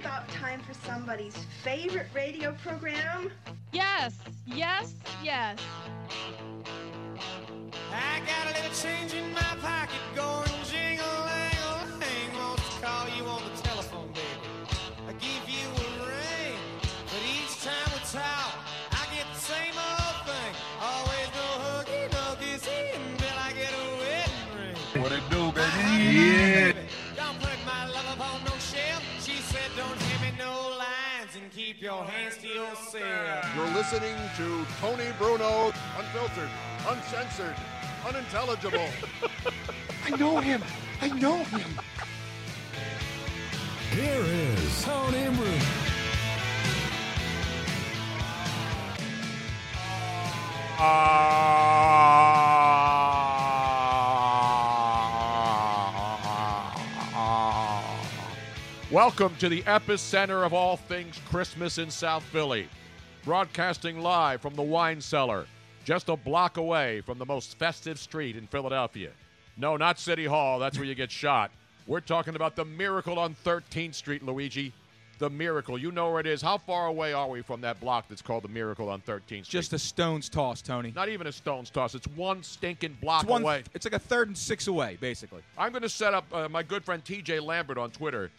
stop time for somebody's favorite radio program? Yes, yes, yes. I got a little change in my pocket going jingle lang lang. Won't you call you on the telephone, baby. I give you a ring, but each time we talk, I get the same old thing. Always no hooky, no kissy until I get a wedding ring. What it do, Yeah. Don't put my love upon no shelf. She said, don't give me no lines and keep your hands to yourself. You're listening to Tony Bruno, unfiltered, uncensored, unintelligible. I know him. I know him. Here is Tony Bruno. Ah. Welcome to the epicenter of all things Christmas in South Philly. Broadcasting live from the wine cellar, just a block away from the most festive street in Philadelphia. No, not City Hall, that's where you get shot. We're talking about the miracle on 13th Street, Luigi. The miracle. You know where it is. How far away are we from that block that's called the miracle on 13th Street? Just a stone's toss, Tony. Not even a stone's toss. It's one stinking block It's one. away. It's like a third and six away, basically. I'm going to set up. Uh, my good friend T.J. Lambert on Twitter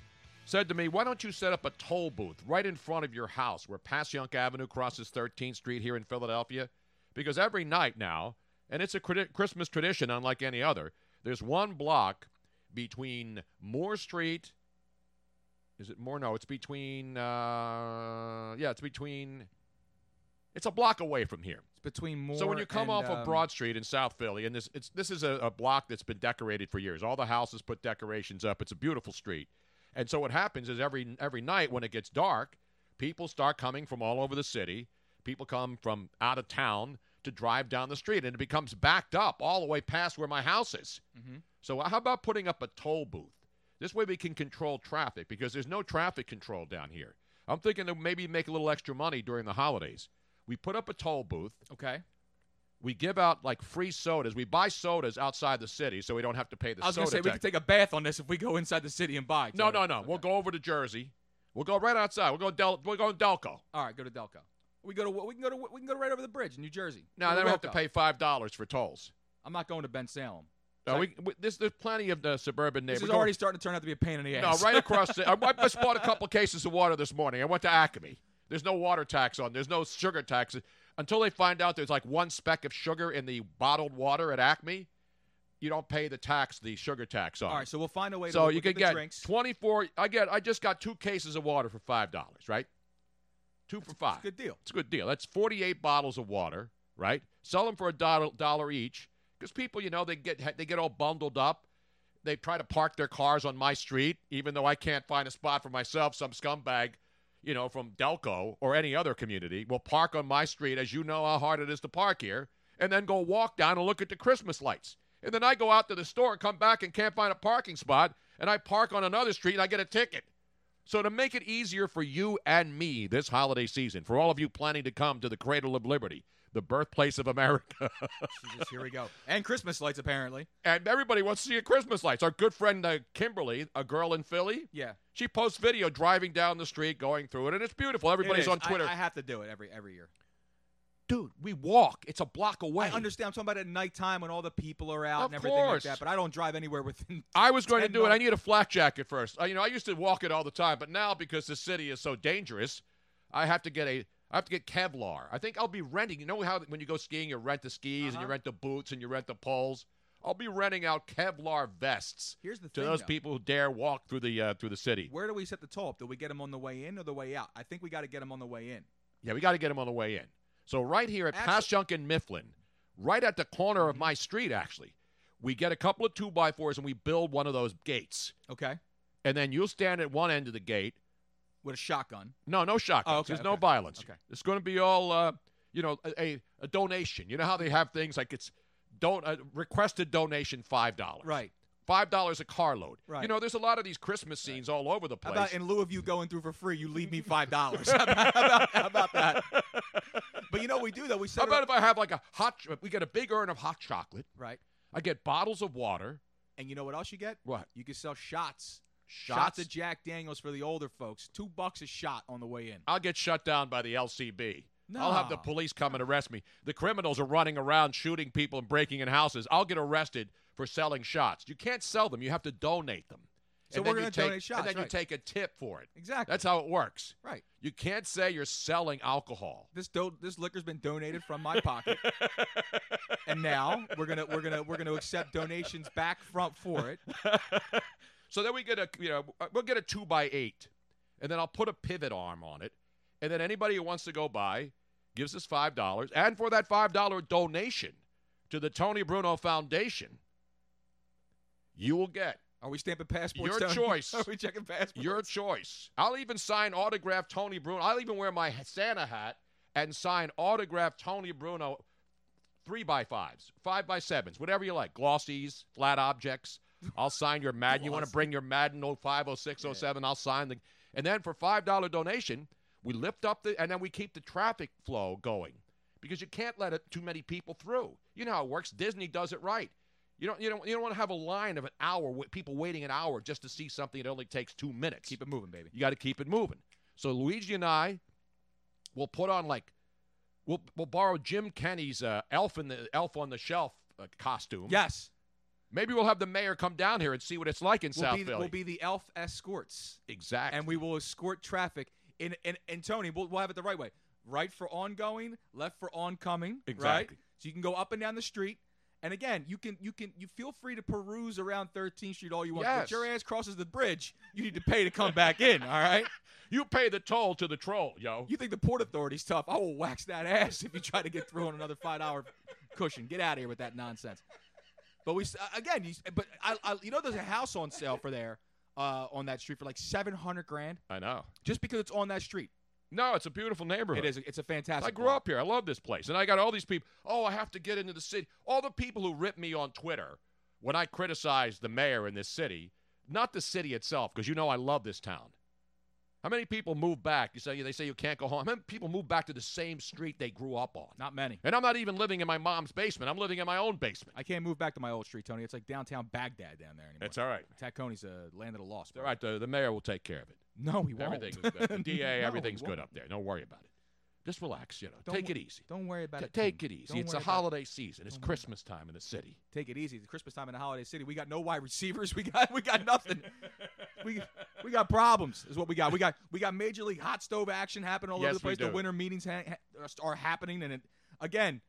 said to me, "Why don't you set up a toll booth right in front of your house, where Passyunk Avenue crosses 13th Street here in Philadelphia? Because every night now, and it's a criti- Christmas tradition unlike any other. There's one block between Moore Street. Is it Moore? No, it's between. Uh, yeah, it's between. It's a block away from here." It's between more. So when you come and, off um, of Broad Street in South Philly, and this it's this is a, a block that's been decorated for years. All the houses put decorations up. It's a beautiful street. And so what happens is every every night when it gets dark, people start coming from all over the city. People come from out of town to drive down the street, and it becomes backed up all the way past where my house is. Mm-hmm. So how about putting up a toll booth? This way we can control traffic because there's no traffic control down here. I'm thinking to maybe make a little extra money during the holidays. We put up a toll booth. okay. We give out like free sodas. We buy sodas outside the city, so we don't have to pay the I was soda gonna say we tax. could take a bath on this if we go inside the city and buy. no, Tony. no, no. We'll Okay. go over to Jersey. We'll go right outside. We'll go Del. We'll go to Delco. All right, go to Delco. We go to we can go to we can go right over the bridge in New Jersey. Now Go they don't have to Delco. pay five dollars for tolls. I'm not going to Ben Salem. No, Zach- we, we, this, there's plenty of uh, suburban This neighbors. is already starting to turn out to be a pain in the no, ass. right across. The, I, I just bought a couple cases of water this morning. I went to Acme. There's no water tax on. There's no sugar tax until they find out there's like one speck of sugar in the bottled water at Acme. You don't pay the tax, the sugar tax on. All it. right, so we'll find a way. To So we'll you get could the get drinks. twenty four. I get. I just got two cases of water for five dollars. Right, two for five. Good deal. It's a good deal. That's forty eight bottles of water. Right, sell them for a dollar, dollar each because people, you know, they get they get all bundled up. They try to park their cars on my street, even though I can't find a spot for myself. Some scumbag, you know, from Delco or any other community will park on my street, as you know how hard it is to park here, and then go walk down and look at the Christmas lights. And then I go out to the store, come back, and can't find a parking spot, and I park on another street and I get a ticket. So, to make it easier for you and me this holiday season, for all of you planning to come to the cradle of liberty, the birthplace of America, Jesus, here we go. And Christmas lights apparently. and everybody wants to see your Christmas lights. Our good friend uh, Kimberly, a girl in Philly, Yeah. she posts video driving down the street, going through it, and it's beautiful. It Everybody's is. on I- Twitter. I, have to do it every every year. Dude, we walk. It's a block away. I understand. I'm talking about at nighttime when all the people are out Of and everything course. like that. But I don't drive anywhere within. I was going to 10 do it. I miles. need a flak jacket first. Uh, you know, I used to walk it all the time, but now because the city is so dangerous, I have to get a I have to get Kevlar. I think I'll be renting. You know how when you go skiing, you rent the skis and you rent the boots and you rent the poles. I'll be renting out Kevlar vests Here's the to thing, those though. people who dare walk through the uh, through the city. Where do we set the toll up? Do we get them on the way in or the way out? I think we got to get them on the way in. Yeah, we got to get them on the way in. So right here at Actually- Pass Junk and Mifflin, right at the corner of my street, actually, we get a couple of two by fours and we build one of those gates. Okay. And then you'll stand at one end of the gate. With a shotgun. No, no shotguns. Oh, okay, There's no okay. violence. Okay. It's going to be all, uh, you know, a, a, a donation. You know how they have things like it's don't uh, requested donation five dollars. Right. Five dollars a carload. You Right. know, there's a lot of these Christmas scenes all over the How place. about in lieu of you going through for free, you leave me five dollars? how, about, how about- how about that? But you know what we do though. We set How it about up, if I have like a hot? ch- We get a big urn of hot chocolate. right. I get bottles of water. And you know what else you get? What? You can sell shots. Shots. Shots of Jack Daniels for the older folks. Two bucks a shot on the way in. I'll get shut down by the LCB. I'll have the police come and arrest me. The criminals are running around shooting people and breaking in houses. I'll get arrested for selling shots. You can't sell them. You have to donate them. So And we're then you gonna take- donate shots, And then you right. take a tip for it. Exactly. That's how it works. right. You can't say you're selling alcohol. This do- this liquor's been donated from my pocket, and now we're gonna we're gonna we're gonna accept donations back front for it. So then we get a you know uh, we'll get a two by eight, and then I'll put a pivot arm on it, and then anybody who wants to go by gives us five dollars, and for that five dollar donation to the Tony Bruno Foundation, you will get Are we stamping passports? Your down? choice. Are we checking passports? your choice. I'll even sign autograph Tony Bruno. I'll even wear my Santa hat and sign autograph Tony Bruno three by fives, five by sevens, whatever you like. Glossies, flat objects. I'll sign your Madden. You want to bring your Madden 05, 06, 07, I'll sign the. And then for five dollar donation, we lift up the and then we keep the traffic flow going because you can't let it, too many people through. You know how it works. Disney does it right. You don't you don't you don't want to have a line of an hour with people waiting an hour just to see something that only takes two minutes. Keep it moving, baby. You got to keep it moving. So Luigi and I will put on like we'll we'll borrow Jim Kenny's uh, elf in the elf on the shelf uh, costume. Yes, Maybe we'll have the mayor come down here and see what it's like in we'll South be, Philly. we'll be the elf escorts, exactly. and we will escort traffic. And and, and Tony, we'll, we'll have it the right way: right for ongoing, left for oncoming. Exactly. Right? So you can go up and down the street. And again, you can you can you feel free to peruse around 13th Street all you want. Yes. But your ass crosses the bridge, you need to pay to come back in. All right. you pay the toll to the troll, yo. You think the port authority's tough? I will wax that ass if you try to get through on another five hour cushion. Get out of here with that nonsense. But we s- uh, again, you, s- but I, I, you know, there's a house on sale for there uh, on that street for like seven hundred grand I know. just because it's on that street. No, it's a beautiful neighborhood. It is. It's a fantastic. I grew block. up here. I love this place. And I got all these people. Oh, I have to get into the city. All the people who rip me on Twitter when I criticize the mayor in this city, not the city itself, because you know I love this town. How many people move back? You say they say you can't go home. How many people move back to the same street they grew up on? Not many. And I'm not even living in my mom's basement. I'm living in my own basement. I can't move back to my old street, Tony. It's like downtown Baghdad down there anymore. It's all right. Taconi's a uh, land of the lost. It's all right. The, the mayor will take care of it. No, he won't. Everything's good. The No, DA, he everything's good won't. up there. Don't worry about it. Just relax. You know, Don't take wo- it easy. Don't worry about Ta- it. take it Tony. easy. Don't It's a worry about it. holiday season. It's Christmas time in the city. take it easy. It's Christmas time in the holiday city. We got no wide receivers. We got we got nothing. we we got problems. Is what we got. We got we got major league hot stove action happening all Yes, over the we place. The do. winter meetings ha- ha- are happening, and it, again,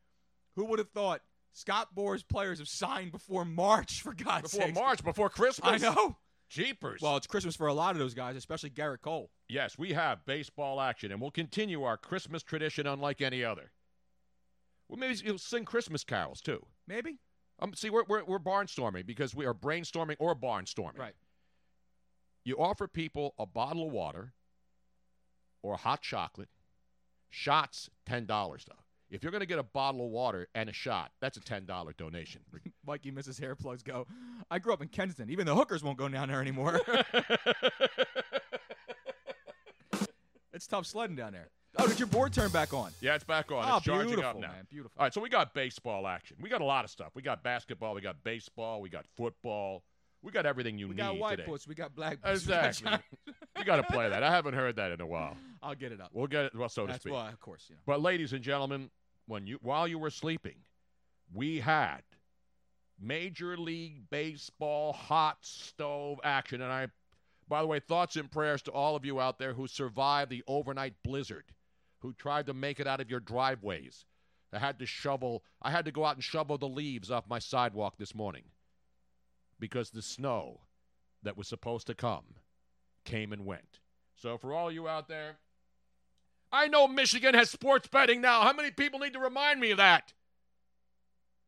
who would have thought Scott Boras players have signed before March? For God's Before sakes. March, before I Christmas. know. Jeepers. Well, it's Christmas for a lot of those guys, especially Garrett Cole. yes, we have baseball action, and we'll continue our Christmas tradition unlike any other. Well, maybe you'll sing Christmas carols too. Maybe. Um, see, we're, we're, we're barnstorming because we are brainstorming or barnstorming. Right. You offer people a bottle of water or hot chocolate. Shots, $10, though. If you're going to get a bottle of water and a shot, that's a $10 donation. Mikey and Mrs. Hairplugs go. I grew up in Kensington. Even the hookers won't go down there anymore. it's tough sledding down there. Oh, did your board turn back on? yeah, it's back on. Oh, it's charging up beautiful, now. man. Beautiful. All right, so we got baseball action. We got a lot of stuff. We got basketball. We got baseball. We got football. We got everything you We need got white today. boots. We got black boots. we got Exactly. giant- we got to play that. I haven't heard that in a while. I'll get it up. We'll get it. Well, so to That's speak. why, of course, you know. But ladies and gentlemen, when you while you were sleeping, we had Major League Baseball hot stove action, and I, by the way, thoughts and prayers to all of you out there who survived the overnight blizzard, who tried to make it out of your driveways. I had to shovel. I had to go out and shovel the leaves off my sidewalk this morning because the snow that was supposed to come came and went. So for all you out there, I know Michigan has sports betting now. How many people need to remind me of that?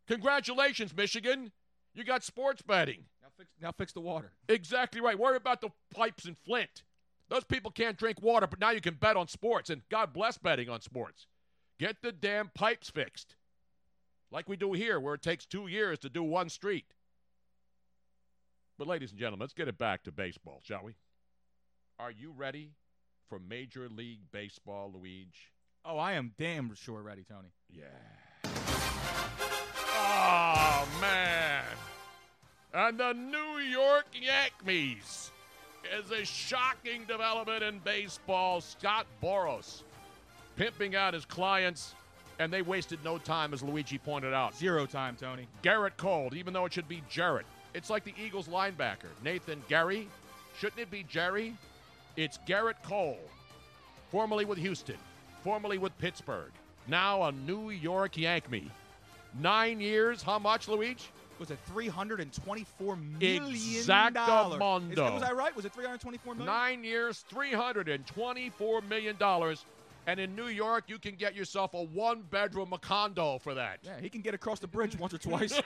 Congratulations, Michigan. You got sports betting. Now fix, now fix the water. Exactly right. Worry about the pipes in Flint. Those people can't drink water, but now you can bet on sports, and God bless betting on sports. Get the damn pipes fixed. Like we do here, where it takes two years to do one street. But, ladies and gentlemen, let's get it back to baseball, shall we? Are you ready for Major League Baseball, Luigi? Oh, I am damn sure ready, Tony. Yeah. Oh, man. And the New York Yankees is a shocking development in baseball. Scott Boros pimping out his clients, and they wasted no time, as Luigi pointed out. Zero time, Tony. Garrett Cold, even though it should be Jarrett. It's like the Eagles linebacker, Nathan Gary. Shouldn't it be Jerry? It's Garrett Cole, formerly with Houston, formerly with Pittsburgh, now a New York Yankee. Nine years, how much, Luigi? Was it three hundred and twenty-four million Exactamundo. Is- Was I right? Was it three hundred twenty-four million? Nine years, $324 million. And in New York, you can get yourself a one bedroom condo for that. Yeah, he can get across the bridge once or twice.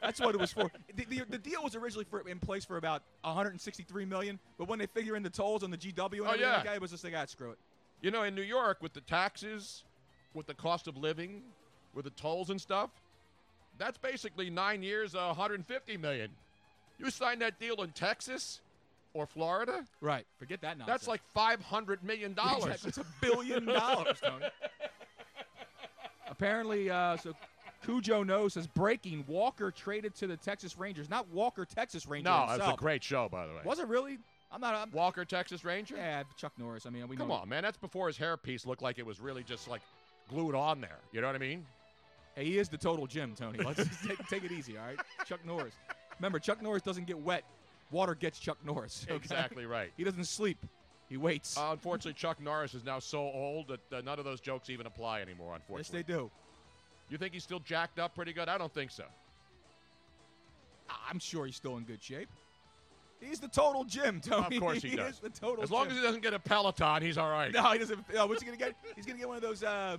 That's what it was for. The, the, the deal was originally for, in place for about 163 million, but when they figure in the tolls on the GW and everything, Oh, yeah. the guy was just like, ah, screw it. You know, in New York, with the taxes, with the cost of living, with the tolls and stuff, that's basically nine years, uh, 150 million. You sign that deal in Texas or Florida, Right. Forget that nonsense. that's like 500 million dollars. Exactly. It's a billion dollars, Tony. Apparently, uh, so Cujo knows says breaking Walker traded to the Texas Rangers, not Walker Texas Ranger No, it himself. was a great show, by the way. Was it really? I'm not. I'm, Walker, Texas Ranger? yeah, Chuck Norris. I mean, we Come know. on, man. That's before his hairpiece looked like it was really just like glued on there. You know what I mean? Hey, he is the total Jim, Tony. Let's just take, take it easy, all right? Chuck Norris. Remember, Chuck Norris doesn't get wet. Water gets Chuck Norris. okay? Exactly right. He doesn't sleep. He waits. Uh, unfortunately, Chuck Norris is now so old that uh, none of those jokes even apply anymore, yes, unfortunately. they do. you think he's still jacked up pretty good? I don't think so. I- I'm sure he's still in good shape. He's the total Jim, Tony. Of course he, does. Oh, is the total as long Jim. as he doesn't get a Peloton, he's all right. No, he doesn't. No, what's he gonna get? He's gonna get one of those. Uh,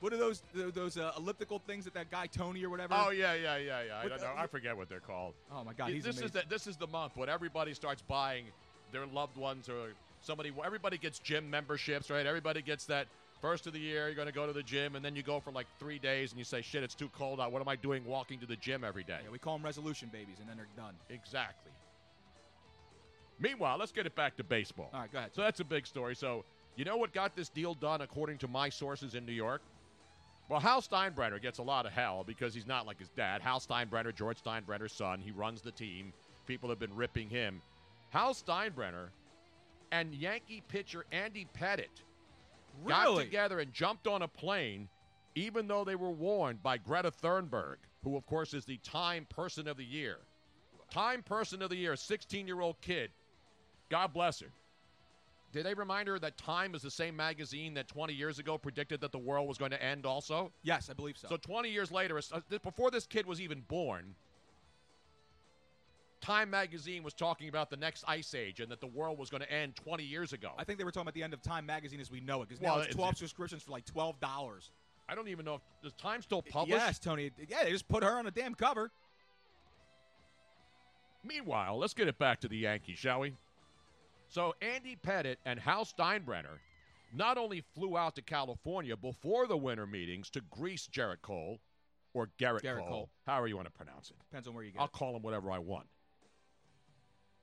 what are those? th- Those uh, elliptical things that that guy Tony or whatever. Oh yeah, yeah, yeah, yeah. I What don't the- know. I forget what they're called. Oh, my God, Th- he's this is amazing. the this is the month when everybody starts buying their loved ones or somebody. Everybody gets gym memberships, right? Everybody gets that first of the year. You're going to go to the gym, and then you go for like three days, and you say, "Shit, it's too cold out. What am I doing walking to the gym every day?" Yeah, we call them resolution babies, and then they're done. Exactly. Meanwhile, let's get it back to baseball. All right, go ahead. So that's a big story. So you know what got this deal done, according to my sources in New York? Well, Hal Steinbrenner gets a lot of hell because he's not like his dad. Hal Steinbrenner, George Steinbrenner's son, he runs the team. People have been ripping him. Hal Steinbrenner and Yankee pitcher Andy Pettit got Really? together and jumped on a plane, even though they were warned by Greta Thunberg, who, of course, is the Time Person of the Year. Time Person of the Year, 16 year old kid. God bless her. Did they remind her that Time is the same magazine that 20 years ago predicted that the world was going to end also? Yes, I believe so. So 20 years later, uh, th- before this kid was even born, Time magazine was talking about the next ice age and that the world was going to end 20 years ago. I think they were talking about the end of Time magazine as we know it, because Well, now it's it's- 12 subscriptions for like twelve dollars. I don't even know if does Time still publish. Yes, Tony. Yeah, they just put her on the damn cover. Meanwhile, let's get it back to the Yankees, shall we? So Andy Pettit and Hal Steinbrenner not only flew out to California before the winter meetings to grease Jarrett Cole or Garrett, Garrett Cole. however you want to pronounce it. Depends on where you get. I'll it. call him whatever I want.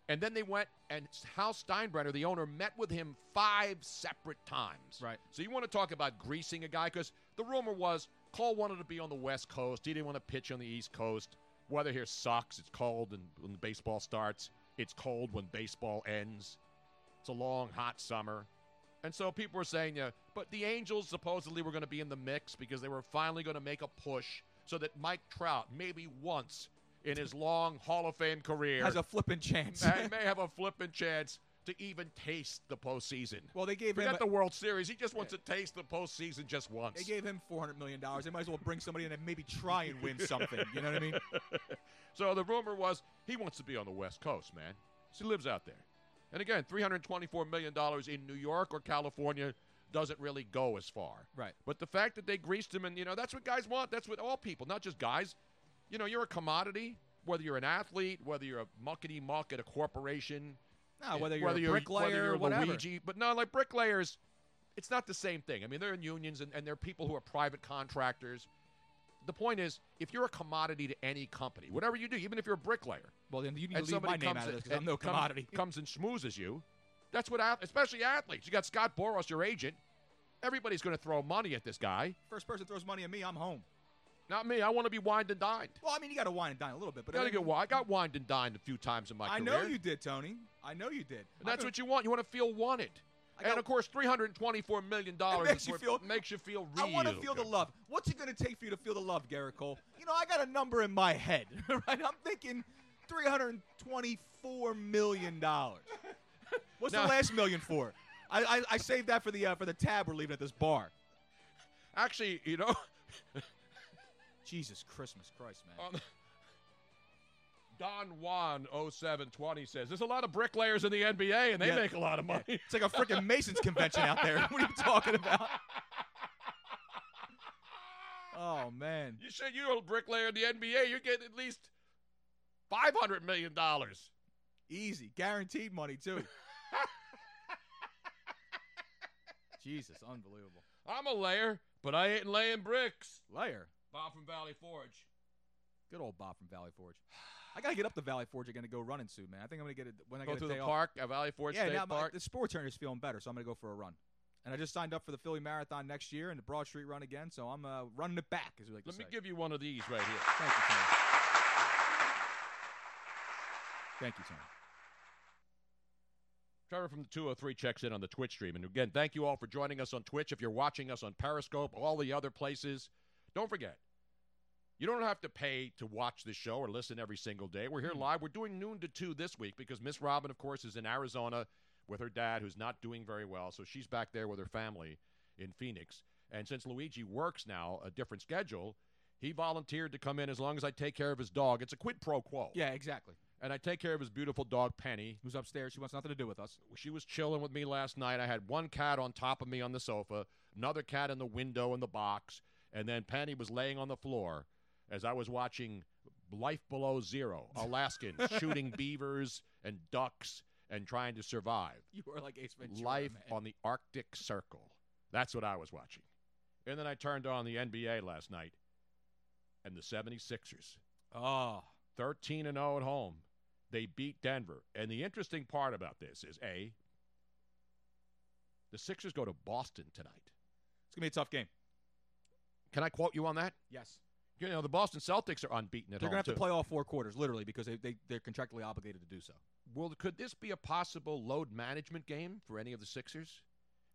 And then they went, and Hal Steinbrenner, the owner, met with him five separate times. Right. So you want to talk about greasing a guy? Because the rumor was Cole wanted to be on the West Coast. He didn't want to pitch on the East Coast. Weather here sucks. It's cold and when baseball starts. It's cold when baseball ends. It's a long, hot summer. And so people were saying, yeah, but the Angels supposedly were going to be in the mix because they were finally going to make a push so that Mike Trout, maybe once in his long Hall of Fame career, Has a flipping chance. may- may have a flipping chance to even taste the postseason. well, they gave him. Forget a- the World Series. He just wants to taste the postseason just once. They gave him four hundred million dollars. They might as well bring somebody in and maybe try and win something. You know what I mean? So the rumor was he wants to be on the West Coast, man. So he lives out there. And again, $324 million in New York or California doesn't really go as far. Right. But the fact that they greased him, and, you know, that's what guys want. That's what all people, not just guys. You know, you're a commodity, whether you're an athlete, whether you're a muckety muck at a corporation, No, whether you're a whether bricklayer you're or whatever. Luigi, but no, like bricklayers, it's not the same thing. I mean, they're in unions and, and they're people who are private contractors. The point is, if you're a commodity to any company, whatever you do, even if you're a bricklayer, Well, then you need to and leave my somebody name comes out of in- this because I'm and no comes- commodity. comes and schmoozes you, that's what ath- especially athletes. You got Scott Boros, your agent. Everybody's going to throw money at this guy. First person throws money at me, I'm home. Not me. I want to be wined and dined. Well, I mean, you got to wine and dine a little bit, but Gotta get wi- I got wined and dined a few times in my I career. know you did, Tony. I know you did. And that's what you want. You want to feel wanted. got- and of course, three hundred and twenty-four million dollars makes you feel- makes you feel real. I want to feel the good. love. What's it going to take for you to feel the love, Garrett Cole? You know, I got a number in my head, right? I'm thinking $324 million. What's Now- the last million for? I, I, I saved that for the uh, for the tab we're leaving at this bar. Actually, you know, Jesus Christmas Christ, man. um, Don Juan 0720 says there's a lot of bricklayers in the NBA, and they Yeah. make a lot of money. It's like a freaking Masons convention out there. What are you talking about? Oh man. you said you're a bricklayer in the NBA. You're getting at least five hundred million dollars. Easy, guaranteed money too. Jesus, unbelievable. I'm a layer, but I ain't laying bricks. Layer. Bob from Valley Forge. Good old Bob from Valley Forge. I gotta get up to Valley Forge again to go running soon, man. I think I'm gonna get it when I Go get a through day the off. park at Valley Forge Yeah, State now my, Park. the sports turn is feeling better, so I'm gonna go for a run. And I just signed up for the Philly Marathon next year and the Broad Street Run again, so I'm uh, running it back. As we like Let to me say. give you one of these right here. Thank you, Tony. Thank you, Tony. Trevor from the 203 checks in on the Twitch stream. And again, thank you all for joining us on Twitch. If you're watching us on Periscope, all the other places, don't forget, you don't have to pay to watch this show or listen every single day. We're here live. We're doing noon to two this week because Miss Robin, of course, is in Arizona with her dad, who's not doing very well. So she's back there with her family in Phoenix. And since Luigi works now a different schedule, he volunteered to come in as long as I take care of his dog. It's a quid pro quo. Yeah, exactly. And I take care of his beautiful dog, Penny Who's upstairs? She wants nothing to do with us. she was chilling with me last night. I had one cat on top of me on the sofa, another cat in the window in the box, and then Penny was laying on the floor as I was watching Life Below Zero, Alaskans shooting beavers and ducks and trying to survive. You are like Ace Ventura. Life man. on the Arctic Circle. That's what I was watching. And then I turned on the NBA last night and the 76ers. Oh, 13 and 0 at home. They beat Denver. And the interesting part about this is A, the Sixers go to Boston tonight. it's gonna be a tough game. Can I quote you on that? Yes, You know, the Boston Celtics are unbeaten at they're gonna home. have to too. play all four quarters, literally, because they, they they're contractually obligated to do so. Well, could this be a possible load management game for any of the Sixers?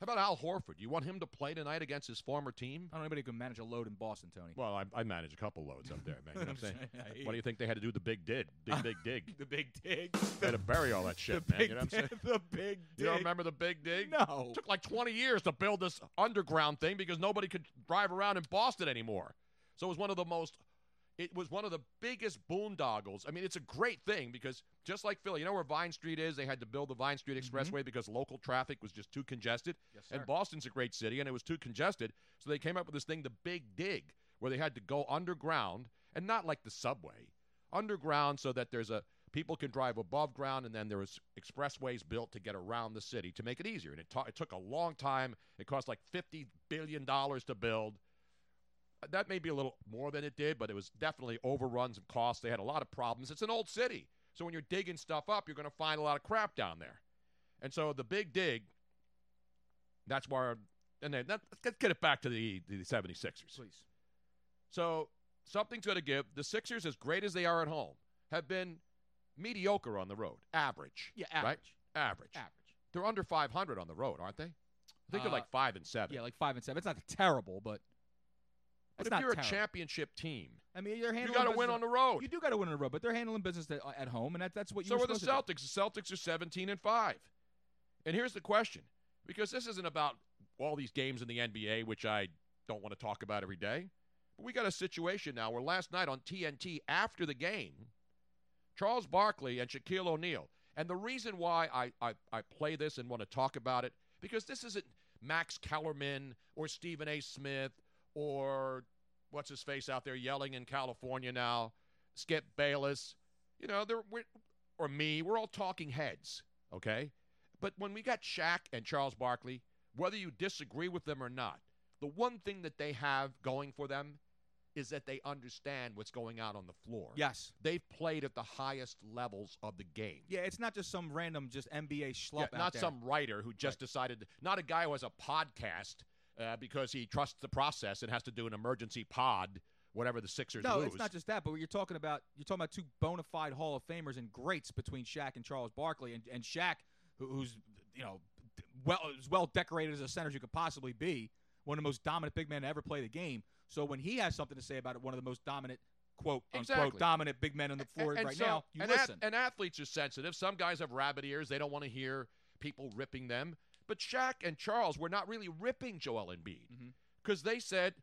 How about Al Horford? You want him to play tonight against his former team? I don't know anybody who can manage a load in Boston, Tony. Well, I, I manage a couple loads up there, man. You know what I'm saying? I hate What do you think they had to do with the big dig? Big, big dig. The big dig. They had to bury all that shit, man. You know what I'm saying? The big dig. You don't remember the big dig? No. It took like 20 years to build this underground thing because nobody could drive around in Boston anymore. So it was one of the most it was one of the biggest boondoggles. I mean, it's a great thing because just like Philly, you know where Vine Street is, they had to build the Vine Street Expressway because local traffic was just too congested. Yes, sir. and Boston's a great city and it was too congested, so they came up with this thing, the Big Dig, where they had to go underground and not like the subway, underground so that there's a people can drive above ground and then there was expressways built to get around the city to make it easier. And it, ta- it took a long time. It cost like 50 billion dollars to build that may be a little more than it did, but it was definitely overruns and costs. They had a lot of problems. It's an old city. So when you're digging stuff up, you're going to find a lot of crap down there. And so the big dig, that's where, and then that, let's get it back to the, the 76ers. Please. So something's going to give. The Sixers, as great as they are at home, have been mediocre on the road, average. Yeah, Right? average. Average. Average. They're under 500 on the road, aren't they? I think they're Uh, like five and seven. Yeah, like five and seven. It's not terrible, but it's but if not you're terrible. a championship team, I mean, they're handling. you got to business win on the road. You do got to win on the road, but they're handling business at, at home, and that, that's what you. so were are the supposed to do. Celtics. The Celtics are 17 and 5. And here's the question because this isn't about all these games in the NBA, which I don't want to talk about every day. But we got a situation now where last night on TNT after the game, Charles Barkley and Shaquille O'Neal. And the reason why I, I, I play this and want to talk about it, because this isn't Max Kellerman or Stephen A. Smith or what's his face out there yelling in California now, Skip Bayless. You know, they're, we're, or me, we're all talking heads, okay? But when we got Shaq and Charles Barkley, whether you disagree with them or not, the one thing that they have going for them is that they understand what's going on on the floor Yes. they've played at the highest levels of the game. Yeah, it's not just some random just NBA Yeah, schlub. out not there. some writer who just decided, not a guy who has a podcast uh, because he trusts the process and has to do an emergency pod whatever the Sixers No, lose. it's not just that, but you're talking about you're talking about two bona fide Hall of Famers and greats between Shaq and Charles Barkley, and and Shaq, who, who's you know d- well as well decorated as a center as you could possibly be, one of the most dominant big men to ever play the game. So when he has something to say about it, one of the most dominant quote unquote Exactly. dominant big men on the floor right so- now, you and, listen. ath- and athletes are sensitive. Some guys have rabbit ears; they don't want to hear people ripping them. But Shaq and Charles were not really ripping Joel Embiid Mhm. because they said,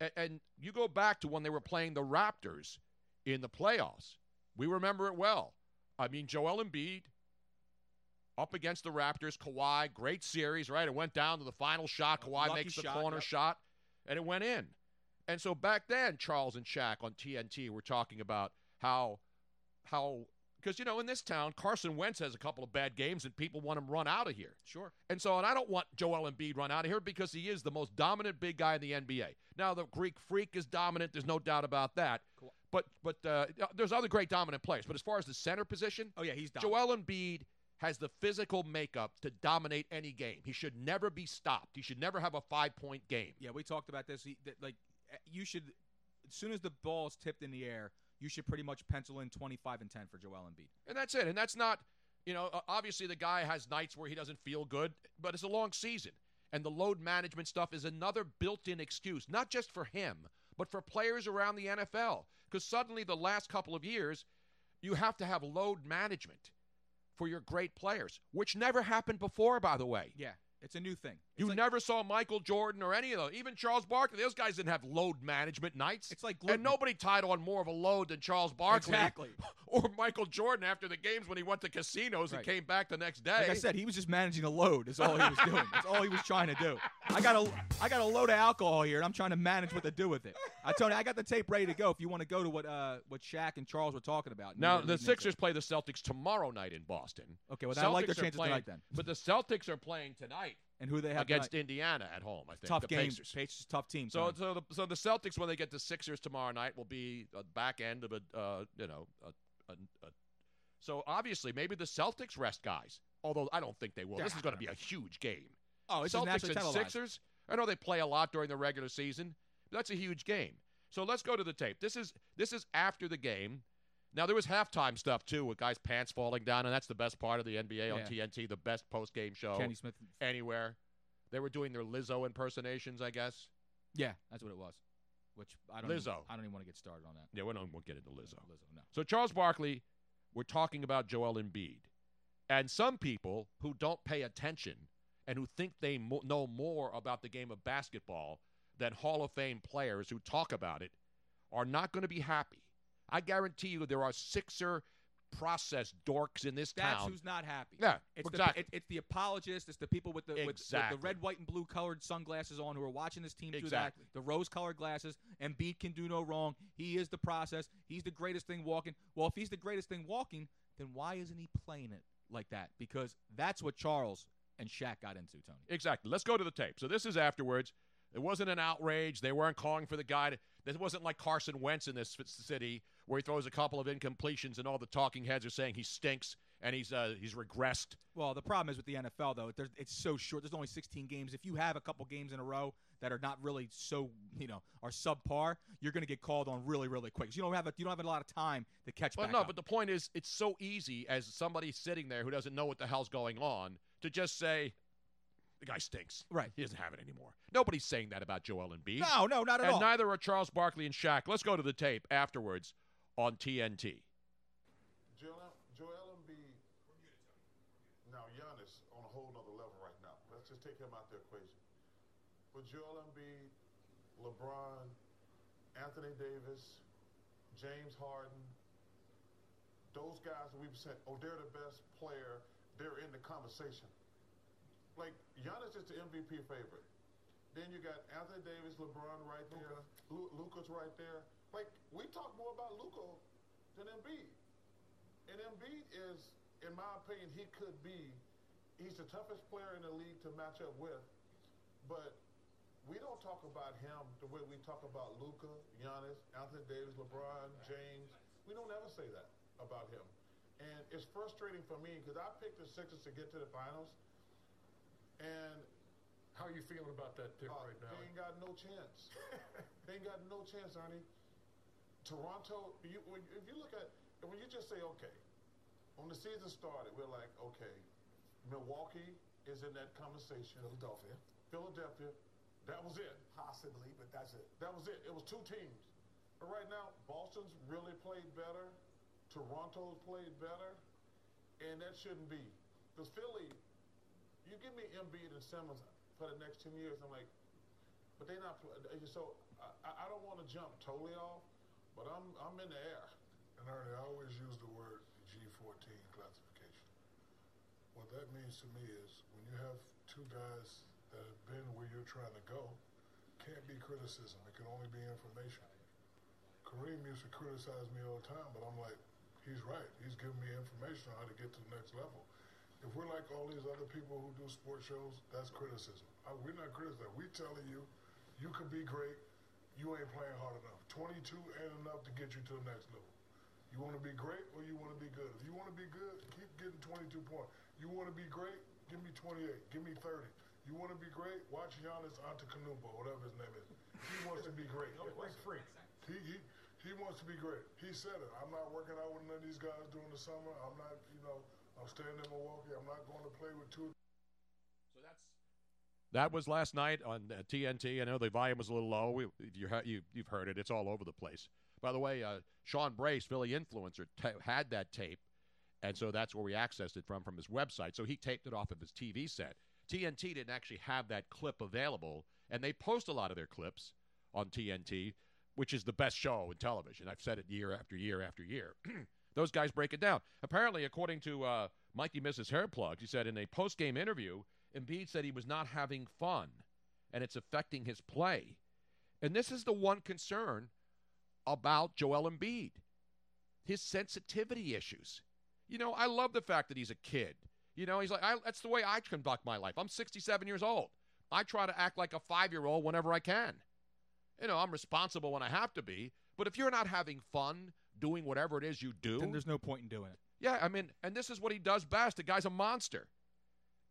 and, and you go back to when they were playing the Raptors in the playoffs. We remember it well. I mean, Joel Embiid up against the Raptors, Kawhi, great series, right? It went down to the final shot. Uh, Kawhi lucky makes the shot, corner yep. shot, and it went in. And so back then, Charles and Shaq on TNT were talking about how, how, because you know in this town, Carson Wentz has a couple of bad games, and people want him run out of here. sure, And so, and I don't want Joel Embiid run out of here because he is the most dominant big guy in the NBA. Now, the Greek Freak is dominant. There's no doubt about that. Cool. But but uh, there's other great dominant players. But as far as the center position, oh yeah, he's dominant. Joel Embiid has the physical makeup to dominate any game. He should never be stopped. He should never have a five point game. Yeah, we talked about this. He, that, like, eh, you should, as soon as the ball's tipped in the air, you should pretty much pencil in 25 and 10 for Joel Embiid. And that's it. And that's not, you know, o- obviously the guy has nights where he doesn't feel good, but it's a long season. And the load management stuff is another built in excuse, not just for him, but for players around the NFL. Because suddenly, the last couple of years, you have to have load management for your great players, which never happened before, by the way. Yeah, it's a new thing. It's You like, never saw Michael Jordan or any of those, even Charles Barkley. Those guys didn't have load management nights. It's like and gluten. nobody tied on more of a load than Charles Barkley Exactly. or Michael Jordan after the games when he went to casinos Right. and came back the next day. Like I said, he was just managing a load. Is all he was doing. That's all he was trying to do. I got a, I got a load of alcohol here, and I'm trying to manage what to do with it. I told you, I got the tape ready to go. If you want to go to what, uh, what Shaq and Charles were talking about. and you now were the leading into Sixers it. play the Celtics tomorrow night in Boston. Okay, well, then I like their Celtics are chances playing- tonight then. But the Celtics are playing tonight and who they have against tonight. Indiana at home. I think tough the game. Pacers. Pacers, tough team. So, tonight. so the so the Celtics when they get the Sixers tomorrow night will be the back end of a uh, you know a, a, a, so obviously maybe the Celtics rest guys. Although I don't think they will. This is going to be a huge game. oh, it's just Celtics nationally and televised. Sixers. I know they play a lot during the regular season. But that's a huge game. So let's go to the tape. This is this is after the game. Now there was halftime stuff too with guys pants falling down, and that's the best part of the NBA on Yeah. TNT, the best post game show Kenny Smith. anywhere. They were doing their Lizzo impersonations, I guess. Yeah, that's what it was. Which I don't. Even, Lizzo. I don't even want to get started on that. Yeah, we don't we'll get into Lizzo. Lizzo, no. So Charles Barkley, we're talking about Joel Embiid, and some people who don't pay attention and who think they mo- know more about the game of basketball than Hall of Fame players who talk about it are not going to be happy. I guarantee you, there are Sixer process dorks in this That's town. who's not happy. Yeah, it's exactly. The, it, it's the apologists. It's the people with the with- Exactly. with, the red, white, and blue colored sunglasses on who are watching this team do that. Exactly. The rose colored glasses. And Embiid can do no wrong. He is the process. He's the greatest thing walking. Well, if he's the greatest thing walking, then why isn't he playing it like that? Because that's what Charles and Shaq got into, Tony. Exactly. Let's go to the tape. So this is afterwards. It wasn't an outrage. They weren't calling for the guy. To, this wasn't like Carson Wentz in this f- city where he throws a couple of incompletions and all the talking heads are saying he stinks and he's uh, he's regressed. Well, the problem is with the NFL though, there's, it's so short. There's only 16 games. If you have a couple games in a row that are not really so, you know, are subpar, you're going to get called on really, really quick. 'Cause You don't have a, you don't have a lot of time to catch Well, back no, up. but the point is, it's so easy as somebody sitting there who doesn't know what the hell's going on to just say the guy stinks. Right. He doesn't have it anymore. Nobody's saying that about Joel Embiid. no, no, not at and all. neither are Charles Barkley and Shaq. Let's go to the tape afterwards on TNT. Joel, Joel Embiid. Now Giannis on a whole nother level right now. Let's just take him out the equation. But Joel Embiid, LeBron, Anthony Davis, James Harden, those guys that we've said, oh, they're the best player. They're in the conversation. Like Giannis is the MVP favorite. Then you got Anthony Davis, LeBron right there, Lu- Luca's right there. Like we talk more about Luca than Embiid. And Embiid is, in my opinion, he could be. He's the toughest player in the league to match up with. But we don't talk about him the way we talk about Luca, Giannis, Anthony Davis, LeBron, James. We don't ever say that about him. And it's frustrating for me because I picked the Sixers to get to the finals, and How are you feeling about that tip uh, right now? they ain't got no chance. they ain't got no chance, Ernie. Toronto, you, when, if you look at, when you just say, okay, when the season started, we're like, okay, Milwaukee is in that conversation. Philadelphia, Philadelphia, that was it. possibly, but that's it. That was it. It was two teams. But right now, Boston's really played better. Toronto's played better. And that shouldn't be. Because Philly, you give me Embiid and Simmons for the next 10 years, I'm like, but they're not. pl- uh, So I, I I don't want to jump totally off, but I'm, I'm in the air. And Ernie, I always use the word G14 classification. What that means to me is when you have two guys that have been where you're trying to go, can't be criticism. It can only be information. Kareem used to criticize me all the time, but I'm like, he's right. He's giving me information on how to get to the next level. If we're like all these other people who do sports shows, that's criticism. Uh, we're not criticizing. We're telling you, you could be great. You ain't playing hard enough. 22 ain't enough to get you to the next level. You want to be great or you want to be good? If you want to be good, keep getting 22 points. You want to be great? Give me 28. Give me 30. You want to be great? Watch Giannis Antetokounmpo, whatever his name is. He wants to be great. He, he, he wants to be great. He said it. I'm not working out with none of these guys during the summer. I'm not, you know, I'm staying in Milwaukee. I'm not going to play with two. That was last night on uh, TNT. I know the volume was a little low. We, if you, ha- you, you've heard it. It's all over the place. By the way, uh, Sean Brace, Philly influencer, ta had that tape, and so that's where we accessed it from from his website. So he taped it off of his TV set. TNT didn't actually have that clip available, and they post a lot of their clips on TNT, which is the best show in television. I've said it year after year after year. Those guys break it down. Apparently, according to uh, Mikey Mrs. Hairplug, he said in a post game interview, Embiid said he was not having fun and it's affecting his play. And this is the one concern about Joel Embiid his sensitivity issues. You know, I love the fact that he's a kid. You know, he's like, I, that's the way I conduct my life. I'm 67 years old. I try to act like a five year old whenever I can. You know, I'm responsible when I have to be. But if you're not having fun doing whatever it is you do, Then there's no point in doing it. yeah, I mean, and this is what he does best. The guy's a monster.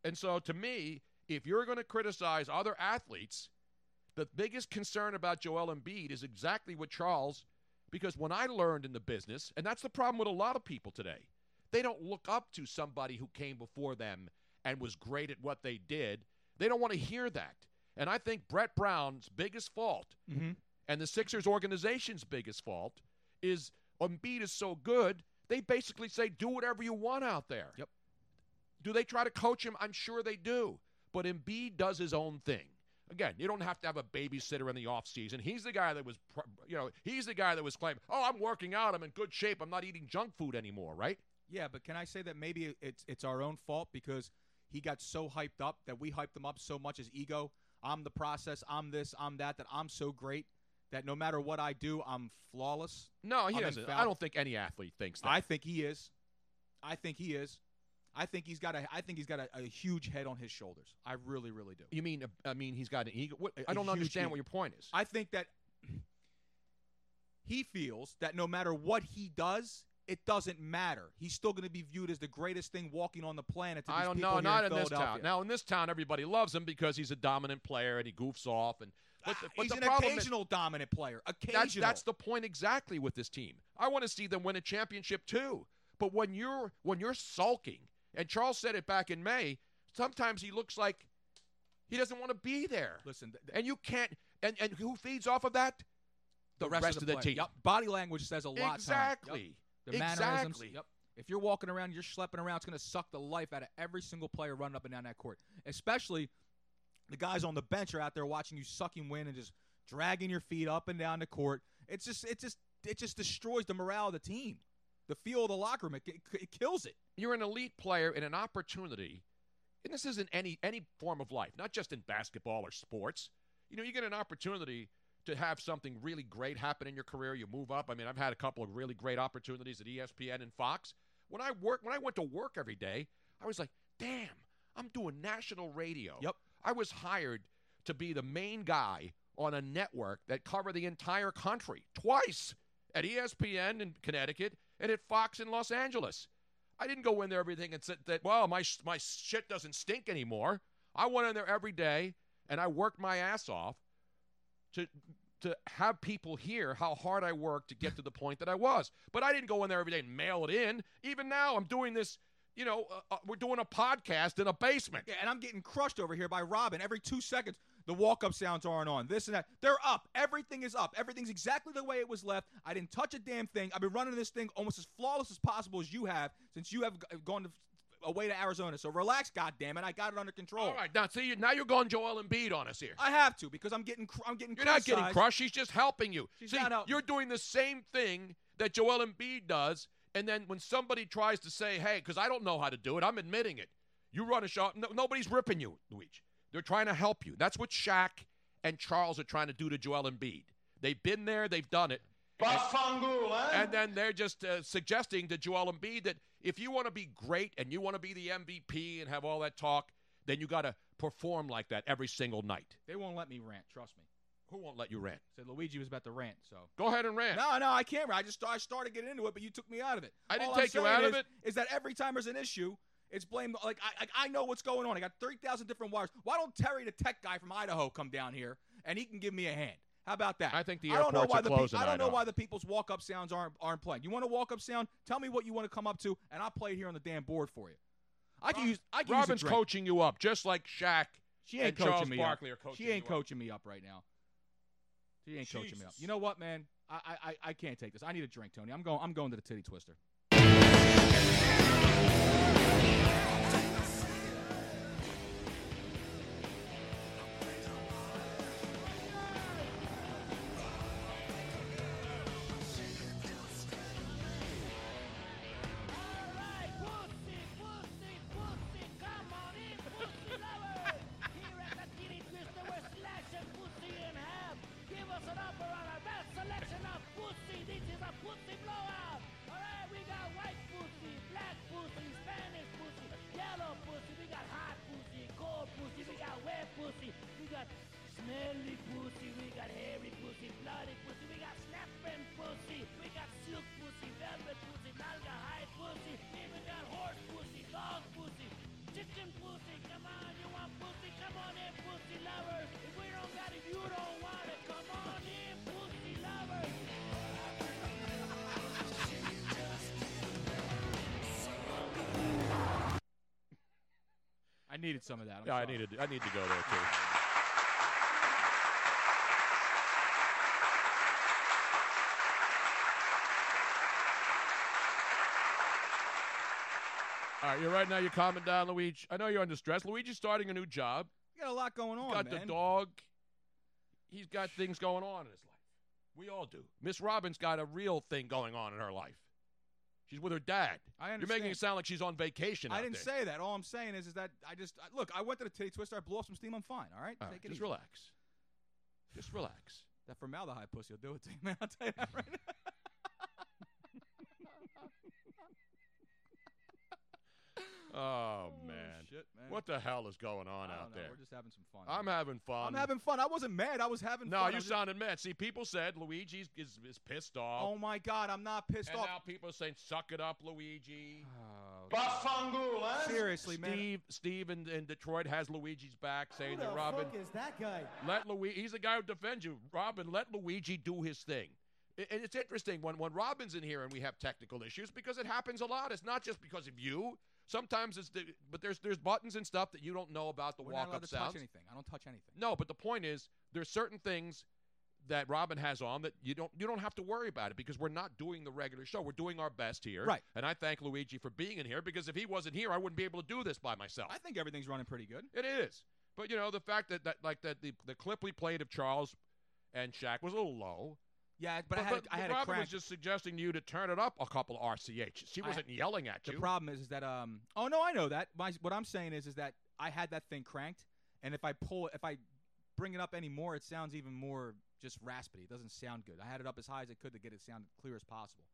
And so to me, if you're going to criticize other athletes, the biggest concern about Joel Embiid is exactly what Charles, because when I learned in the business, and that's the problem with a lot of people today, they don't look up to somebody who came before them and was great at what they did. They don't want to hear that. And I think Brett Brown's biggest fault Mm-hmm. and the Sixers organization's biggest fault is Embiid is so good, they basically say, do whatever you want out there. Yep. Do they try to coach him? I'm sure they do. But Embiid does his own thing. Again, you don't have to have a babysitter in the offseason. He's the guy that was, pr- you know, he's the guy that was claiming, oh, I'm working out. I'm in good shape. I'm not eating junk food anymore, right? Yeah, but can I say that maybe it's it's our own fault because he got so hyped up that we hyped him up so much as ego. I'm the process. I'm this. I'm that. That I'm so great that no matter what I do, I'm flawless. No, he I'm in doesn't. foul- I don't think any athlete thinks that. I think he is. I think he is. I think he's got a. I think he's got a, a huge head on his shoulders. I really, really do. you mean, uh, I mean, he's got an ego? What, I A don't huge e- understand ego. what your point is. I think that he feels that no matter what he does, it doesn't matter. He's still going to be viewed as the greatest thing walking on the planet. To these I don't people know. here Not in in this town. Philadelphia. Now in this town, everybody loves him because he's a dominant player and he goofs off. And but the, Ah, but he's the an problem is- occasional dominant player. Occasional. that's that's the point exactly with this team. I want to see them win a championship too. But when you're when you're sulking, and Charles said it back in May, sometimes he looks like he doesn't want to be there. listen. th- th- And you can't. And and who feeds off of that? The, rest, of the, player. team. Yup, Body language says a lot. Tom. Yup. Exactly. The mannerisms. Exactly. Yup. If you're walking around, you're schlepping around. It's going to suck the life out of every single player running up and down that court. Especially the guys on the bench are out there watching you sucking wind and just dragging your feet up and down the court. It's just, it just, it just destroys the morale of the team, the feel of the locker room. It, it, it kills it. you're an elite player in an opportunity and this isn't any any form of life not just in basketball or sports you know you get an opportunity to have something really great happen in your career you move up i mean i've had a couple of really great opportunities at E espn and fox when i work when i went to work every day i was like damn i'm doing national radio Yep. i was hired to be the main guy on a network that covered the entire country twice at E espn in connecticut and at fox in los angeles I didn't go in there everything and said that. Well, my sh- my shit doesn't stink anymore. I went in there every day and I worked my ass off to to have people hear how hard I worked to get to the point that I was. But I didn't go in there every day and mail it in. Even now, I'm doing this. You know, uh, uh, we're doing a podcast in a basement. Yeah, and I'm getting crushed over here by Robin. Every two seconds, the walk up sounds aren't on. This and that. They're up. Everything is up. Everything's exactly the way it was left. I didn't touch a damn thing. I've been running this thing almost as flawless as possible as you have since you have g- gone to, away to Arizona. So relax, goddammit. I got it under control. All right, now see, you now you're going Joel Embiid on us here. Oh. I have to because I'm getting cr- I'm getting You're not getting criticized. crushed. She's just helping you. She's See, not helping. you're doing the same thing that Joel Embiid does. And then when somebody tries to say, "Hey," because I don't know how to do it, I'm admitting it. You run a shot. No, nobody's ripping you, Luigi. They're trying to help you. That's what Shaq and Charles are trying to do to Joel Embiid. They've been there. They've done it. And then they're just uh, suggesting to Joel Embiid that if you want to be great and you want to be the MVP and have all that talk, then you got to perform like that every single night. They won't let me rant. Trust me. Who won't let you rant? Said Luigi was about to rant. So Go ahead and rant. No, no, I can't. I just I started getting into it, but you took me out of it. I didn't All I'm take you saying out of is- it. Is that every time there's an issue, it's blamed. Like I, I, I know what's going on. I got thirty thousand different wires. Why don't Terry, the tech guy from Idaho, come down here and he can give me a hand? How about that? I think the I don't know airports why are the closed in I don't know Idaho. why the people's walk up sounds aren't aren't playing. You want a walk up sound? Tell me what you want to come up to, and I'll play it here on the damn board for you. I can use. I can Robin's use a drink. coaching you up, just like Shaq. She ain't and coaching Charles me Barkley are up. coaching she ain't you up. coaching me up right now. She ain't coaching me up. Jesus. You know what, man? I, I- I I can't take this. I need a drink, Tony. I'm going. I'm going to the titty twister. I needed some of that. I'm Yeah, I sorry. needed. I need to go there too. All right, you're right now. You're calming down, Luigi. I know you're under stress. Luigi's starting a new job. We got a lot going on, got man. the dog. He's got things going on in his life. We all do. Miss Robin's got a real thing going on in her life. She's with her dad. I You're making understand. it sound like she's on vacation. I out didn't there. say that. All I'm saying is, is that I just I, look. I went to the titty twister. I blew off some steam. I'm fine. All right, All right, take it just easy. relax. Just relax. That formaldehyde pussy will do it to you, man. I'll tell you that right now. Oh Oh, man. shit, man. What the hell is going on I don't out know. there? We're just having some fun. I'm having fun. I'm having fun. I wasn't mad. I was having No, fun. I you was just- sounded mad. See, people said Luigi's is, is pissed off. Oh my god, I'm not pissed and off. now people are saying, suck it up, Luigi. Oh, Seriously, man. Steve, Steve in, in Detroit has Luigi's back, saying that Robin is that guy. Let Luigi. He's the guy who defends you, Robin. Let Luigi do his thing. I- And it's interesting when when Robin's in here and we have technical issues because it happens a lot. It's not just because of you. Sometimes it's the, but there's there's buttons and stuff that you don't know about the We're not walk allowed up to sounds. touch anything. I don't touch anything. No, but the point is there's certain things that Robin has on that you don't you don't have to worry about it because we're not doing the regular show. We're doing our best here. Right. And I thank Luigi for being in here because if he wasn't here, I wouldn't be able to do this by myself. I think everything's running pretty good. It is. But you know, the fact that, that like that the, the clip we played of Charles and Shaq was a little low. Yeah, but, I had a, I had a Robin crack. was just suggesting to you to turn it up a couple of RCHs. She I- wasn't yelling at the you. problem is, is that um. Oh no, I know that. My, what I'm saying is, is that I had that thing cranked, and if I pull, if I bring it up any more, it sounds even more just raspy. It doesn't sound good. I had it up as high as I could to get it sound clear as possible.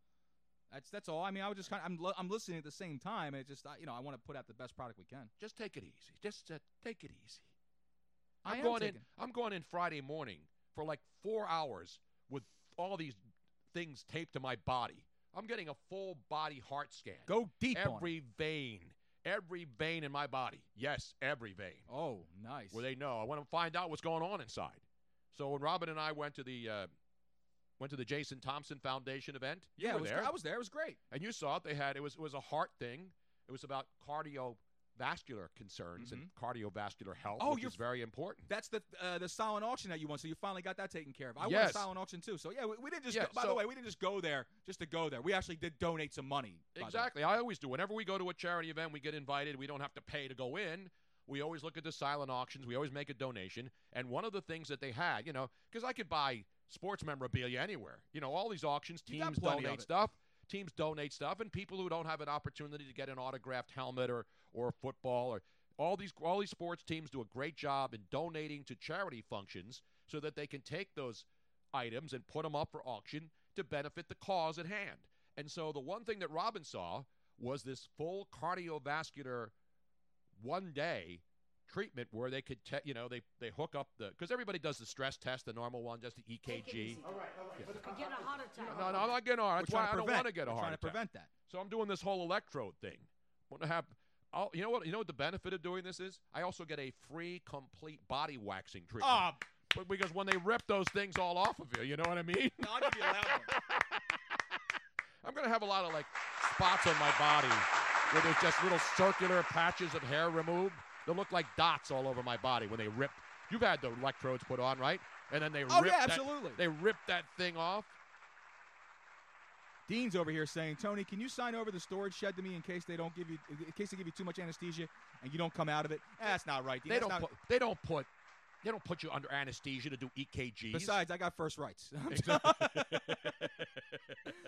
That's that's all. I mean, I was just kind of I'm, li- I'm listening at the same time, and it's just I, you know I want to put out the best product we can. just take it easy. Just uh, take it easy. I I'm am going taking- in. I'm going in Friday morning for like four hours with all these things taped to my body. I'm getting a full body heart scan. Go deep on it. every vein, every vein in my body. Yes, every vein. Oh, nice. Where they know. I want to find out what's going on inside. So when Robin and I went to the uh, went to the Jason Thompson Foundation event, you Yeah, were it was, there. I was there. It was great. and you saw it. They had it was it was a heart thing. It was about cardiovascular concerns and cardiovascular health, Mm-hmm. Oh, which you're is very important. That's the uh, the silent auction that you won, so you finally got that taken care of. I won a Yes. silent auction too, so yeah, we, we didn't just. Yeah, go, by the so- way, we didn't just go there just to go there. We actually did donate some money. by the way. Exactly. I always do. Whenever we go to a charity event, we get invited. We don't have to pay to go in. We always look at the silent auctions. We always make a donation. And one of the things that they had, you know, because I could buy sports memorabilia anywhere. You know, all these auctions, You got teams plenty of donate it. stuff. Teams donate stuff, and people who don't have an opportunity to get an autographed helmet or or a football or all these all these sports teams do a great job in donating to charity functions so that they can take those items and put them up for auction to benefit the cause at hand. And so the one thing that Robin saw was this full cardiovascular one day treatment where they could te- you know they they hook up the because everybody does the stress test the normal one just the ekg Get a heart attack. no no i'm not getting a We're heart that's trying why to i don't prevent- want to get a we're heart Trying to attack. prevent that. So I'm doing this whole electrode thing. Want to have? I'll, you know what? You know what the benefit of doing this is? I also get a free complete body waxing treatment. Ah. But because when they rip those things all off of you, you know what I mean? No, I'll give you a loud one. I'm gonna have a lot of like spots on my body where there's just little circular patches of hair removed. They look like dots all over my body when they rip. You've had the electrodes put on, right? And then they Oh, rip yeah, that- absolutely. they rip that thing off. Dean's over here saying, Tony, can you sign over the storage shed to me in case they don't give you, in case they give you too much anesthesia and you don't come out of it? Eh, That's not right, Dean. They That's don't not- put they don't put they don't put you under anesthesia to do E EKGs. Besides, I got first rights.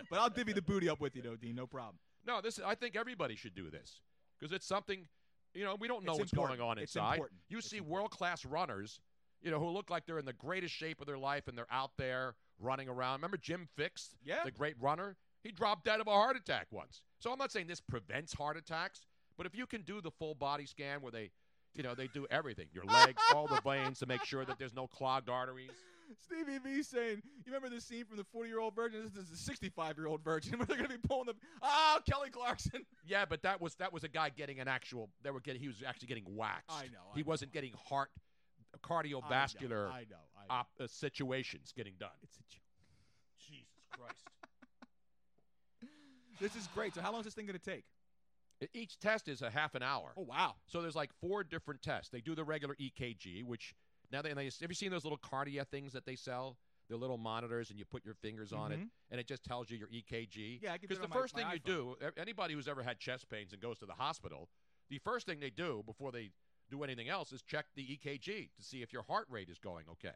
but I'll divvy the booty up with you, though, Dean. No problem. No, this I think everybody should do this because it's something you know we don't know It's what's important. going on It's inside. important. You It's see world class runners, you know, who look like they're in the greatest shape of their life and they're out there running around. Remember Jim Fix, Yeah. the great runner? He dropped dead of a heart attack once. So I'm not saying this prevents heart attacks, but if you can do the full body scan where they, you know, they do everything, your legs, all the veins to make sure that there's no clogged arteries. Stevie V saying, "You remember this scene from the 40-year-old virgin? This is the 65-year-old virgin. Where they're going to be pulling the oh Kelly Clarkson. Yeah, but that was that was a guy getting an actual. They were getting. He was actually getting waxed. I know, I he know, wasn't getting heart, cardiovascular I know, I know. Op, uh, situations getting done. It's a joke. Jesus Christ! This is great. So how long is this thing going to take? E-, Each test is a half an hour. Oh wow. So there's like four different tests. They do the regular EKG, which now they, and they have you seen those little cardia things that they sell? They're little monitors, and you put your fingers on it, and it just tells you your E EKG. Mm-hmm. Yeah, I can do because it the on my- first my thing you do, e- anybody who's ever had chest pains and goes to the hospital, the first thing they do before they do anything else is check the EKG to see if your heart rate is going okay.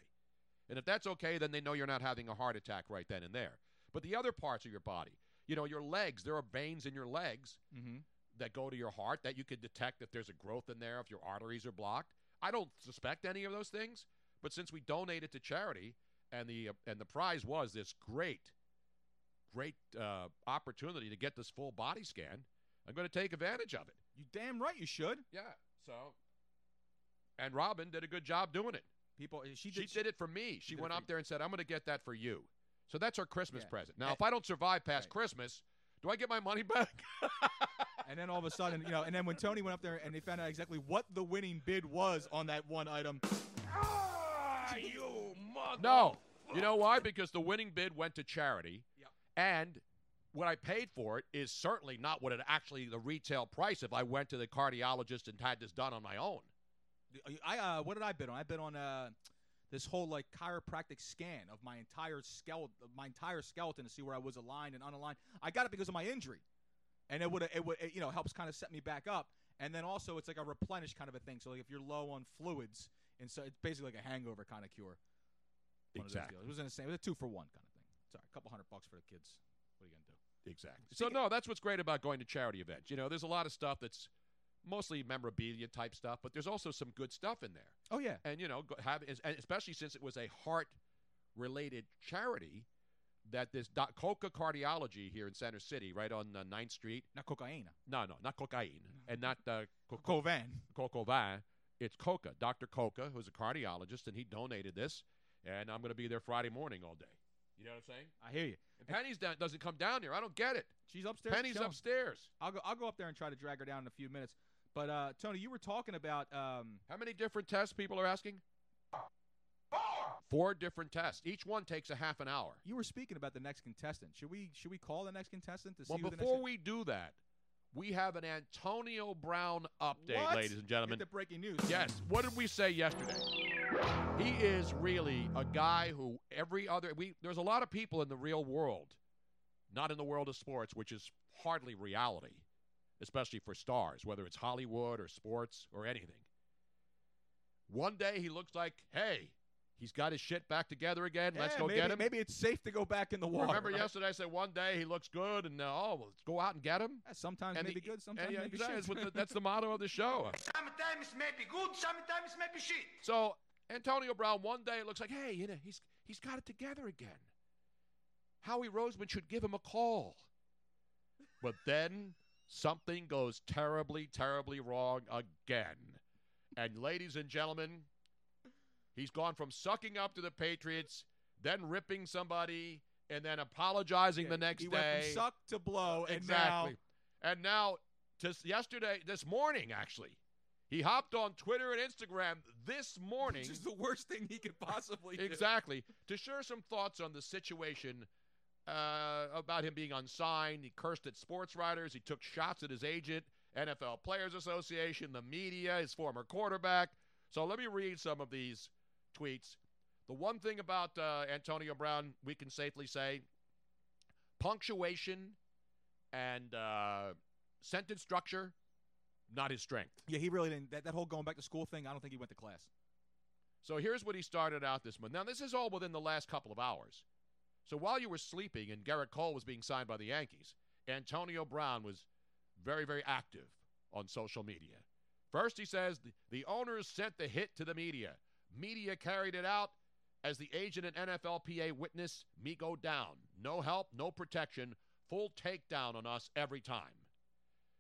And if that's okay, then they know you're not having a heart attack right then and there. But the other parts of your body, you know, your legs, there are veins in your legs Mm-hmm. that go to your heart that you could detect if there's a growth in there, if your arteries are blocked. I don't suspect any of those things, but since we donated to charity and the uh, and the prize was this great, great uh, opportunity to get this full body scan, I'm going to take advantage of it. You damn right you should. Yeah. So, and Robin did a good job doing it. People, she She did. did it for me. She did it went for up you. there and said, "I'm going to get that for you." So that's her Christmas Yeah. present. Now, Eh. if I don't survive past Right. Christmas, do I get my money back? And then all of a sudden, you know, and then when Tony went up there and they found out exactly what the winning bid was on that one item, No. You know why? Because the winning bid went to charity. Yep. And what I paid for it is certainly not what it actually the retail price if I went to the cardiologist and had this done on my own. I uh, what did I bid on? I bid on uh, this whole like chiropractic scan of my entire skeleton, my entire skeleton to see where I was aligned and unaligned. I got it because of my injury, and it would it would it, you know helps kind of set me back up. And then also it's like a replenish kind of a thing. So like if you're low on fluids, and so it's basically like a hangover kind of cure. One of those Exactly. deals. It was insane. It was a two for one kind of thing. Sorry, a couple hundred bucks for the kids. What are you gonna do? Exactly. So no, that's what's great about going to charity events. You know, there's a lot of stuff that's mostly memorabilia type stuff, but there's also some good stuff in there. Oh yeah. and you know go- have and especially since it was a heart related charity that this doc, coca cardiology here in center city right on uh, 9th street Not cocaine. no no not cocaine and not uh, co- co- Covan. coco vine it's coca dr coca who's a cardiologist and he donated this and i'm going to be there friday morning all day you know what i'm saying I hear you. and penny's down, doesn't come down here i don't get it She's upstairs. penny's chilling. upstairs I'll go. I'll go up there and try to drag her down in a few minutes. But uh, Tony, you were talking about um, how many different tests people are asking Four different tests. Each one takes a half an hour. You were speaking about the next contestant. Should we should we call the next contestant to see well, who the before next we do that, we have an Antonio Brown update, What? ladies and gentlemen. Get the breaking news. Yes. What did we say yesterday? He is really a guy who every other we there's a lot of people in the real world, not in the world of sports, which is hardly reality, especially for stars, whether it's Hollywood or sports or anything. One day he looks like, hey, he's got his shit back together again. Let's Yeah, go maybe- get him. Maybe it's safe to go back in the water. Remember right? yesterday I said one day he looks good and uh, oh, let's go out and get him. sometimes and maybe the- good, sometimes and, yeah, maybe exactly. shit. That's, what the, that's the motto of the show. Sometimes it may be good, sometimes it may be shit. So Antonio Brown, one day it looks like, hey, you know, he's he's got it together again. Howie Roseman should give him a call. But then something goes terribly, terribly wrong again. And ladies and gentlemen, he's gone from sucking up to the Patriots, then ripping somebody, and then apologizing the next he day. went from suck to blow, and Exactly. now And now, just yesterday, this morning, actually, he hopped on Twitter and Instagram this morning. Which is the worst thing he could possibly do. Exactly. To share some thoughts on the situation uh, about him being unsigned. He cursed at sports writers. He took shots at his agent, NFL Players Association, the media, his former quarterback. So let me read some of these tweets. The one thing about uh, Antonio Brown, we can safely say punctuation and uh, sentence structure, not his strength. Yeah, he really didn't. That, that whole going back to school thing, I don't think he went to class. So here's what he started out this month. Now, this is all within the last couple of hours. So while you were sleeping and Garrett Cole was being signed by the Yankees, Antonio Brown was very, very active on social media. First, he says the, the owners sent the hit to the media. Media carried it out as the agent and NFLPA witness me go down. No help, no protection, full takedown on us every time.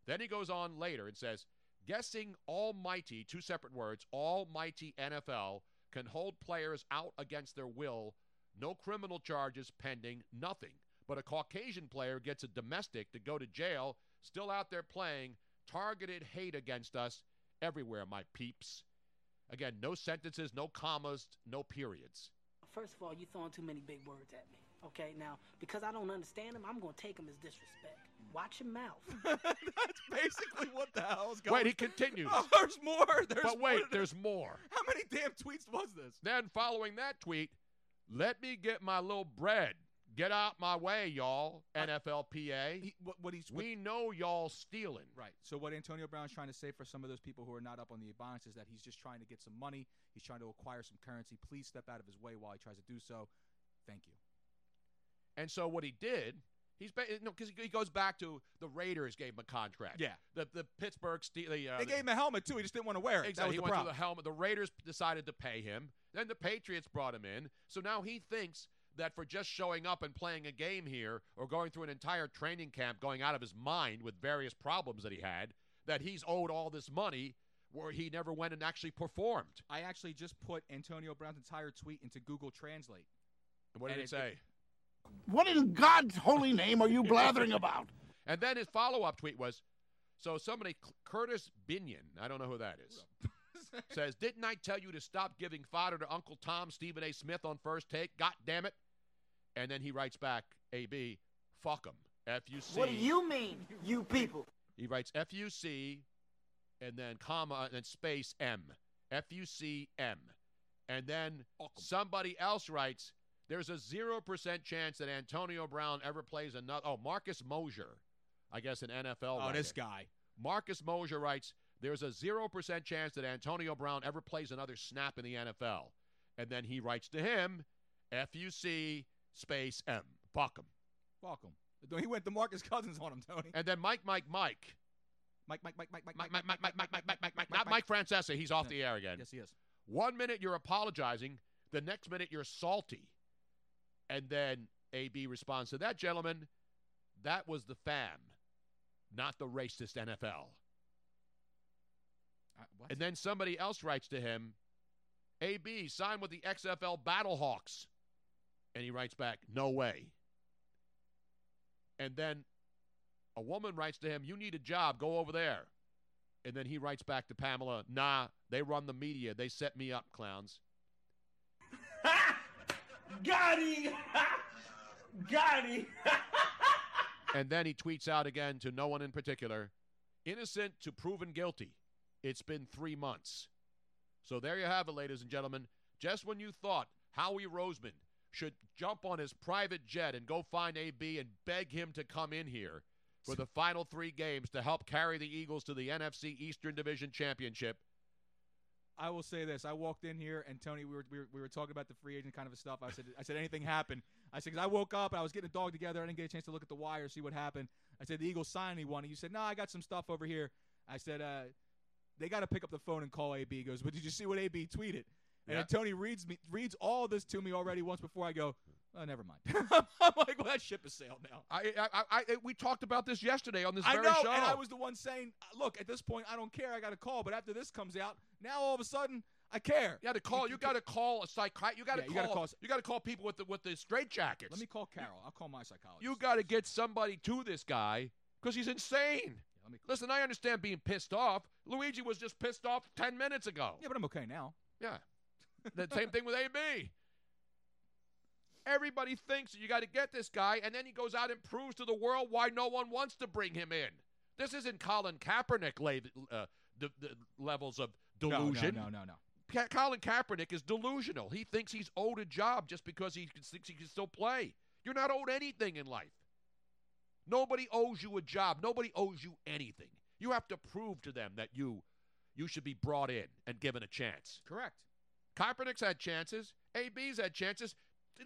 Then he goes on later and says, guessing almighty, two separate words, almighty NFL can hold players out against their will, no criminal charges pending, nothing. But a Caucasian player gets a domestic to go to jail, still out there playing, targeted hate against us everywhere, my peeps. Again, no sentences, no commas, no periods. First of all, you throwing too many big words at me. Okay, now because I don't understand them, I'm gonna take them as disrespect. Watch your mouth. Basically, what the hell is going? Wait, he continues. Oh, there's more. There's but wait, more. there's more. How many damn tweets was this? Then following that tweet, let me get my little bread. Get out my way, y'all. NFLPA. what, what he's we know y'all stealing. Right. So what Antonio Brown's trying to say for some of those people who are not up on the Ebonics is that he's just trying to get some money. He's trying to acquire some currency. Please step out of his way while he tries to do so. Thank you. And so what he did, he's ba- no because he goes back to the Raiders gave him a contract. Yeah. The the Pittsburgh Ste- the, uh, they gave him a helmet too. He just didn't want to wear it. Exactly. That was he the went problem. to the helmet. The Raiders decided to pay him. Then the Patriots brought him in. So now he thinks that for just showing up and playing a game here or going through an entire training camp going out of his mind with various problems that he had, that he's owed all this money where he never went and actually performed. I actually just put Antonio Brown's entire tweet into Google Translate. And what did And he it- say? What in God's holy name are you blathering about? And then his follow up tweet was so somebody, C- Curtis Binion, I don't know who that is, says, Didn't I tell you to stop giving fodder to Uncle Tom, Stephen A. Smith on first take? God damn it. And then he writes back, AB, fuck him. F U C. What do you mean, you people? He writes F U C and then comma and then space M. F U C M. And then somebody else writes, there's a 0% chance that Antonio Brown ever plays another. Oh, Marcus Mosier, I guess an NFL. Oh, this writer. guy. Marcus Mosier writes, there's a 0% chance that Antonio Brown ever plays another snap in the NFL. And then he writes to him, F U C space M. Fuck him. Welcome. He went to Marcus Cousins on him, Tony. And then Mike, Mike, Mike. Mike, Mike, Mike, Mike, Mike, Mike, Mike, Mike, Mike, Mike, Mike, Mike, Mike, Mike, not Mike Francesa. He's off the air again. Yes, he is. One minute you're apologizing, the next minute you're salty. And then AB responds to that gentleman, that was the fam, not the racist NFL. Uh, what? And then somebody else writes to him, AB, sign with the XFL Battlehawks. And he writes back, no way. And then a woman writes to him, you need a job, go over there. And then he writes back to Pamela, nah, they run the media. They set me up, clowns. Got him. Got him. and then he tweets out again to no one in particular innocent to proven guilty. It's been three months. So there you have it, ladies and gentlemen. Just when you thought Howie Roseman should jump on his private jet and go find AB and beg him to come in here for the final three games to help carry the Eagles to the NFC Eastern Division Championship, I will say this: I walked in here, and Tony, we were we were, we were talking about the free agent kind of stuff. I said, I said anything happened. I said 'cause I woke up, and I was getting a dog together. I didn't get a chance to look at the wire, see what happened. I said the Eagles signed anyone, and you said, no, I got some stuff over here. I said, uh, they got to pick up the phone and call AB. He goes, but did you see what AB tweeted? And Yeah. then Tony reads me reads all this to me already once before I go, oh, never mind. I'm like, well, that ship has sailed now. I, I, I, I, we talked about this yesterday on this I very know, show. and I was the one saying, "Look, at this point, I don't care. I got a call, but after this comes out, now all of a sudden, I care." Yeah, the call. You got to call a psychiatrist. You got to Yeah, you gotta call. call- You got to call people with the with the straight jackets. Let me call Carol. I'll call my psychologist. You got to get somebody to this guy because he's insane. Listen, I understand being pissed off. Luigi was just pissed off ten minutes ago. Yeah, but I'm okay now. Yeah. the same thing with AB. Everybody thinks that you got to get this guy, and then he goes out and proves to the world why no one wants to bring him in. This isn't Colin Kaepernick la- uh, the, the levels of No, no, delusion. no, no, no. Ka- Colin Kaepernick is delusional. He thinks he's owed a job just because he can- thinks he can still play. You're not owed anything in life. Nobody owes you a job. Nobody owes you anything. You have to prove to them that you you should be brought in and given a chance. Correct. Kaepernick's had chances. AB's had chances.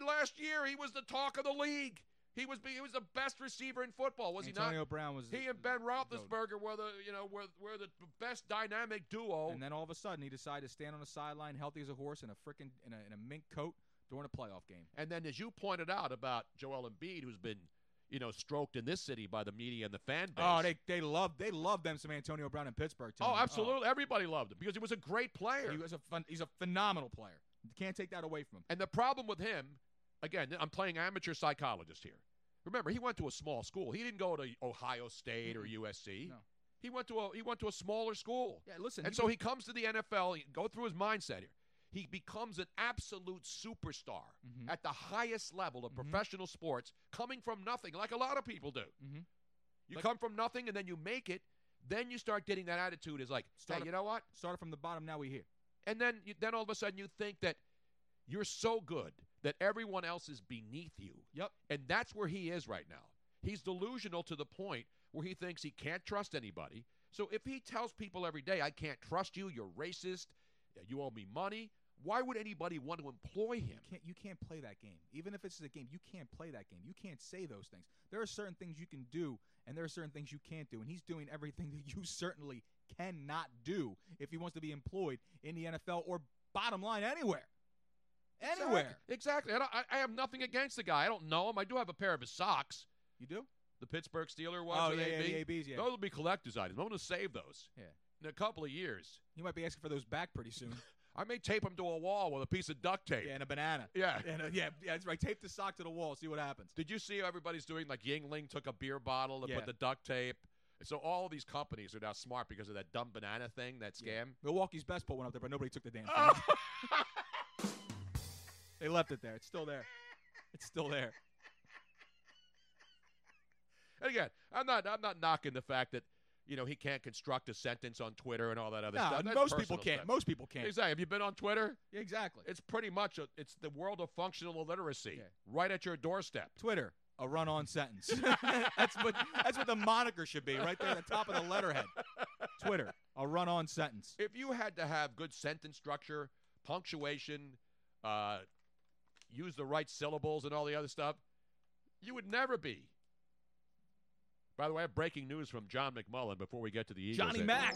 Last year he was the talk of the league. He was he was the best receiver in football, was he Antonio not? Brown was He and Ben Roethlisberger were the you know were were the best dynamic duo. And then all of a sudden, he decided to stand on the sideline, healthy as a horse, in a freaking in a, in a mink coat during a playoff game. And then, as you pointed out about Joel Embiid, who's been, you know, stroked in this city by the media and the fan base. Oh, they they love they love them some Antonio Brown in Pittsburgh. Tony. Oh, Oh, absolutely. Everybody loved him because he was a great player. He was a fun, he's a phenomenal player. You can't take that away from him. And the problem with him, again, I'm playing amateur psychologist here. Remember, he went to a small school. He didn't go to Ohio State or USC. No. He went to a he went to a smaller school. Yeah, listen, And he so was- he comes to the NFL. He, go through his mindset here. He becomes an absolute superstar Mm-hmm. at the highest level of professional sports, coming from nothing, like a lot of people do. Mhm. You come from nothing and then you make it. Then you start getting that attitude is like, hey, Started- you know what? Started from the bottom. Now we here. And then you, then all of a sudden you think that you're so good that everyone else is beneath you. Yep. And that's where he is right now. He's delusional to the point where he thinks he can't trust anybody. So if he tells people every day, I can't trust you, you're racist, you owe me money, why would anybody want to employ him? can't you can't play that game. Even if it's a game, you can't play that game. You can't say those things. There are certain things you can do, and there are certain things you can't do. And he's doing everything that you certainly cannot do if he wants to be employed in the NFL or bottom line anywhere. Anywhere. Exactly. exactly. I, don't- I, I have nothing against the guy. I don't know him. I do have a pair of his socks. You do? The Pittsburgh Steeler ones. Oh, with yeah, yeah, AB. the ABs, yeah. Those will be collector's items. I'm going to save those. Yeah. In a couple of years. You might be asking for those back pretty soon. I may tape them to a wall with a piece of duct tape. Yeah, and a banana. Yeah. And, uh, yeah, yeah, that's right. Tape the sock to the wall, see what happens. Did you see how everybody's doing? Like Yingling took a beer bottle and Yeah. put the duct tape. So all these companies are now smart because of that dumb banana thing, that scam. Milwaukee's best put one up there, but nobody took the damn thing. Oh. they left it there. It's still there. It's still there. And again, I'm not I'm not knocking the fact that you know he can't construct a sentence on Twitter and all that other No, stuff. That's most people personal can't. stuff. Most people can't. Exactly. Have you been on Twitter? Exactly. It's pretty much a, it's the world of functional illiteracy right at your doorstep. Twitter, a run-on sentence. that's what that's what the moniker should be, right there at the top of the letterhead. Twitter, a run-on sentence. If you had to have good sentence structure, punctuation, uh, use the right syllables, and all the other stuff, you would never be. By the way, I have breaking news from John McMullen before we get to the Eagles. Johnny Mack.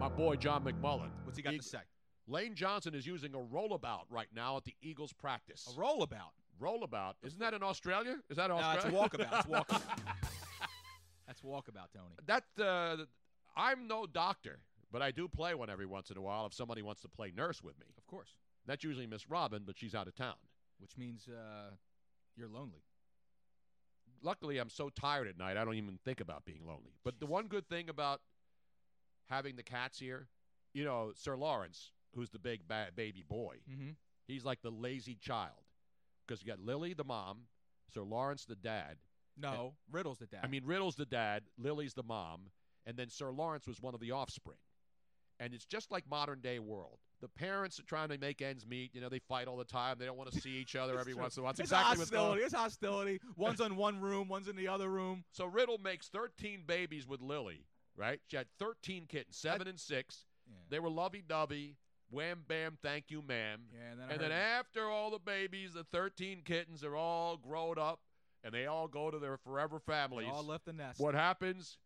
My boy, John McMullen. What's he got to say? Lane Johnson is using a rollabout right now at the Eagles practice. A rollabout? Rollabout. Isn't that in Australia? Is that No, it's Australia? a walkabout. It's walkabout. That's walkabout, Tony. that uh, I'm no doctor, but I do play one every once in a while if somebody wants to play nurse with me. Of course. That's usually Miss Robin, but she's out of town. Which means uh, you're lonely. Luckily, I'm so tired at night, I don't even think about being lonely. But the one good thing about having the cats here, you know, Sir Lawrence, who's the big ba- baby boy, Mhm. he's like the lazy child. because you got Lily the mom, Sir Lawrence the dad. No, Riddle's the dad. I mean, Riddle's the dad, Lily's the mom, and then Sir Lawrence was one of the offspring. And it's just like modern day world. The parents are trying to make ends meet. You know, they fight all the time. They don't want to see each other every once in a while. That's it's exactly what's going hostility. It's hostility. One's on one room, one's in the other room. So Riddle makes 13 babies with Lily, right? She had 13 kittens, seven and six. They were lovey dovey, wham bam, thank you, ma'am. Yeah, and then, I and then heard- after all the babies, the 13 kittens are all grown up and they all go to their forever families. all left the nest. What happens?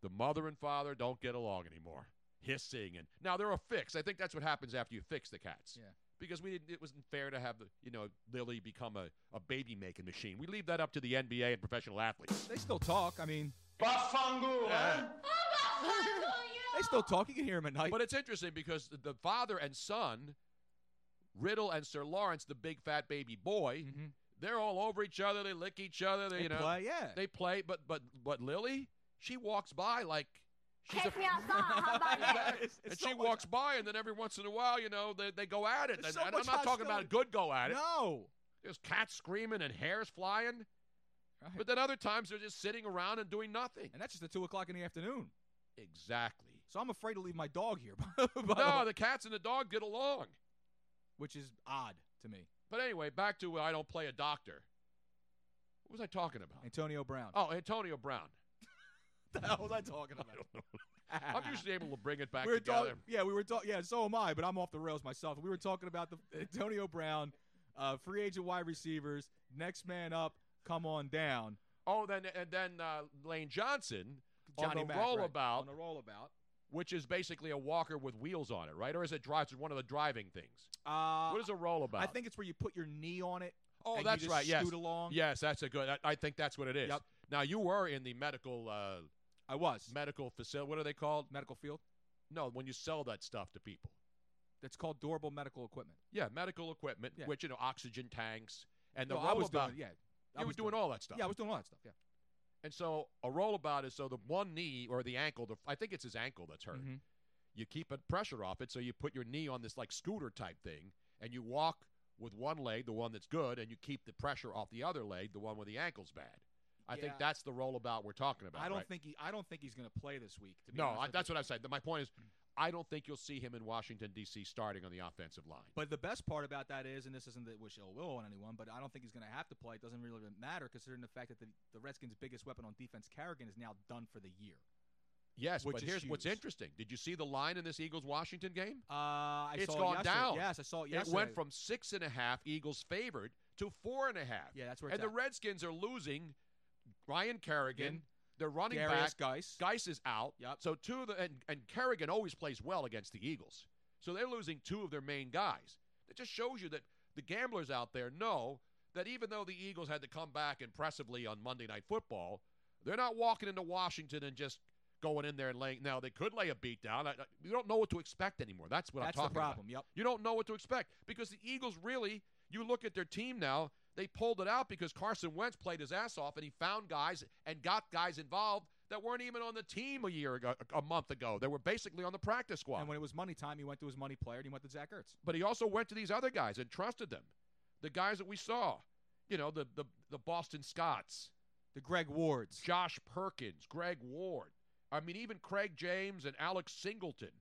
The mother and father don't get along anymore. Hissing and now they're a fix. I think that's what happens after you fix the cats. Yeah. Because we didn't, it wasn't fair to have you know Lily become a, a baby making machine. We leave that up to the NBA and professional athletes. They still talk. I mean, Bafangu, They still talk. You can hear him at night. But it's interesting because the- the father and son, Riddle and Sir Lawrence, the big fat baby boy, they're all over each other. They lick each other. Mm-hmm. They, They you know, play, yeah. They play, but but but Lily, she walks by like she's Take a, me outside, how about that? It's- and it's she so much- walks by, and then every once in a while, you know, they, they go at it. There's And, so and I'm much not talking about a hostility. good go at it. No. There's cats screaming and hairs flying. But then other times they're just sitting around and doing nothing. And that's just at two o'clock in the afternoon. Exactly. So I'm afraid to leave my dog here. no, the cats and the dog get along. Which is odd to me. But anyway, back to uh, I don't play a doctor. What was I talking about? Antonio Brown. Oh, Antonio Brown. What the hell was I talking about? I'm usually able to bring it back we Ah. were together. talking. Yeah, we were talking. Yeah, so am I, but I'm off the rails myself. We were talking about the Antonio Brown, uh, free agent wide receivers, next man up, come on down. Oh, then and then uh, Lane Johnson Johnny on the Mac, right. rollabout, On the rollabout. which is basically a walker with wheels on it, right? Or is it drives one of the driving things? Uh, what is a rollabout? I think it's where you put your knee on it. Oh, and you that's just right. Yes. Scoot along. Yes, that's a good. I, I think that's what it is. Yep. Now you were in the medical. Uh, I was medical facility. What are they called? Medical field. No, when you sell that stuff to people. That's called durable medical equipment. Yeah, medical equipment, Yeah. which you know, oxygen tanks and the No, I was rollabout. doing- yeah, I you were was doing, doing- all that stuff. Yeah, I was doing all that stuff. Yeah. And so a rollabout is so the one knee or the ankle. The, I think it's his ankle that's hurt. Mhm. You keep it pressure off it, so you put your knee on this like scooter type thing, and you walk with one leg, the one that's good, and you keep the pressure off the other leg, the one where the ankle's bad. I Yeah. think that's the rollabout we're talking about. I don't right? think he. I don't think he's going to play this week. To be No, honest I, with that's you. what I'm saying. My point is, I don't think you'll see him in Washington D.C. starting on the offensive line. But the best part about that is, and this isn't that wish ill will on anyone, but I don't think he's going to have to play. It doesn't really matter considering the fact that the, the Redskins' biggest weapon on defense, Carrigan, is now done for the year. Yes, Which but is here's what's huge. interesting. Did you see the line in this Eagles Washington game? Uh, I it's saw it gone yesterday. down. Yes, I saw it yesterday. It went from six and a half Eagles favored to four and a half. Yeah, that's where And it's the at. Redskins are losing. Ryan Kerrigan, their running Darius back Geis. Geis is out. Yep. So two of the and, and Kerrigan always plays well against the Eagles. So they're losing two of their main guys. It just shows you that the gamblers out there know that even though the Eagles had to come back impressively on Monday Night Football, they're not walking into Washington and just going in there and laying. Now they could lay a beat down. I, I- you don't know what to expect anymore. That's what That's the I'm talking problem, about. yep. You don't know what to expect because the Eagles really. You look at their team now. They pulled it out because Carson Wentz played his ass off and he found guys and got guys involved that weren't even on the team a year ago, a month ago. They were basically on the practice squad. And when it was money time, he went to his money player and he went to Zach Ertz. But he also went to these other guys and trusted them. The guys that we saw, you know, the the, the Boston Scots, the Greg Wards, Josh Perkins, Greg Ward. I mean, even Craig James and Alex Singleton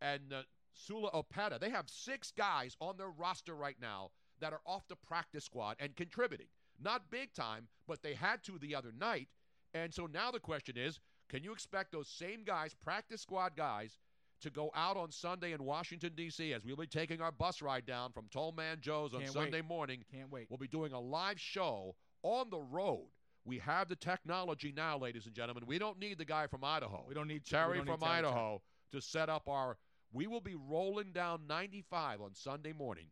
and uh, Sula Opeta. They have six guys on their roster right now that are off the practice squad and contributing. Not big time, but they had to the other night. And so now the question is can you expect those same guys, practice squad guys, to go out on Sunday in Washington, D.C., as we'll be taking our bus ride down from Toll Man Joe's on Can't wait. Sunday morning? Can't wait. We'll be doing a live show on the road. We have the technology now, ladies and gentlemen. We don't need the guy from Idaho. We don't need we Terry don't need from Terry, Terry. Idaho to set up our. We will be rolling down 95 on Sunday morning,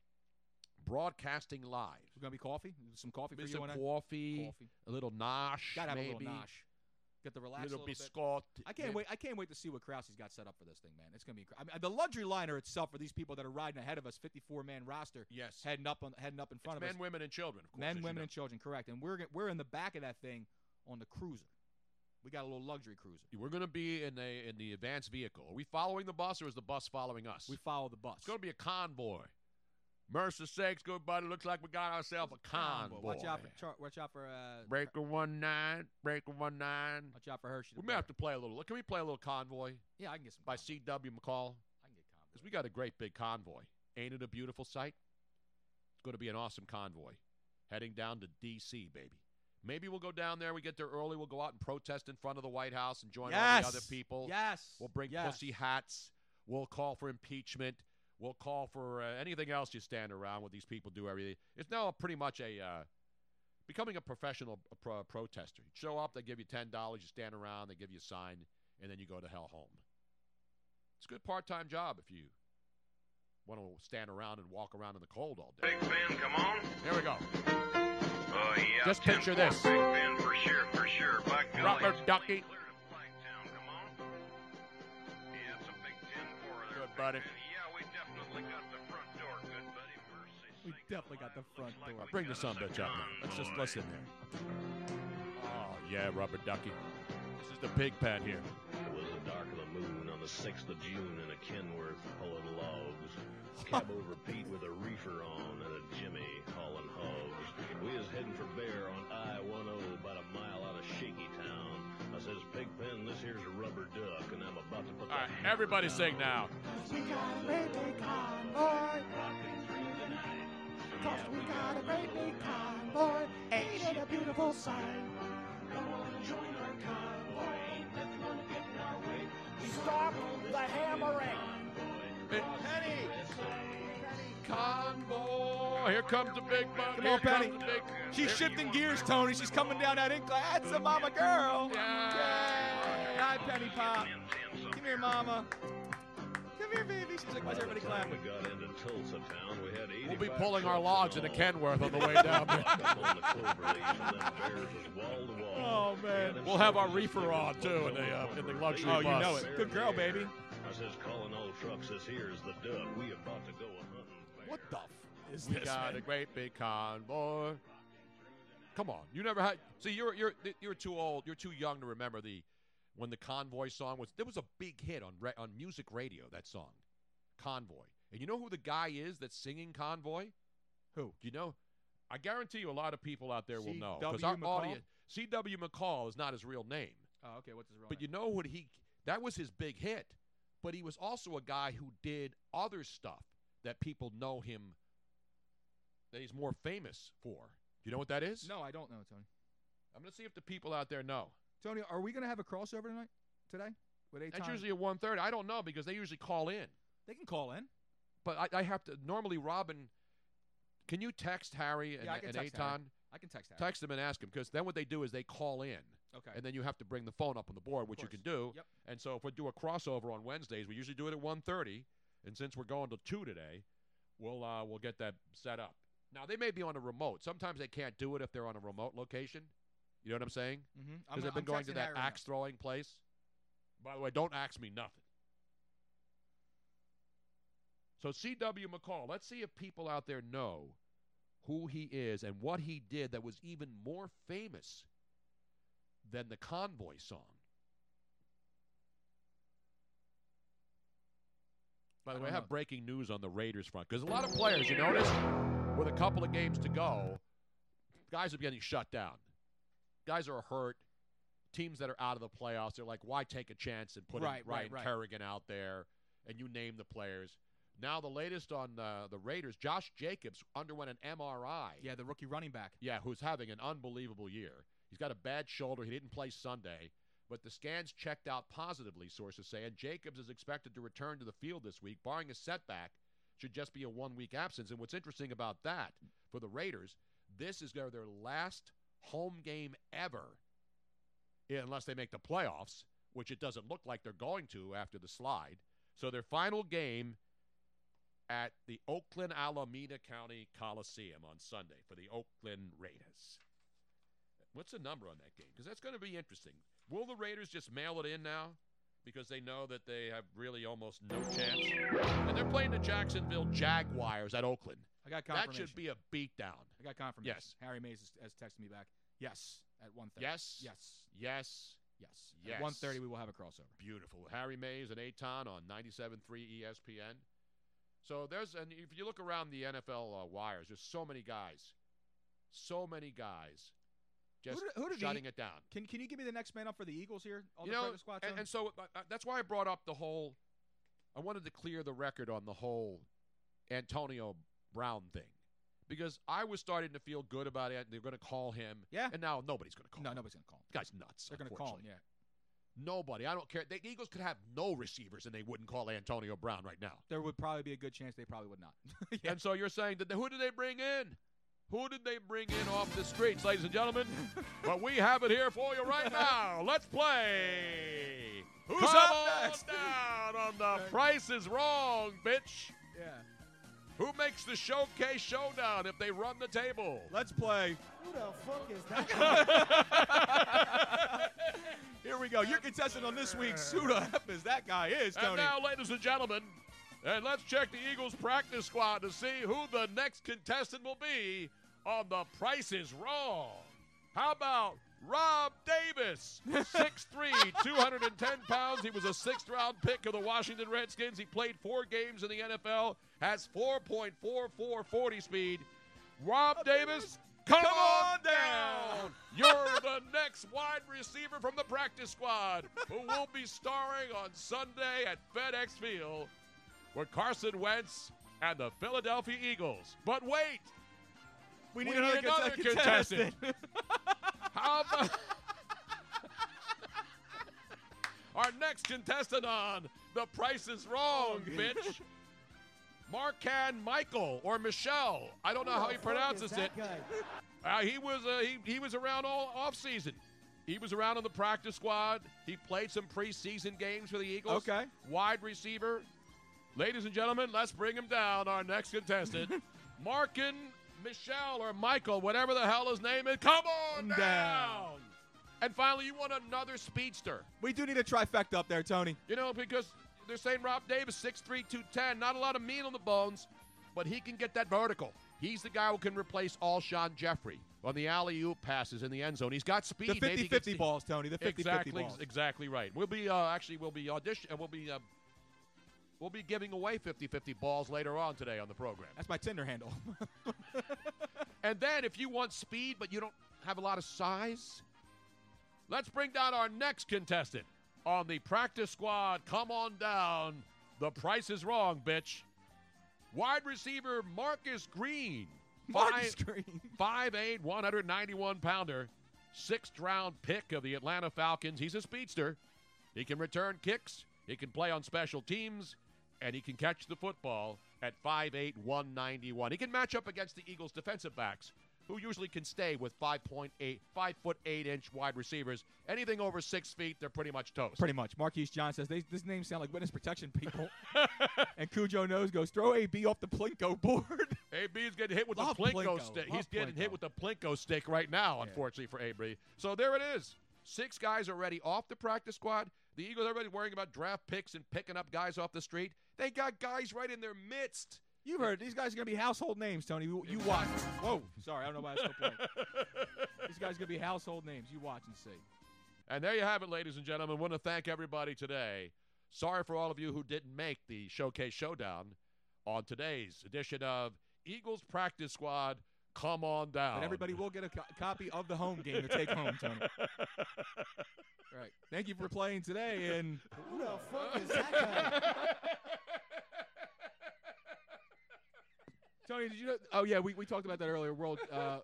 broadcasting live. We're going to be coffee. Some coffee for Maybe you some and I. coffee, Coffee. a little nosh, Gotta have maybe. a little nosh. Get the relax. Little a bit. biscotti. I can't Maybe- wait. I can't wait to see what Krause's got set up for this thing, man. It's gonna be. incre- I mean, the luxury liner itself for these people that are riding ahead of us, fifty-four man roster. Yes. Heading up on heading up in front It's of us. men, women, and children. Of course, as men, you women, know. and children. Correct. And we're g- we're in the back of that thing on the cruiser. We got a little luxury cruiser. We're going to be in the in the advanced vehicle. Are we following the bus, or is the bus following us? We follow the bus. It's going to be a convoy Mercer sakes, good buddy. Looks like we got ourselves a convoy. Watch out for Char- watch out for uh Breaker one nine, Breaker one nine. Watch out for Hershey. We may have to play a little. Can we play a little convoy? Yeah, I can get some by C.W. McCall. I can get convoy because we got a great big convoy. Ain't it a beautiful sight? It's going to be an awesome convoy heading down to D.C. Baby, maybe we'll go down there. We get there early. We'll go out and protest in front of the White House and join all Yes. the other people. Yes. we'll bring Yes. pussy hats. We'll call for impeachment. We'll call for uh, anything else you stand around with these people do everything. It's now pretty much a uh, becoming a professional uh, pro- protester. You show up, they give you ten dollars. You stand around, they give you a sign, and then you go to hell home. It's a good part-time job if you want to stand around and walk around in the cold all day. Big Ben, come on. Oh, Here we go. Uh, yeah, Just picture this. Big Ben for sure, for sure. By golly, Rubber it's ducky. Yeah, it's a big 10-4 there. Good buddy. Yeah, we definitely got the front door, good buddy. Mercy. We definitely got the front door. Bring the son bitch up. now. Let's just listen there. Oh yeah, rubber ducky. This is the pig pen here. It was the dark of the moon on the 6th of June in a Kenworth hauling logs. Cab over Pete with a reefer on and a Jimmy hauling hogs. We is heading for Bear on I-10 about a mile out of Shaky Town. I says, Pigpen, this here's a rubber duck and I'm about to put All right, everybody sing now. We got a baby convoy. Rocking through the night. Cause we got a baby convoy. Ain't it a beautiful sight? Come on, join our convoy. Ain't nothing gonna get in our way. Stop the hammering. Penny! Convoy. Here comes the big man. Come on, Penny. The big... She's shifting gears, Tony. She's coming down that incline. That's a mama girl. Yay. Hi, Penny Pop. Come here, mama. Come here, baby. She's like, why's everybody clapping? We got into Tulsa town. We had 80 We'll be pulling our logs in a Kenworth on the way down. on the clover leaves and them bears was wall to wall. Oh, man. We'll have our reefer on, too, in the, uh, in the luxury Oh, you bus. know it. Good girl, baby. I says, calling all trucks. Says, here's the duck. We about to go a hunting. What the f is We this? got man? a great big convoy. Come on, you never had. See, you're you're you're too old. You're too young to remember the when the convoy song was. There was a big hit on re, on music radio. That song, convoy. And you know who the guy is that's singing convoy? Who? Do you know? I guarantee you, a lot of people out there will know C.W. our McCall? audience. C.W. McCall is not his real name, Oh, okay. What's his wrong? but you know what he? That was his big hit. But he was also a guy who did other stuff that people know him that he's more famous for. Do you know what that is? No, I don't know, Tony. I'm going to see if the people out there know. Tony, are we gonna have a crossover tonight? Today? With eight That's time? usually at 1.30. I don't know because they usually call in. They can call in. But I, I have to. Normally, Robin, can you text Harry and, yeah, I can and text Eitan? Harry. I can text Harry. Text them and ask them because then what they do is they call in. Okay. And then you have to bring the phone up on the board, which you can do. Yep. And so if we do a crossover on Wednesdays, we usually do it at 1.30. And since we're going to 2 today, we'll, uh, we'll get that set up. Now, they may be on a remote. Sometimes they can't do it if they're on a remote location. You know what I'm saying? Mhm. I'm- Because they've been I'm going to texting that Harry right now. axe throwing place. By the way, don't axe me nothing. So C.W. McCall, let's see if people out there know who he is and what he did that was even more famous than the convoy song. By the way, I have breaking news on the Raiders front because a lot of players, you notice, with a couple of games to go, guys are getting shut down. Guys are hurt. Teams that are out of the playoffs, they're like, why take a chance and put in Right, right, Ryan right. Kerrigan out there? And you name the players. Now, the latest on uh, the Raiders, Josh Jacobs underwent an MRI. Yeah, the rookie running back. Yeah, who's having an unbelievable year. He's got a bad shoulder. He didn't play Sunday, but the scans checked out positively, sources say, and Jacobs is expected to return to the field this week, barring a setback. Should just be a one week absence. And what's interesting about that for the Raiders, this is their, their last home game ever, yeah, unless they make the playoffs, which it doesn't look like they're going to after the slide. So their final game at the Oakland Alameda County Coliseum on Sunday for the Oakland Raiders. What's the number on that game? Because that's going to be interesting. Will the Raiders just mail it in now because they know that they have really almost no chance? And they're playing the Jacksonville Jaguars at Oakland. I got That confirmation. should be a beatdown. I got confirmation. Yes. Harry Mays has, has texted me back. Yes. At one thirty. Yes. Yes. Yes. Yes. Yes. At one thirty, we will have a crossover. E Beautiful. Harry Mays and Aton on 97.3 ESPN. So there's, and if you look around the NFL uh, wires, there's so many guys, so many guys, just Who did- who did the- shutting it down. Can Can you give me the next man up for the Eagles here on you the know, practice squad? and, zone? and so uh, uh, that's why I brought up the whole. I wanted to clear the record on the whole Antonio Brown thing, because I was starting to feel good about it. They're going to call him, yeah, and now nobody's going to call. no, him. nobody's gonna call him. This guy's nuts. They're gonna call him. Yeah. Nobody. I don't care. The Eagles could have no receivers, and they wouldn't call Antonio Brown right now. There would probably be a good chance they probably would not. And so you're saying that who did they bring in? Who did they bring in off the streets, ladies and gentlemen? but we have it here for you right now. Let's play. Who's Come up on next? down on the Price is Wrong, bitch. Yeah. Who makes the showcase showdown if they run the table? Let's play. Who the fuck is that? Here we go. Your contestant on this week's Who the F is that guy is Tony? And now, ladies and gentlemen, and let's check the Eagles practice squad to see who the next contestant will be on The Price is Wrong. How about Rob Davis, 6'3", 210 pounds. He was a sixth-round pick of the Washington Redskins. He played four games in the NFL, has 4.4440 speed. Rob Davis, come, on down. You're the next wide receiver from the practice squad who will be starring on Sunday at FedEx Field with Carson Wentz and the Philadelphia Eagles. But wait, We need another cont- contestant. How about our next contestant on The Price is Oh, Wrong, bitch? Marcan Michael or Michelle. I don't know Who how the he fuck is pronounces that it. Uh, he was uh, he, he was around all offseason. He was around on the practice squad. He played some preseason games for the Eagles. Okay. Wide receiver. Ladies and gentlemen, let's bring him down. Our next contestant, Markin Michelle or Michael, whatever the hell his name is. Come on down. And finally, you want another speedster. we do need a trifecta up there, Tony. You know, because they're saying Rob Davis, 6'3", 210, not a lot of meat on the bones, but he can get that vertical. He's the guy who can replace Alshon Jeffrey on the alley oop passes in the end zone. He's got speed. The maybe he can 50-50 see- balls, Tony. The 50-50 exactly, balls. Exactly right. We'll be uh, actually we'll be audition and we'll be uh, we'll be giving away 50-50 balls later on today on the program. That's my Tinder handle. And then if you want speed but you don't have a lot of size, let's bring down our next contestant on the practice squad. Come on down. The price is wrong, bitch. Wide receiver Marcus Green. Marcus Green. 5'8, 191 pounder. Sixth round pick of the Atlanta Falcons. He's a speedster. He can return kicks, he can play on special teams, and he can catch the football at 5'8, 191. He can match up against the Eagles' defensive backs, who usually can stay with 5.8, 5 foot 8 inch wide receivers. Anything over six feet, they're pretty much toast. Pretty much. Marquise John says, they, this name sound like witness protection people. and Cujo Nose goes, throw AB off the Plinko board. AB's getting hit with Love the Plinko, Plinko. stick. Love He's getting hit with the Plinko stick right now, unfortunately for AB. So there it is. Six guys already off the practice squad. The Eagles are already worrying about draft picks and picking up guys off the street. They got guys right in their midst. You've heard. These guys are going to be household names, Tony. You, you watch. Whoa. Sorry, I don't know why I still playing. these guys are going to be household names. You watch and see. And there you have it, ladies and gentlemen. want to thank everybody today. Sorry for all of you who didn't make the Showcase Showdown on today's edition of Eagles Practice Squad. Come on down. But everybody will get a co- copy of the home game to take home, Tony. All right. Thank you for playing today. And Who the fuck is that guy? Tony, did you know? Oh yeah, we, we talked about that earlier. World uh,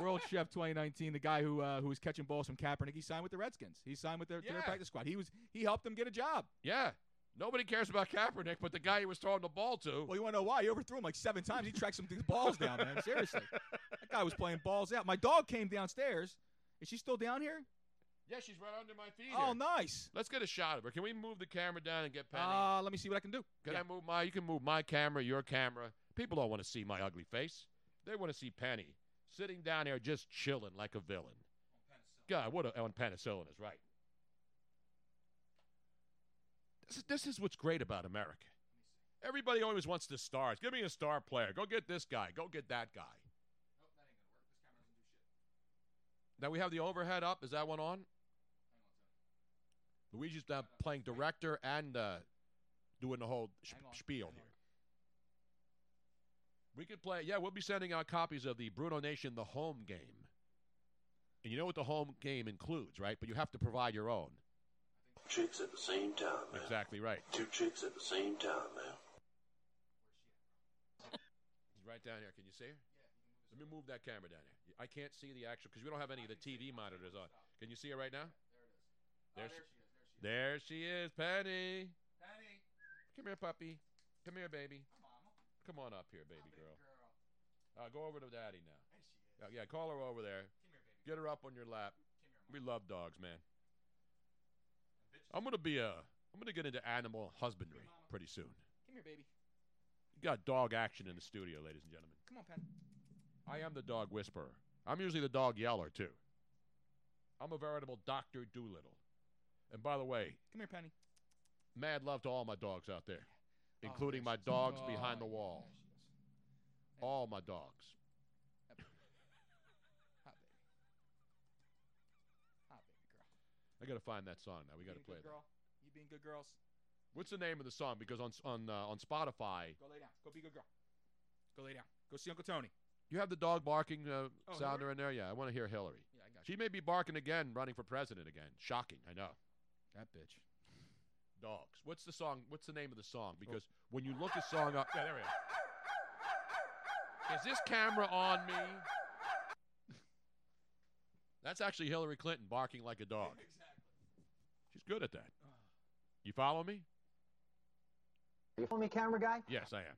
World Chef 2019, the guy who uh, who was catching balls from Kaepernick, he signed with the Redskins. He signed with their, to their Yeah. practice squad. He was he helped them get a job. Yeah. Nobody cares about Kaepernick, but the guy he was throwing the ball to. Well, you want to know why? He overthrew him like seven times. He tracked some dude's balls down, man. Seriously, that guy was playing balls out. My dog came downstairs. Is she still down here? Yeah, she's right under my feet. Oh, here. nice. Let's get a shot of her. Can we move the camera down and get Penny? Uh, let me see what I can do. can I move my? You can move my camera, your camera. People don't want to see my ugly face. They want to see Penny sitting down there just chilling like a villain. God, what a, on penicillin is right. This is, this is what's great about America. Everybody always wants the stars. Give me a star player. Go get this guy. Go get that guy. Now we have the overhead up. Is that one on? Luigi's now playing director and uh, doing the whole sh- spiel here. We could play. Yeah, we'll be sending out copies of the Bruno Nation the home game. And you know what the home game includes, right? But you have to provide your own. Chicks at the same time, man. Exactly right. Two chicks at the same time, man. She's right down here. Can you see her? Let me move that camera down here. I can't see the actual because we don't have any of the TV monitors on. Can you see her right now? There it is. Oh, There she is. Penny. Penny. Come here, puppy. Come here, baby. Come on up here, baby girl. Uh, go over to daddy now. Yeah, yeah, call her over there. Get her up on your lap. We love dogs, man. I'm gonna be a. I'm gonna get into animal husbandry pretty soon. Come here, baby. You got dog action in the studio, ladies and gentlemen. Come on, Penny. I am the dog whisperer. I'm usually the dog yeller too. I'm a veritable Doctor Doolittle. And by the way, Come here, Penny. mad love to all my dogs out there, Oh, including there my she is. dogs Oh, behind the yeah, wall. there she is. All my dogs. Hot baby. Hot baby girl. I gotta find that song now. We gotta Being a play good that. girl. You being good girls. What's the name of the song? Because on on uh, on Spotify, Go lay down. Go be a good girl. Go lay down. Go see Uncle Tony. you have the dog barking uh, Oh, sounder in there. Yeah, I want to hear Hillary. Yeah, I got She may be barking again, running for president again. Shocking, I know. That bitch. Dogs. What's the song? What's the name of the song? Because when you look a song up, yeah, there we go. Is this camera on me? That's actually Hillary Clinton barking like a dog. Exactly. She's good at that. You follow me? You follow me, camera guy? Yes, I am.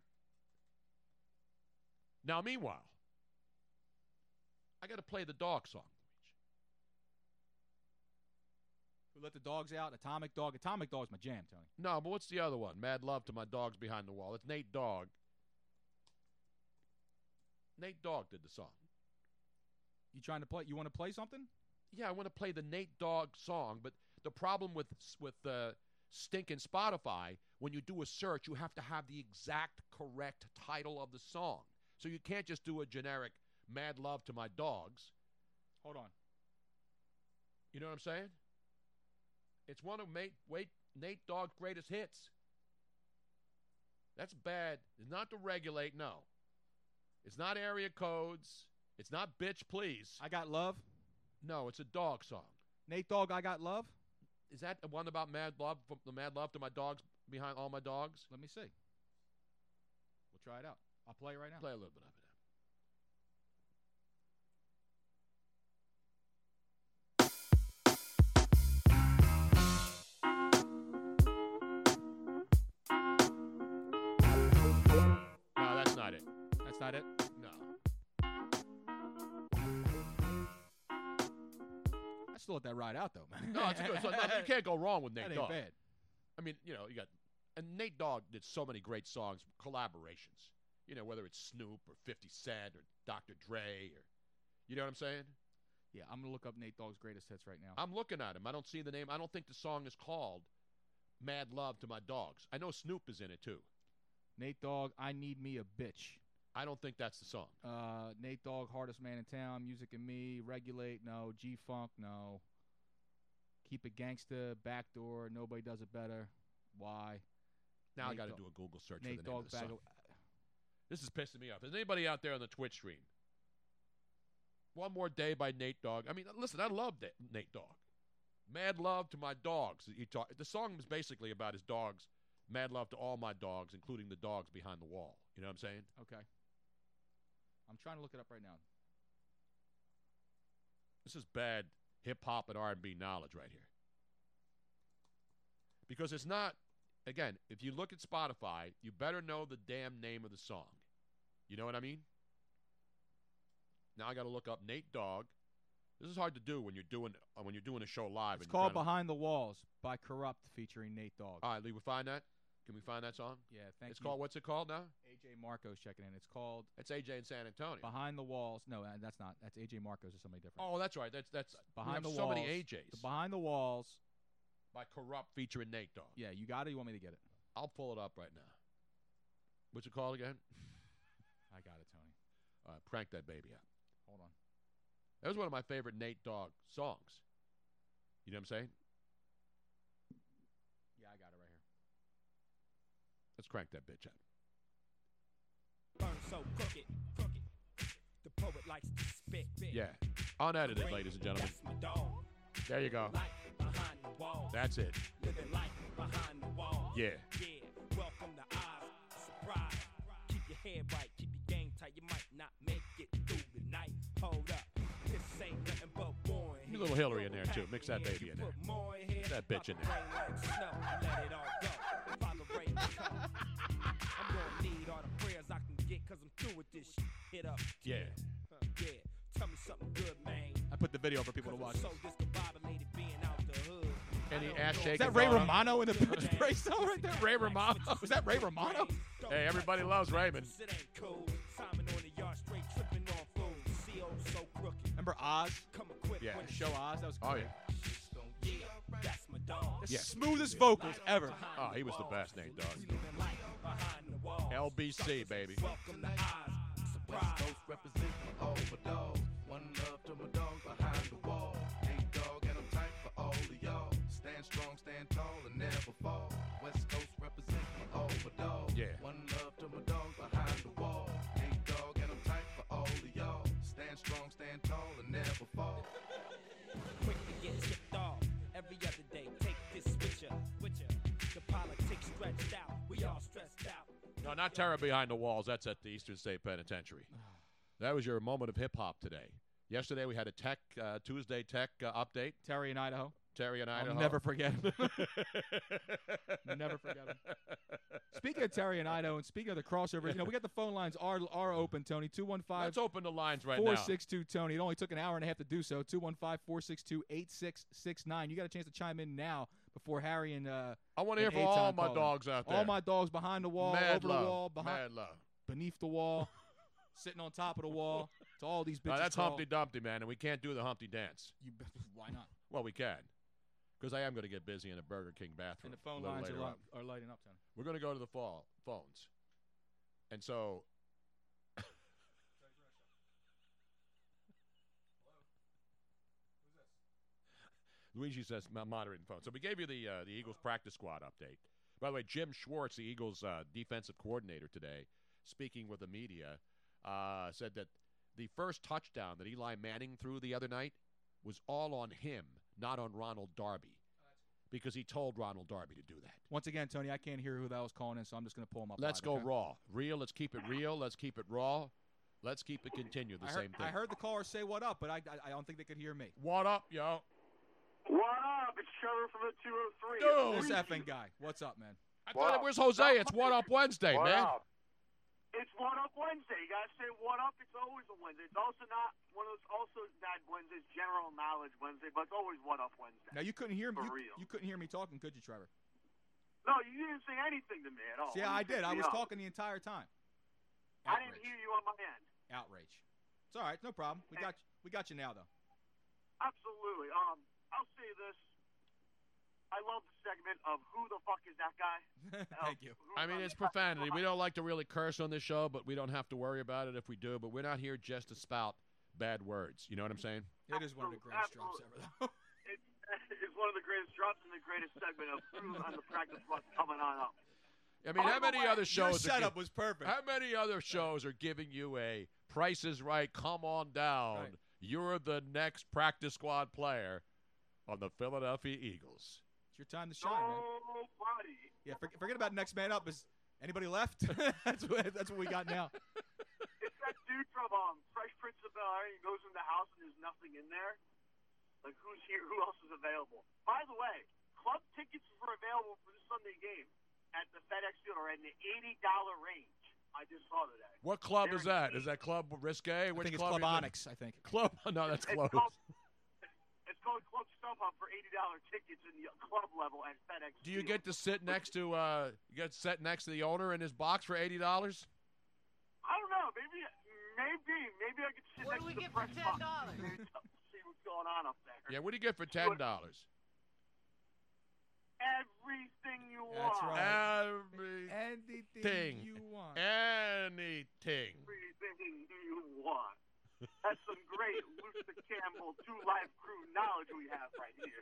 Now, meanwhile, I got to play the dog song. Who let the dogs out? Atomic Dog. Atomic Dog's my jam, Tony. No, but what's the other one? Mad love to my dogs behind the wall. It's Nate Dogg. Nate Dogg did the song. You trying to play? You want to play something? Yeah, I want to play the Nate Dogg song, but the problem with with uh, stinking Spotify, when you do a search, you have to have the exact correct title of the song. So you can't just do a generic "Mad Love to My Dogs." Hold on. You know what I'm saying? It's one of Nate, wait, Nate Dogg's greatest hits. That's bad. It's not to regulate, no. It's not area codes. It's not bitch, please. I got love. No, it's a dog song. Nate Dog, I got love. Is that the one about mad love? From the mad love to my dogs behind all my dogs. Let me see. We'll try it out. I'll play it right now. Play a little bit of it. No, Uh, that's not it. That's not it. No. I still let that ride out though, man. No, it's good. So, no, you can't go wrong with Nate That ain't Dogg. bad. I mean, you know, you got and Nate Dogg did so many great songs, collaborations. You know, whether it's Snoop or Fifty Cent or Dr. Dre or, you know what I'm saying? Yeah, I'm gonna look up Nate Dogg's greatest hits right now. I'm looking at him. I don't see the name. I don't think the song is called "Mad Love to My Dogs." I know Snoop is in it too. Nate Dogg, I need me a bitch. I don't think that's the song. Uh, Nate Dogg, hardest man in town. Music and me. Regulate, no. G Funk, no. Keep it gangsta. Backdoor. Nobody does it better. Why? Now I Nate got to Dogg- do a Google search Nate for the name of Dogg the back song. o- This is pissing me off. Is anybody out there on the Twitch stream? One more day by Nate Dogg. I mean, listen, I love Da- Nate Dogg. Mad love to my dogs. He talk, the song is basically about his dogs. Mad love to all my dogs, including the dogs behind the wall. You know what I'm saying? Okay. I'm trying to look it up right now. This is bad hip hop and R and B knowledge right here. Because it's not again, if you look at Spotify, you better know the damn name of the song. You know what I mean? Now I gotta look up Nate Dogg. This is hard to do when you're doing uh, when you're doing a show live. It's and called you're trying Behind the Walls by Corrupt featuring Nate Dogg. to- All right, Lee, we find that? Can we find that song? yeah, thank it's you. called what's it called now? AJ Marcos checking in. It's called It's AJ in San Antonio. Behind the Walls. No, uh, that's not. That's AJ Marcos or somebody different. Oh, that's right. That's that's we have Behind the so Walls. many AJs The Behind the Walls. by corrupt featuring Nate Dogg. Yeah, you got it. You want me to get it? I'll pull it up right now. What's it called again? I got it, Tony. Uh, prank that baby up. Hold on. That was one of my favorite Nate Dogg songs. You know what I'm saying? Yeah, I got it right here. Let's crank that bitch up. Burns. so crooked. crooked. The poet likes to spit. Yeah. Unedited, ladies and gentlemen. That's my dog. There you go. Life behind the wall. That's it. Living life behind the wall. Yeah. Yeah. Welcome to Oz. Surprise. Keep your head right. Keep your game tight. You might not make it through the night. Hold up. This ain't nothing but boring. Give me a little Hillary in there, too. Mix that baby in there. Put more in here. Get that bitch in there. Rain like snow. Let it all go. Father rain come. I'm gonna need all the prayers I can get cause I'm through with this shit. Hit up. Yeah. Huh, Yeah. Tell me something good, man. I put the video for people to watch. So discombobulated being out the hood. Any ass shaking. Is that Ray going on? Romano in the Pitch Ray cell right there? Ray Romano. Is that Ray Romano? Hey, everybody loves Raymond. It ain't cool. Simon on the yard straight tripping on fools. CO so crooked. Remember Oz? Come quick Yeah. when the Show Oz. That was Oh, great. yeah. Yeah, that's my dog. The smoothest vocals ever. Oh, he was the best, Nate Dogg. Behind the wall. LBC, baby. Welcome to Oz. Surprise. West Coast represent for all my dogs. One love to my dogs behind the wall. Ain't dog and I'm tight for all of y'all. Stand strong, stand tall, and never fall. West Coast represent for all my dogs. Yeah. One love to my dogs behind the wall. Ain't dog and I'm tight for all of y'all. Stand strong, stand tall, and never fall. quick to get tipped off. Every other day, take this switcher. Witcher. The politics stretched out. We all stressed out. No, not Terror Behind the Walls. That's at the Eastern State Penitentiary. That was your moment of hip hop today. Yesterday we had a tech uh, Tuesday tech uh, update. Terry in Idaho. Terry and I'll Idaho. never forget him. never forget him. Speaking of Terry and Idaho, and speaking of the crossover, you know, we got the phone lines are are open, Tony. 215 Let's open the lines right now. 462 Tony. It only took an hour and a half to do so. 215 462 8669. You got a chance to chime in now before Harry and. Uh, I want to hear and from all Eitan my call in. dogs out there. All my dogs behind the wall, Mad over love. the wall, behind, Mad love. beneath the wall, sitting on top of the wall. To all these bitches. Now, that's call. Humpty Dumpty, man, and we can't do the Humpty dance. You, bet- why not? Well, we can, because I am going to get busy in a Burger King bathroom. And the a phone little lines are, later on. li- are lighting up, Tony. We're going to go to the fall phones, and so. Luigi says "Ma- moderating phone. So we gave you the uh, the Eagles practice squad update. By the way, Jim Schwartz, the Eagles uh, defensive coordinator today, speaking with the media, uh, said that the first touchdown that Eli Manning threw the other night was all on him, not on Ronald Darby, because he told Ronald Darby to do that. Once again, Tony, I can't hear who that was calling in, so I'm just going to pull him up. Let's live, go okay? raw. Real, let's keep it real. Let's keep it raw. Let's keep it continue the I same heard, thing. I heard the caller say "What up," but I, I, I don't think they could hear me. What up, yo? What up? It's Trevor from the 203. Dude. This effing guy. What's up, man? I thought it was Jose. It's What Up Wednesday, What man. up? It's one up Wednesday. You gotta say one up. It's always a Wednesday. It's also not one of those. Also not Wednesday's general knowledge Wednesday, but it's always one up Wednesday. Now you couldn't hear me. For You, real. you couldn't hear me talking, could you, Trevor? No, you didn't say anything to Oh, me at all. Yeah, I You did. just I beat was up. talking the entire time. I didn't hear you on my end. Outrage. It's all right. No problem. We got we got you now though. Absolutely. Um, I'll say this. I love the segment of who the fuck is that guy? Oh. Thank you. I mean, it's profanity. We don't like to really curse on this show, but we don't have to worry about it if we do. But we're not here just to spout bad words. You know what I'm saying? It is one of the greatest drops ever. Though. It, it's one of the greatest drops and the greatest segment of who on the practice bus coming on up. I mean, By how the way- many other Your shows? are setup gi- was perfect. How many other shows are giving you a Price is Right? Come on down. You're the next practice squad player on the Philadelphia Eagles. It's your time to shine, man. Nobody. Yeah, forget, forget about next man up. Is anybody left? that's what that's what we got now. It's that dude from um, Fresh Prince of Bel Air. He goes in the house and there's nothing in there. Like who's here? Who else is available? By the way, club tickets were available for this Sunday game at the FedEx Field are in the eighty dollar range. I just saw today. What They're club is that? Is that Club Risque? I think Which it's club? Club is it? Onyx. I think. Club? No, that's It's close. called- It's called Club StubHub for eighty dollar tickets in the club level at FedEx. Do you Field. get to sit next to uh, you get set next to the owner in his box for eighty dollars? I don't know. Maybe, maybe, maybe I could sit What next do we to the get for press box $10? and See what's going on up there. Yeah. What do you get for ten dollars? Everything you want. That's right. Everything. Anything you want. Anything. everything you want. That's some great Luther Campbell two live crew knowledge we have right here.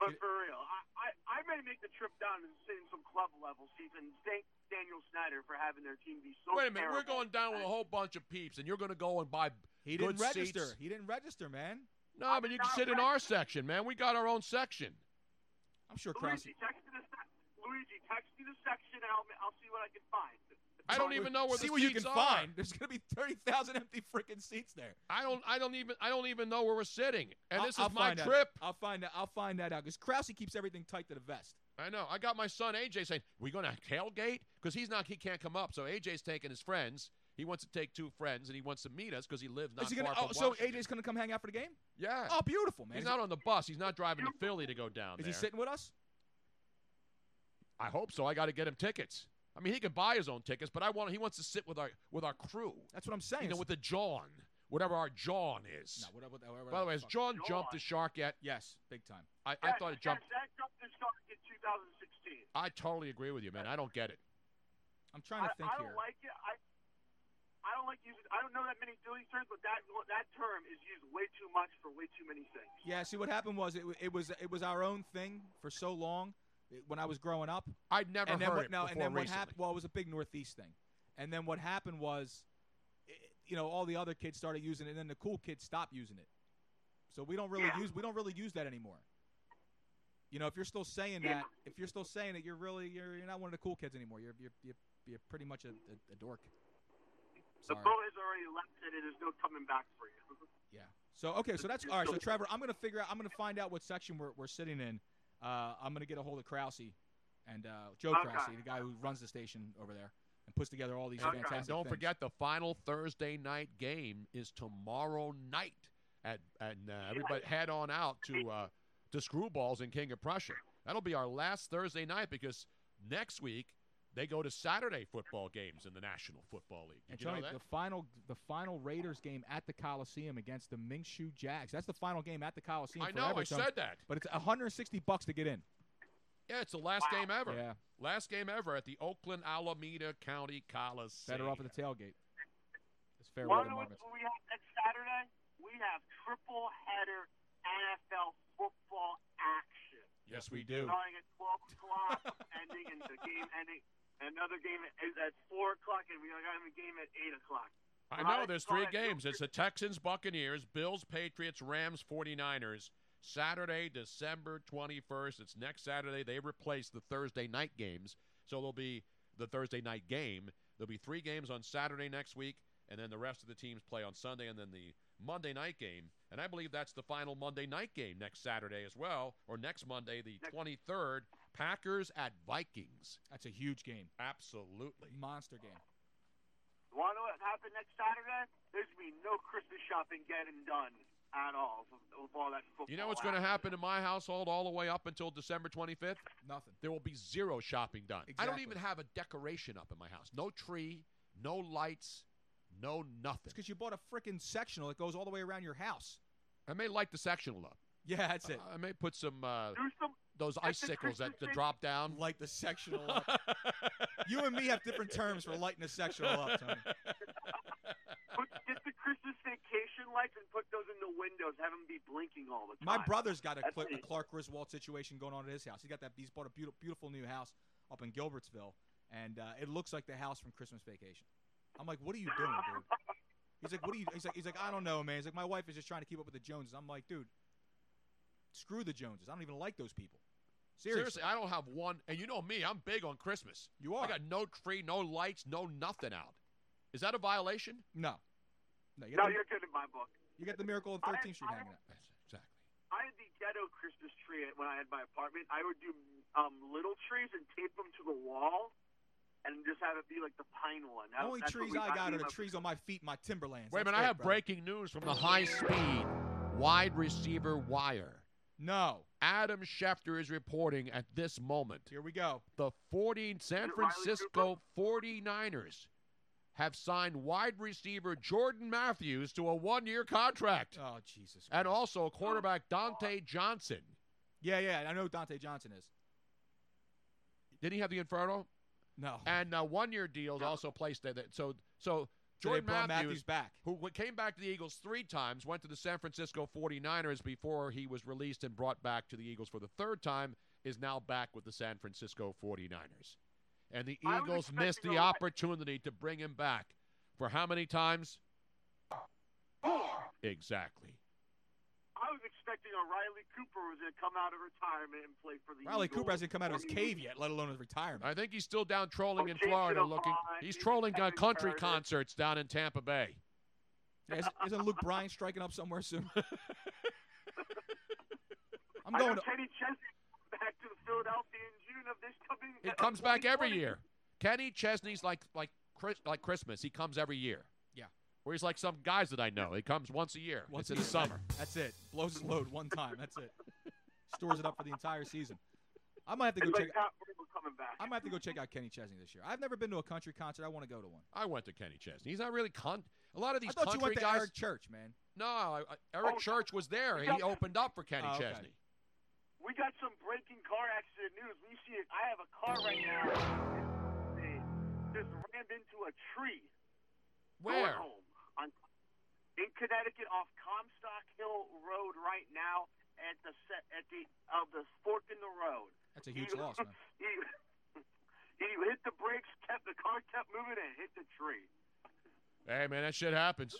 But for real, I, I, I may Everybody make the trip down and sit in some club level seats and thank Daniel Snyder for having their team be so Wait a minute, we're terrible. going down with a whole bunch of peeps, and you're going to go and buy He good didn't register. seats. He didn't register, man. No, but you can sit in our section, man. We got our own section. I'm sure Krause. Luigi, text me the sec- Luigi, text me the section and I'll, I'll see what I can find. I don't even know where See the what you seats can are. find. There's going to be thirty thousand empty freaking seats there. I don't. I don't even. I don't even know where we're sitting. And I'll- this I'll is my find out. trip. I'll find that. I'll find that out because Krause keeps everything tight to the vest. I know. I got my son AJ saying, "We going to tailgate?" Because he's not. He can't come up. So AJ's taking his friends. He wants to take two friends, and he wants to meet us because he lives not Is he far gonna, from oh, so Washington. AJ's going to come hang out for the game? Yeah. Oh, beautiful, man. He's Is not on the bus. He's not driving to Philly to go down Is he there. sitting with us? I hope so. I got to get him tickets. I mean, he can buy his own tickets, but I want. He wants to sit with our with our crew. That's what I'm saying. You know, with the John, whatever our John is. No, whatever, whatever, By the way, has John, jumped the the shark yet? Yes, big time. I, I thought it jumped. That jumped the shark in 2016. I totally agree with you, man. I don't get it. I'm trying I, I don't like it. I I don't like using. I don't know that many Phillies terms, but that that term is used way too much for way too many things. Yeah, see what happened was it, w- it was it was our own thing for so long it- when I was growing up. I'd never and then heard what, it no, and before then what recently. happened? Well, it was a big Northeast thing, and then what happened was, i- you know, all the other kids started using it, and then the cool kids stopped using it. So we don't really use we don't really use that anymore. You know, if you're still saying that, if you're still saying it, you're really you're, you're not one of the cool kids anymore. You're you're you're, you're pretty much a, a, a dork. The Sorry. boat has already left, and it is no coming back for you. Yeah. So okay, so that's all right. So Trevor, I'm gonna figure out. I'm gonna find out what section we're, we're sitting in. Uh, I'm gonna get a hold of Krause and uh, Joe Okay. Krause, the guy who runs the station over there and puts together all these fantastic. And don't things. forget the final Thursday night game is tomorrow night at and uh, everybody head on out to uh, to Screwballs in King of Prussia. That'll be our last Thursday night because next week they go to Saturday football games in the National Football League. And Did you know Tony, that? the final the final Raiders game at the Coliseum against the Mingshu Jacks. That's the final game at the Coliseum. I know, forever, I Tony. said that. But it's 160 bucks to get in. yeah, it's the last game ever. Yeah. Last game ever at the Oakland Alameda County Coliseum. Better off at the tailgate. It's fair weather Want to know Marvin. what we have next Saturday? We have triple header NFL football action. Yes, we do. Starting at 12 o'clock, ending in the game ending. Another game is at 4 o'clock, and we got a game at 8 o'clock. I know there's three games. It's the Texans, Buccaneers, Bills, Patriots, Rams, 49ers. Saturday, December 21st. It's next Saturday. They replace the Thursday night games. So there'll be the Thursday night game. There'll be three games on Saturday next week, and then the rest of the teams play on Sunday, and then the Monday night game. And I believe that's the final Monday night game next Saturday as well, or next Monday, the 23rd. Packers at Vikings. That's a huge game. Absolutely. Monster game. Want to know what happened next Saturday? There's going to be no Christmas shopping getting done at all with, with all that football. You know what's going to action. happen in my household all the way up until December 25th? Nothing. There will be zero shopping done. I don't Exactly. even have a decoration up in my house. No tree, no lights, no nothing. It's because you bought a freaking sectional that goes all the way around your house. I may light the sectional up. Yeah, that's it. I, I may put some uh, some- those that's the icicles that, Christmas that thing. drop down. Light the sectional uh, up. you and me have different terms for lighting a sectional up, Tony. Put, get the Christmas vacation lights and put those in the windows. Have them be blinking all the My time. brother's got a, That's Cl- a it. Clark Griswold situation going on at his house. He got that. He's bought a beautiful, beautiful new house up in Gilbertsville, and uh, it looks like the house from Christmas Vacation. I'm like, what are you doing, dude? He's like, what are you? He's like, he's like, I don't know, man. He's like, my wife is just trying to keep up with the Joneses. I'm like, dude, screw the Joneses. I don't even like those people. Seriously. I don't have one. And you know me, I'm big on Christmas. You are. I got no tree, no lights, no nothing out. Is that a violation? No. No, you No, got, you're good in my book. the, you got the miracle on I- 13th Street I- hanging out. Exactly. I had the ghetto Christmas tree at- when I had my apartment. I would do um, little trees and tape them to the wall, and just have it be like the pine one. The only That's what trees we- I got me are and the my- trees on my feet, my Timberlands. Wait a That's minute, it, I have brother. breaking news from the high speed wide receiver wire. No. Adam Schefter is reporting at this moment. Here we go. The 40 San Is it Riley Francisco 49ers have signed wide receiver Jordan Matthews to a one year contract. Oh, Jesus. And also quarterback Dante Johnson. Yeah, yeah. I know who Dante Johnson is. Did he have the Inferno? No. And uh, one year deals also placed there. That, so, so So they Jordan brought Matthews, Matthews back. who w- came back to the Eagles three times, went to the San Francisco 49ers before he was released and brought back to the Eagles for the third time, is now back with the San Francisco 49ers. And the I was Eagles expecting missed a the lot. opportunity to bring him back for how many times? Exactly. I was expecting O'Reilly Cooper was going to come out of retirement and play for the Riley Eagles. Cooper hasn't come out of his I mean, cave yet, let alone his retirement. I think he's still down trolling in Jason Florida Ahmad, looking. He's he's trolling uh, Kevin country Carter. concerts down in Tampa Bay. Yeah, isn't- isn't Luke Bryan striking up somewhere soon? I'm I know going to- Kenny Chesney comes back to Philadelphia in June of this coming. He comes back every year. Kenny Chesney's like like Chris, like Christmas. He comes every year. Yeah. Where he's like some guys that I know. He comes once a year. Once it's in a the year. summer. That's it. Blows his load one time. That's it. Stores it up for the entire season. I might have to go It's check. like Pat Vrabel coming back. I might have to go check out Kenny Chesney this year. I've never been to a country concert. I want to go to one. I went to Kenny Chesney. He's not really con. A lot of these I thought you went country to guys. Eric Church, man. No, I, I- Oh, Eric Church was there. He yeah. opened up for Kenny Oh, okay. Chesney. We got some breaking car accident news. We see it. I have a car right now. It just rammed into a tree. Where? Going home on, in Connecticut, off Comstock Hill Road, right now at the set at the of the fork in the road. That's a huge He- loss, man. He, he hit the brakes, kept the car kept moving, and hit the tree. Hey man, that shit happens.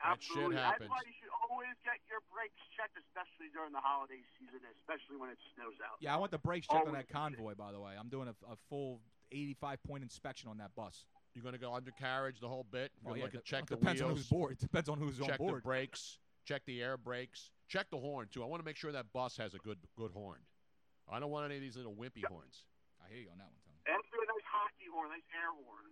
That shit Absolutely. happens. That's why you should always get your brakes checked, especially during the holiday season, especially when it snows out. Yeah, I want the brakes checked on Always. that convoy. By the way, I'm doing a, a full 85 point inspection on that bus. You're gonna go undercarriage the whole bit. You're Well, Oh, yeah, gonna look at, it Oh, check the depends on wheels. who's board. It depends on who's on check the board. brakes. Check the air brakes. Check the horn too. I want to make sure that bus has a good good horn. I don't want any of these little wimpy horns. I hear you on that one, Tony. And do a nice hockey horn, nice air horn,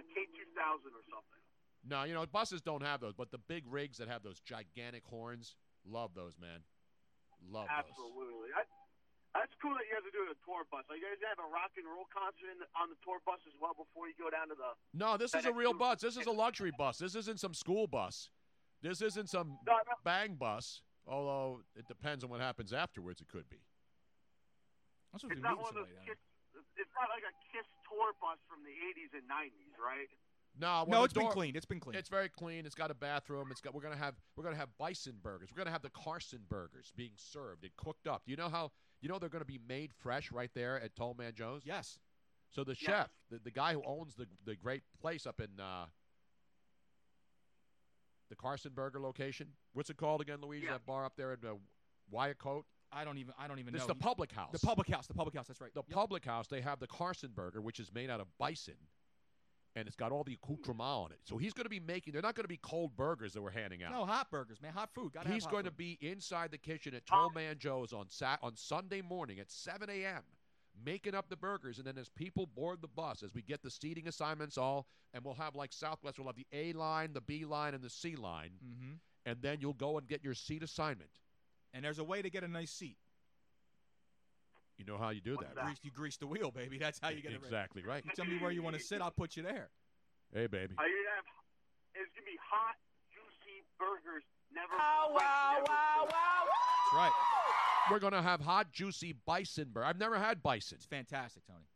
a K2000 or something. No, you know buses don't have those, but the big rigs that have those gigantic horns, love those, man. Love those. Absolutely. That, that's cool that you guys are doing a tour bus. Are you guys gonna have a rock and roll concert in the, on the tour bus as well before you go down to the? No, this is a FedEx real Super- bus. This is a luxury bus. This isn't some school bus. This isn't some bang bus. Although it depends on what happens afterwards. It could be. I'm supposed to It's be not meeting one somebody. of those down there. kiss. It's not like a Kiss tour bus from the '80s and '90s, right? No, No, it's it's been cleaned. It's been cleaned. It's very clean. It's got a bathroom. It's got. We're gonna have. We're gonna have bison burgers. We're gonna have the Carson burgers being served and cooked up. You know how? You know they're gonna be made fresh right there at Tall Man Joe's. Yes. So the chef, the, the guy who owns the the great place up in uh, the Carson Burger location. What's it called again, Luigi? That bar up there in uh, Wyacote. I don't even. I don't even It's know. the public house. The public house. The public house. That's right. The public house. They have the Carson burger, which is made out of bison, and it's got all the accoutrement on it. So he's going to be making. They're not going to be cold burgers that we're handing out. No hot burgers, man. Hot food. Gotta He's have hot going to food. be inside the kitchen at Tall Man Joe's on Sat on Sunday morning at 7 a.m. making up the burgers, and then as people board the bus, as we get the seating assignments all, and we'll have like Southwest, we'll have the A line, the B line, and the C line, Mhm. and then you'll go and get your seat assignment. And there's a way to get a nice seat. You know how you do that, right? Grease, you grease the wheel, baby. That's how you get it. Exactly right. You tell me where you want to sit. I'll put you there. Hey, baby. Are you gonna have? It's gonna be hot, juicy burgers. Never. Wow! Wow! Wow! Wow! That's right. We're going to have hot, juicy bison burger. I've never had bison. It's fantastic, Tony.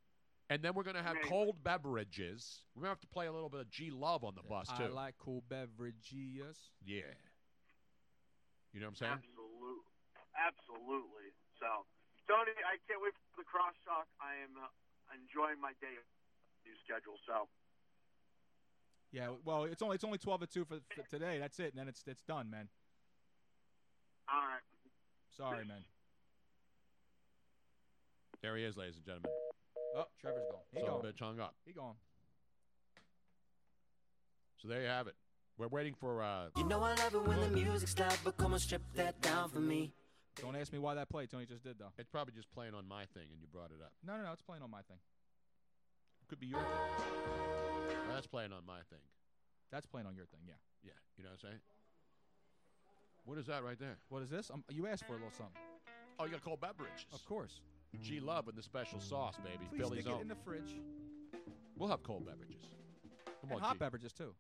And then we're going to have Amazing. cold beverages. We're going to have to play a little bit of G Love on the bus, too. I like cool beverages. yeah. You know what I'm saying? Absolutely. Absolutely. So, Tony, I can't wait for the cross talk. I am uh, enjoying my day of new schedule. So, Yeah. Well, it's only it's only twelve at two for, for today. That's it. And then it's it's done, man. all right. Sorry, man. There he is, ladies and gentlemen. Oh, Trevor's gone. He Son of a gone. bitch hung up. He gone. So there you have it. We're waiting for. Uh, You know I love it when the music's loud, but come on, strip that down for me. Don't ask me why that play Tony just did though. it's probably just playing on my thing, and you brought it up. No, no, no. It's playing on my thing. It could be your thing. Well, that's playing on my thing. That's playing on your thing. Yeah. Yeah, you know what I'm saying. What is that right there? What is this? i you asked for a little something. Oh, you got cold beverages. Of course. G Love and the special sauce, baby. Please Billy's stick own. it in the fridge. We'll have cold beverages. and Come on, hot G. beverages too.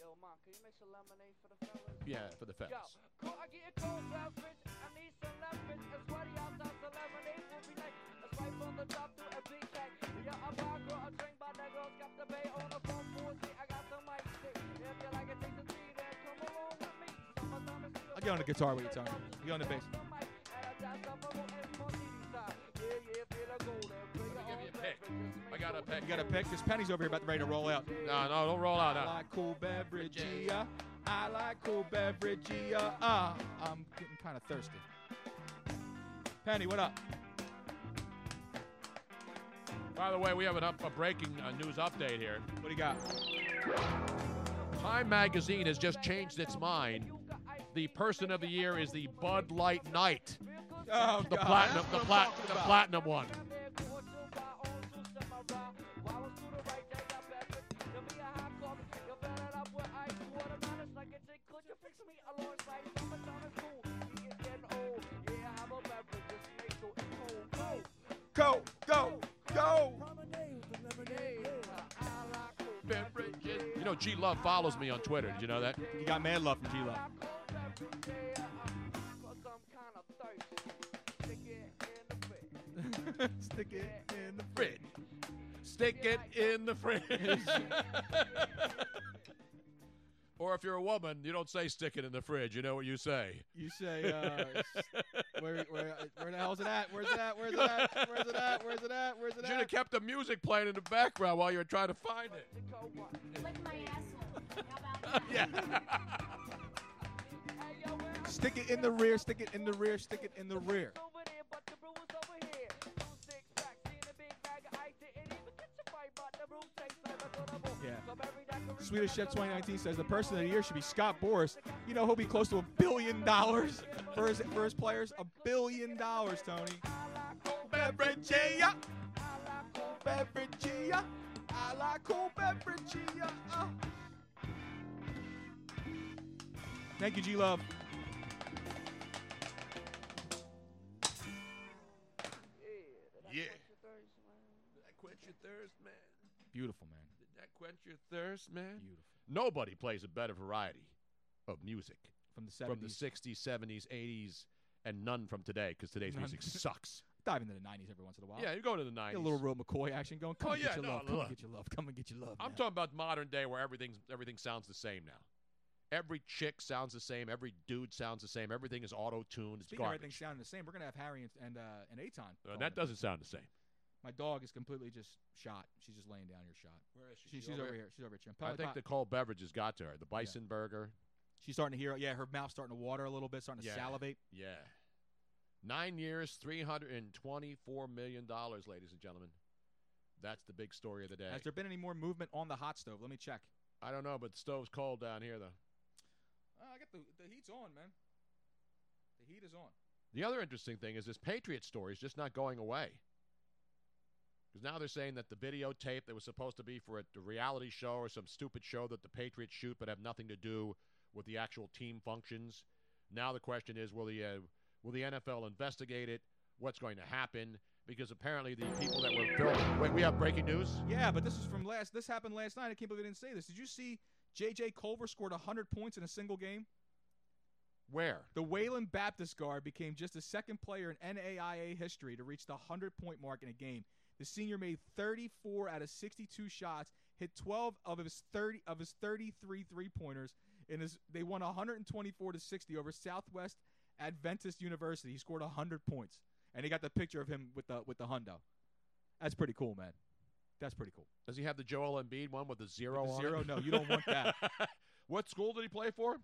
Yo, Mom, can you make some lemonade for the fellas? Yeah, for the fellas. Yo, could I get a cold beverage? I need some leverage. It's sweaty outside, so lemonade will be nice. A swipe on the top to a big pack. Yeah, a bar girl, a drink by that girl. Got the bay on the phone for a seat. I got some mic stick. If you like it, take the three, then come along with me. Summertime is I'll get on the guitar with you, Tony. You get on the bass. and I got some of them in my CD side. I got a pick. You got a pick? Because Penny's over here about ready to roll out. No, no, don't roll out. I No. like cool beverage, yeah. I like cool beverage, yeah. Ah, I'm getting kind of thirsty. Penny, what up? By the way, we have an up, a breaking uh, news update here. What do you got? Time Magazine has just changed its mind. The person of the year is the Bud Light Knight. Oh, the God. platinum, That's the, what I'm plat- talking the about. platinum one. Go, go, go. You know, G Love follows me on Twitter. Did you know that? You got mad love from G Love. Stick it in the fridge. Stick it in the fridge. or if you're a woman, you don't say stick it in the fridge. You know what you say. You say, uh, s- where, where, where the hell's it at? Where's it at? Where's it at? Where's it at? Where's it at? Where's it You at? should have kept the music playing in the background while you were trying to find it. yeah. Stick it in the rear, stick it in the rear, stick it in the rear. Yeah. Swedish Chef 2019 says the person of the year should be Scott Boris. You know, he'll be close to a billion dollars for his, for his players. A billion dollars, Tony. Beveragea. Beveragea. I like cool Beveragea. Uh. Thank you, G Love. Yeah. Did that quench your thirst, man? Beautiful, man. Did that quench your thirst, man? Beautiful. Nobody plays a better variety of music from the 70s. from the 60s, 70s, 80s, and none from today because today's None. music sucks. Dive into the 90s every once in a while. Yeah, you go to the Get 90s. A little Roe McCoy action going. Come Oh, and yeah, get your no, love. Come look. and get your love. Come and get your love. I'm man. talking about modern day where everything's everything sounds the same now. Every chick sounds the same. Every dude sounds the same. Everything is auto tuned. It's Speaking of garbage. everything sounding the same, we're gonna have Harry and and, uh, and Aton. Uh, calling that it. doesn't sound the same. My dog is completely just shot. She's just laying down here shot. Where is she? She she's over over here? here. She's over here. I think the cold beverages got to her. The bison burger. she's starting to hear. Yeah, her mouth's starting to water a little bit, starting to Yeah. salivate. Yeah. Nine years, $324 million, ladies and gentlemen. That's the big story of the day. Has there been any more movement on the hot stove? Let me check. I don't know, but the stove's cold down here, though. Uh, I got the the heat's on, man. The heat is on. The other interesting thing is this Patriot story is just not going away. Because now they're saying that the videotape that was supposed to be for a, a reality show or some stupid show that the Patriots shoot but have nothing to do with the actual team functions. Now the question is, will the uh, will the NFL investigate it? What's going to happen? Because apparently the people that were filming. Wait, we have breaking news. Yeah, but this is from last. This happened last night. I can't believe I didn't say this. Did you see J.J. Culver scored 100 points in a single game? Where? The Wayland Baptist guard became just the second player in NAIA history to reach the 100 point mark in a game. The senior made 34 out of 62 shots, hit 12 of his 30 of his 33 three pointers, and his, they won 124 to 60 over Southwest Adventist University. He scored 100 points, and he got the picture of him with the with the hundo. That's pretty cool, man. That's pretty cool. Does he have the Joel Embiid one with the zero With the on zero? it? No, you don't want that. what school did he play for?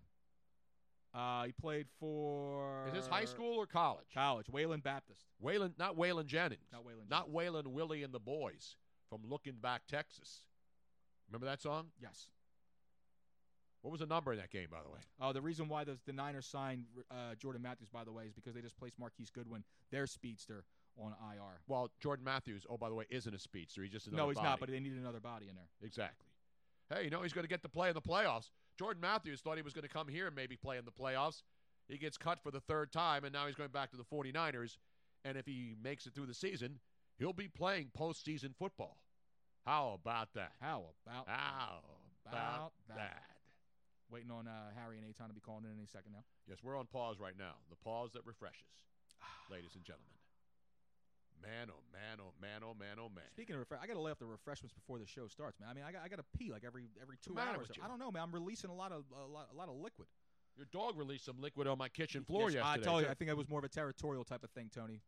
Uh, he played for. Is this Uh, high school or college? College. Wayland Baptist. Wayland, not Waylon Jennings. Not Waylon Not Waylon Willie and the Boys from Looking Back, Texas. Remember that song? Yes. What was the number in that game, by the way? Uh, the reason why the, the Niners signed uh, Jordan Matthews, by the way, is because they just placed Marquise Goodwin, their speedster, on IR. Well, Jordan Matthews, oh, by the way, isn't a speedster. He's just another no, he's not, but body. they needed another body in there. Exactly. Hey, you know he's going to get to play in the playoffs. Jordan Matthews thought he was going to come here and maybe play in the playoffs. He gets cut for the third time, and now he's going back to the 49ers. And if he makes it through the season, he'll be playing postseason football. How about that? How about How about about that? that? Waiting on uh, Harry and Aton to be calling in any second now. Yes, we're on pause right now. The pause that refreshes, ladies and gentlemen. Man, oh man, oh man, oh man, oh man. Speaking of refresh, I got to lay off the refreshments before the show starts, man. I mean, I got, I got to pee like every every two matter hours. with you? I don't know, man. I'm releasing a lot of a lot, a lot of liquid. Your dog released some liquid on my kitchen floor Yes, yesterday. I tell you, too. I think it was more of a territorial type of thing, Tony.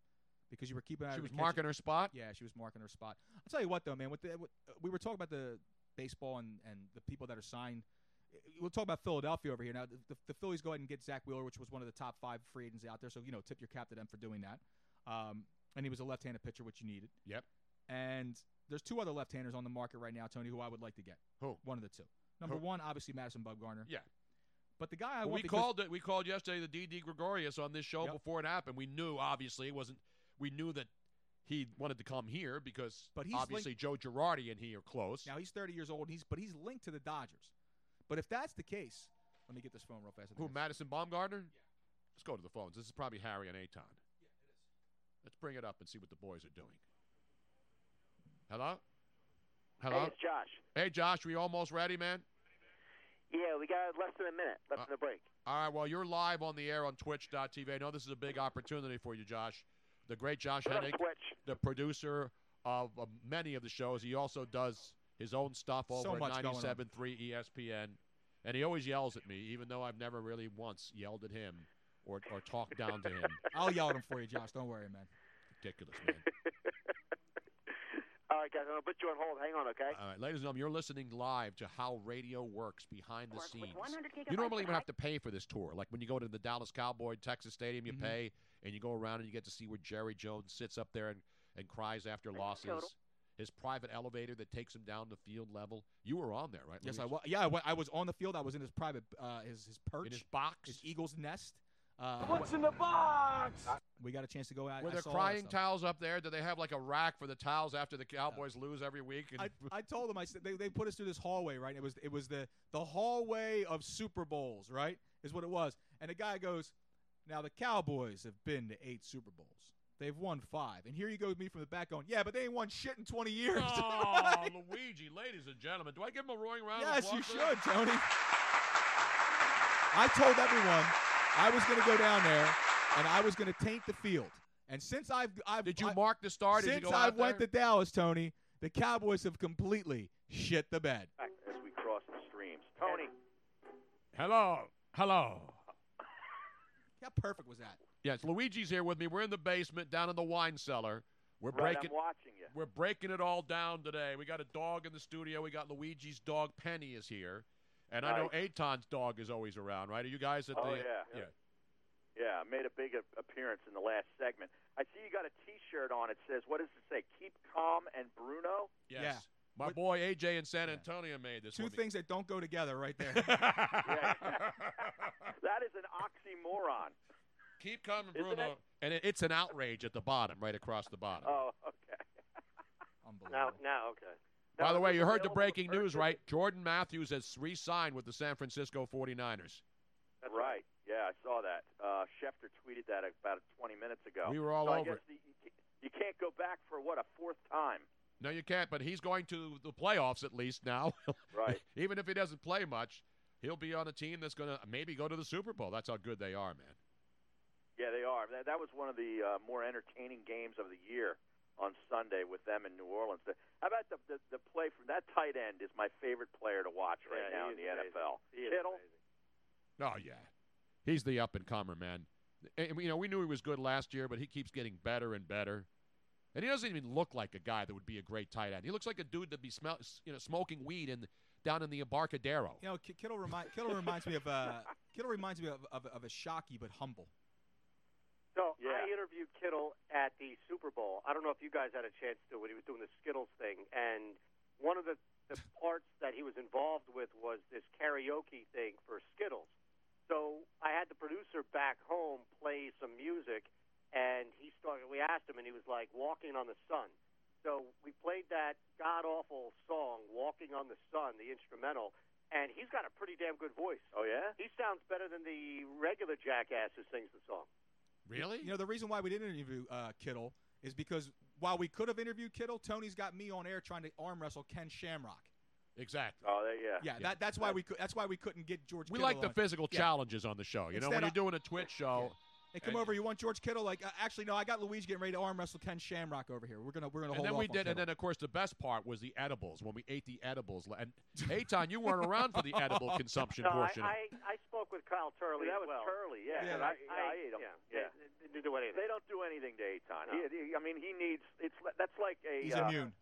because you were keeping. Out She of was the marking kitchen. her spot? Yeah, she was marking her spot. I'll tell you what, though, man. With the, with, uh, we were talking about the baseball and, and the people that are signed. Uh, We'll talk about Philadelphia over here now. The, the, the Phillies go ahead and get Zach Wheeler, which was one of the top five free agents out there. So you know, tip your cap to them for doing that. Um, and he was a left-handed pitcher, which you needed. Yep. And there's two other left-handers on the market right now, Tony, who I would like to get. Who? One of the two. Number Who? one, obviously Madison Bumgarner. Yeah. But the guy I Well, want we because- called it. We called yesterday the DD Gregorius on this show Yep. before it happened. We knew obviously it wasn't. We knew that he wanted to come here because But he's obviously Joe Girardi and he are close. Now he's 30 years old. And he's but he's linked to the Dodgers. But if that's the case, let me get this phone real fast. I think Who? I- Madison Baumgartner? Yeah. Let's go to the phones. This is probably Harry and Aton. Yeah, it is. Let's bring it up and see what the boys are doing. Hello. Hello. Hey, it's Josh. Hey, Josh. We almost ready, man. Uh, Yeah, we got less than a minute left in the break. All right. Well, you're live on the air on Twitch.tv. I know this is a big opportunity for you, Josh. The great Josh What up, Hennig, Twitch? the producer of uh, many of the shows. He also does his own stuff So over much at going on. 97.3 ESPN. And he always yells at me, even though I've never really once yelled at him or, or talked down to him. I'll yell at him for you, Josh. Don't worry, man. Ridiculous, man. All right, guys, I'm gonna put you on hold. Hang on, okay? All right, ladies and gentlemen, you're listening live to how radio works behind the Work with scenes. 100 You gigabytes normally of even have to pay for this tour. Like when you go to the Dallas Cowboy Texas Stadium, you Mm-hmm. Mhm. pay and you go around and you get to see where Jerry Jones sits up there and, and cries after losses. total. His private elevator that takes him down to field level. You were on there, right? Yes, I Luis? was. Yeah, I, wa- I was on the field. I was in his private, uh, his his perch, his box, his Eagles nest. Uh, What's in the box? We got a chance to go out. Were I there saw all that crying stuff. towels up there? Do they have like a rack for the towels after the Cowboys lose every week? And I, I told them I said they, they put us through this hallway right. It was it was the the hallway of Super Bowls right is what it was. And the guy goes, now the Cowboys have been to eight Super Bowls. They've won five. And here you go with me from the back going, yeah, but they ain't won shit in twenty years. Oh, Luigi, ladies and gentlemen, do I give him a roaring round? of yes, you applause for that? should, Tony. I told everyone I was going to go down there and I was going to taint the field. And since I've, I've did you mark the start? Since Did you go I out went there? to Dallas, Tony, the Cowboys have completely shit the bed. As we cross the streams, Tony. Hello. Hello. How perfect was that? Yes, Luigi's here with me. We're in the basement, down in the wine cellar. We're Right, I'm breaking. watching you. We're breaking it all down today. We got a dog in the studio. We got Luigi's dog Penny is here, and I know Aton's dog is always around. Right? Are you guys at Oh, the? yeah. Yeah, I made a big a- appearance in the last segment. I see you got a T-shirt on. It says, "What does it say? Keep calm and Bruno." Yes. My boy AJ in San Antonio made this. Two one. things that don't go together right there. that is an oxymoron. Keep coming, Isn't Bruno. it? And it, it's an outrage at the bottom, right across the bottom. Oh, okay. Now, now, okay. By Now, the is way, this you heard the available breaking for news, purchase? right? Jordan Matthews has re-signed with the San Francisco 49ers. That's right. Yeah, I saw that. Uh, Schefter tweeted that about 20 minutes ago. We were all so I over guess the- you ca- you can't go back for what a fourth time. No, you can't. But he's going to the playoffs at least now. Right. Even if he doesn't play much, he'll be on a team that's going to maybe go to the Super Bowl. That's how good they are, man. Yeah, they are. That, that was one of the uh, more entertaining games of the year on Sunday with them in New Orleans. The, how about the, the the play from that tight end is my favorite player to watch right Yeah, now he in is the amazing. NFL. He is Kittle, Oh yeah, he's the up and comer, man. And you know, we knew he was good last year, but he keeps getting better and better. And he doesn't even look like a guy that would be a great tight end. He looks like a dude that'd be smell, you know, smoking weed in down in the Embarcadero. You know, Ki- Kittle, remind, Kittle reminds me of uh, Kittle reminds me of, of, of a shocky but humble. So I interviewed Kittle at the Super Bowl. I don't know if you guys had a chance to when he was doing the Skittles thing, and one of the, the parts that he was involved with was this karaoke thing for Skittles. So I had the producer back home play some music, and he started. We asked him, and he was like, "Walking on the Sun." So we played that god awful song, "Walking on the Sun," the instrumental, and he's got a pretty damn good voice. Oh yeah, he sounds better than the regular jackass who sings the song. Really? You know, the reason why we didn't interview uh, Kittle is because while we could have interviewed Kittle, Tony's got me on air trying to arm wrestle Ken Shamrock. Exactly. Oh, there, yeah. Yeah, That, that's why we could. That's why we couldn't get George. we Kittle like the on. physical Yeah. challenges on the show. You know, when Instead you're of- doing a Twitch show, Hey, come and- over. You want George Kittle? Like, uh, actually, no. I got Luigi getting ready to arm wrestle Ken Shamrock over here. We're gonna we're gonna and hold then off we on did, and Kittle. then of course the best part was the edibles when we ate the edibles. And Aton, you weren't around for the edible consumption no, portion. I, I, I spoke with Kyle Turley. That as was well. Turley, yeah, Yeah, and I- I ate 'em. yeah, Yeah. They, they do what anything. They don't do anything to No. Aton. He, he- I mean, he needs. It's li- that's like a. He's uh, immune.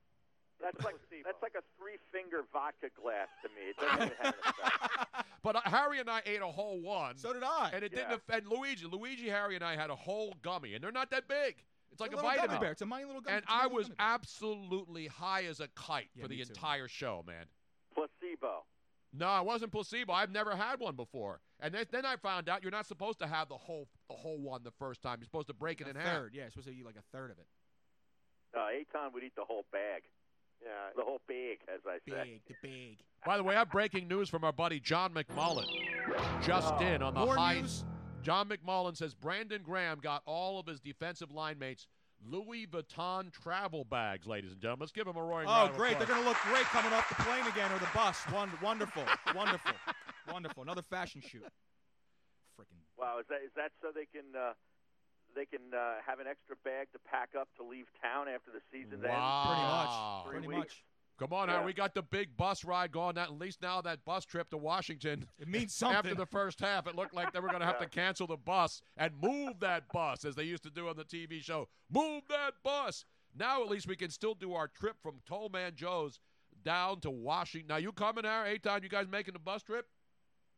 That's like that's like a three finger vodka glass to me. It doesn't even have an effect. But uh, Harry and I ate a whole one. So did I. And it didn't Yeah. offend Luigi. Luigi, Harry, and I had a whole gummy, and they're not that big. It's like a a, little vitamin gummy bear. It's a tiny little gummy. And I was absolutely high as a kite for the me too. entire show, man. Placebo. No, it wasn't placebo. I've never had one before. And then, then I found out you're not supposed to have the whole the whole one the first time. You're supposed to break it a in half. third. Yeah, it's supposed to be like a third of it. No, Uh, Aton would eat the whole bag. Yeah. The whole bag, as I Big, say. the big. By the way, I have breaking news from our buddy John McMullen. Just Oh. in on the More high. news? John McMullen says Brandon Graham got all of his defensive line mates Louis Vuitton travel bags, ladies and gentlemen. Let's give him a roaring Oh, round of great! They're applause. going to look great coming off the plane again or the bus. One, wonderful, wonderful, wonderful. Another fashion shoot. Wow, is that is that so they can uh, they can uh, have an extra bag to pack up to leave town after the season ends? Wow. Three weeks. Come on, Yeah. Harry. We got the big bus ride going. At least now that bus trip to Washington. It means After something. the first half, it looked like they were going to have to cancel the bus and move that bus, as they used to do on the TV show. Move that bus. Now at least we can still do our trip from Tollman Joe's down to Washington. Now you coming, Harry? Eight time you guys making the bus trip?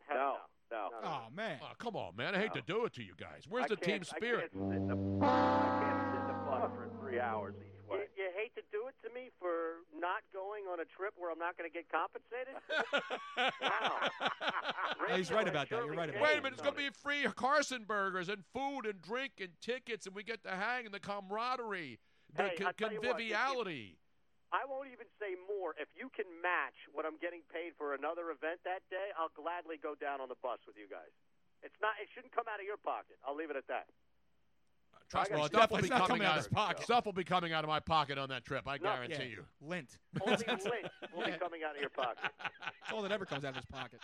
No, no. Oh man. Oh, come on, man. I hate to do it to you guys. Where's I the team can't- I spirit? can't sit in the- in the bus for three hours each You, way. you hate to do it to me for not going on a trip where I'm not going to get compensated? wow. Yeah, he's right about that. You're right about Wait a that. minute, it's going to be free Carson burgers and food and drink and tickets, and we get to hang in the camaraderie, the Hey, con- I tell you what, you- conviviality. I won't even say more. If you can match what I'm getting paid for another event that day, I'll gladly go down on the bus with you guys. It's not. It shouldn't come out of your pocket. I'll leave it at that. Trust me, Well, stuff will it's be not coming, coming out out of of his pocket. Stuff will be coming out of my pocket on that trip. I guarantee Yeah, you. Lint. Only lint will be coming out of your pocket. That's all that ever comes out of his pocket.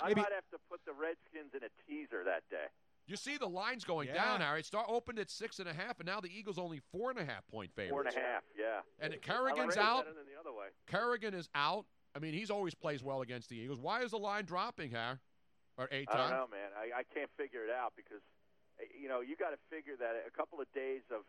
I Maybe- might have to put the Redskins in a teaser that day. You see the lines going Yeah. down, Harry. It start opened at six and a half, and now the Eagles only four and a half point favorites. Four and a half, yeah. And Kerrigan's I out. like it better than the other way. Kerrigan is out. I mean, he's always plays well against the Eagles. Why is the line dropping, Harry? Or eight I don't time? know, man. I, I can't figure it out because, eh, you know, you got to figure that a couple of days of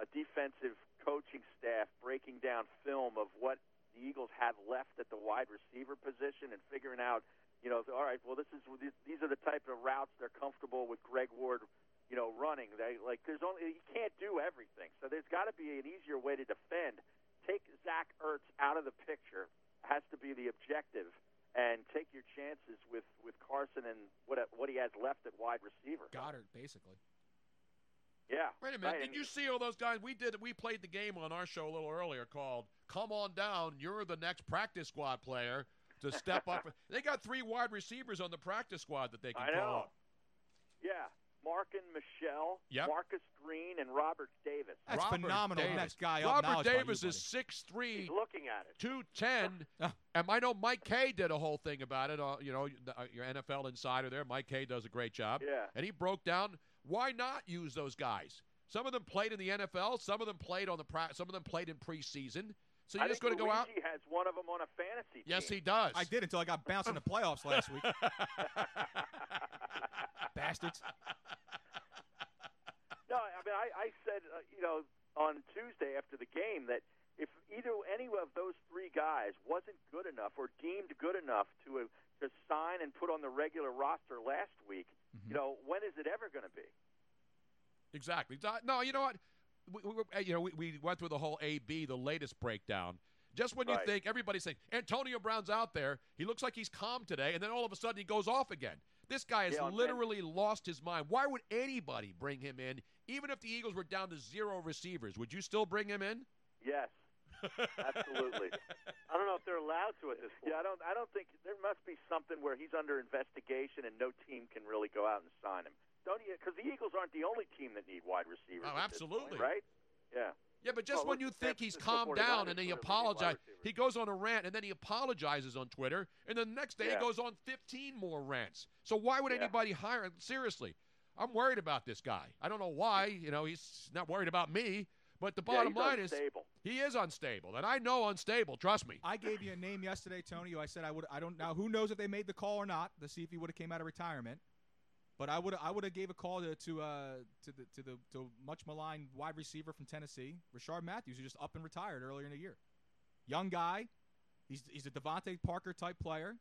a defensive coaching staff breaking down film of what the Eagles had left at the wide receiver position and figuring out, you know, all right, well, this is these- these are the type of routes they're comfortable with Greg Ward, you know, running. They like there's only you can't do everything, so there's got to be an easier way to defend. Take Zach Ertz out of the picture has to be the objective, and take your chances with with Carson and what what he has left at wide receiver. Goddard, basically. Yeah. Wait a minute. Right, Did and- you see all those guys? We did. We played the game on our show a little earlier called "Come On Down." You're the next practice squad player to step up. They got three wide receivers on the practice squad that they can I call know. up. Yeah. Mark and Michelle, Yep. Marcus Green, and Robert Davis. That's Robert phenomenal. Davis. Next guy up. Robert Now it's about Davis you, is Ah. six three, looking at it. two ten. And I know Mike Kay did a whole thing about it. Uh, you know, the- uh, your NFL insider there, Mike Kay does a great job. Yeah. And he broke down why not use those guys. Some of them played in the NFL. Some of them played on the pra- Some of them played in preseason. So you're I just think going to go out. Luigi has one of them on a fantasy Yes, team. he does. I did until I got bounced in the playoffs last week. Bastards. No, I mean, I, I said, uh, you know, on Tuesday after the game that if either any of those three guys wasn't good enough or deemed good enough to uh, to sign and put on the regular roster last week, Mm-hmm. you know, when is it ever going to be? Exactly. Do- No, you know what? We, we, we- you know, we, we went through the whole AB, the latest breakdown. Just when Right. you think everybody's saying Antonio Brown's out there, he looks like he's calm today, and then all of a sudden he goes off again. This guy has Yeah, on Ben- literally lost his mind. Why would anybody bring him in, even if the Eagles were down to zero receivers? Would you still bring him in? Yes, absolutely. I don't know if they're allowed to at this point. yeah, I don't. I don't think there must be something where he's under investigation and no team can really go out and sign him. Don't you? Because the Eagles aren't the only team that need wide receivers. Oh, at this point, absolutely. right? Yeah. Yeah, but just Well, when look, San you think he's Francisco calmed 49ers down and then put up a leading he wide apologizes, receiver. he goes on a rant and then he apologizes on Twitter, and then the next day Yeah. he goes on 15 more rants. So why would Yeah. anybody hire him? Seriously, I'm worried about this guy. I don't know why. You know, he's not worried about me. But the Yeah, bottom he's line unstable. is he is unstable, and I know unstable. Trust me. I gave you a name yesterday, Tony. who I said I would. I don't now. Who knows if they made the call or not to see if he would have came out of retirement. But I would I would have gave a call to to uh, to the to the to much maligned wide receiver from Tennessee, Richard Matthews, who just up and retired earlier in the year. Young guy, he's he's a Devontae Parker type player,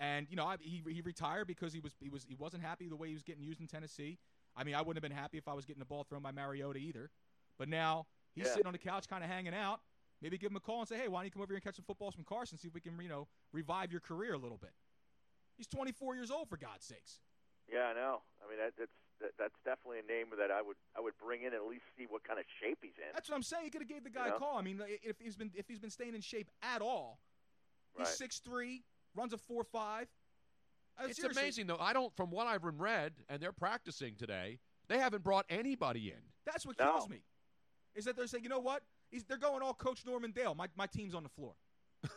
and you know I, he he retired because he was he was he wasn't happy the way he was getting used in Tennessee. I mean I wouldn't have been happy if I was getting the ball thrown by Mariota either, but now he's Yeah. sitting on the couch kind of hanging out. Maybe give him a call and say, hey, why don't you come over here and catch some footballs from Carson, see if we can you know revive your career a little bit. He's 24 years old for God's sakes. Yeah, I know. I mean, that, that's that, that's definitely a name that I would I would bring in and at least see what kind of shape he's in. That's what I'm saying. You could have gave the guy Yeah. a call. I mean, i- if he's been if he's been staying in shape at all, Right. he's six three, runs a four five. Uh, It's amazing though. I don't, from what I've read, and they're practicing today. They haven't brought anybody in. That's what No. kills me. Is that they're saying, you know what? He's, they're going all Coach Norman Dale. My, my team's on the floor.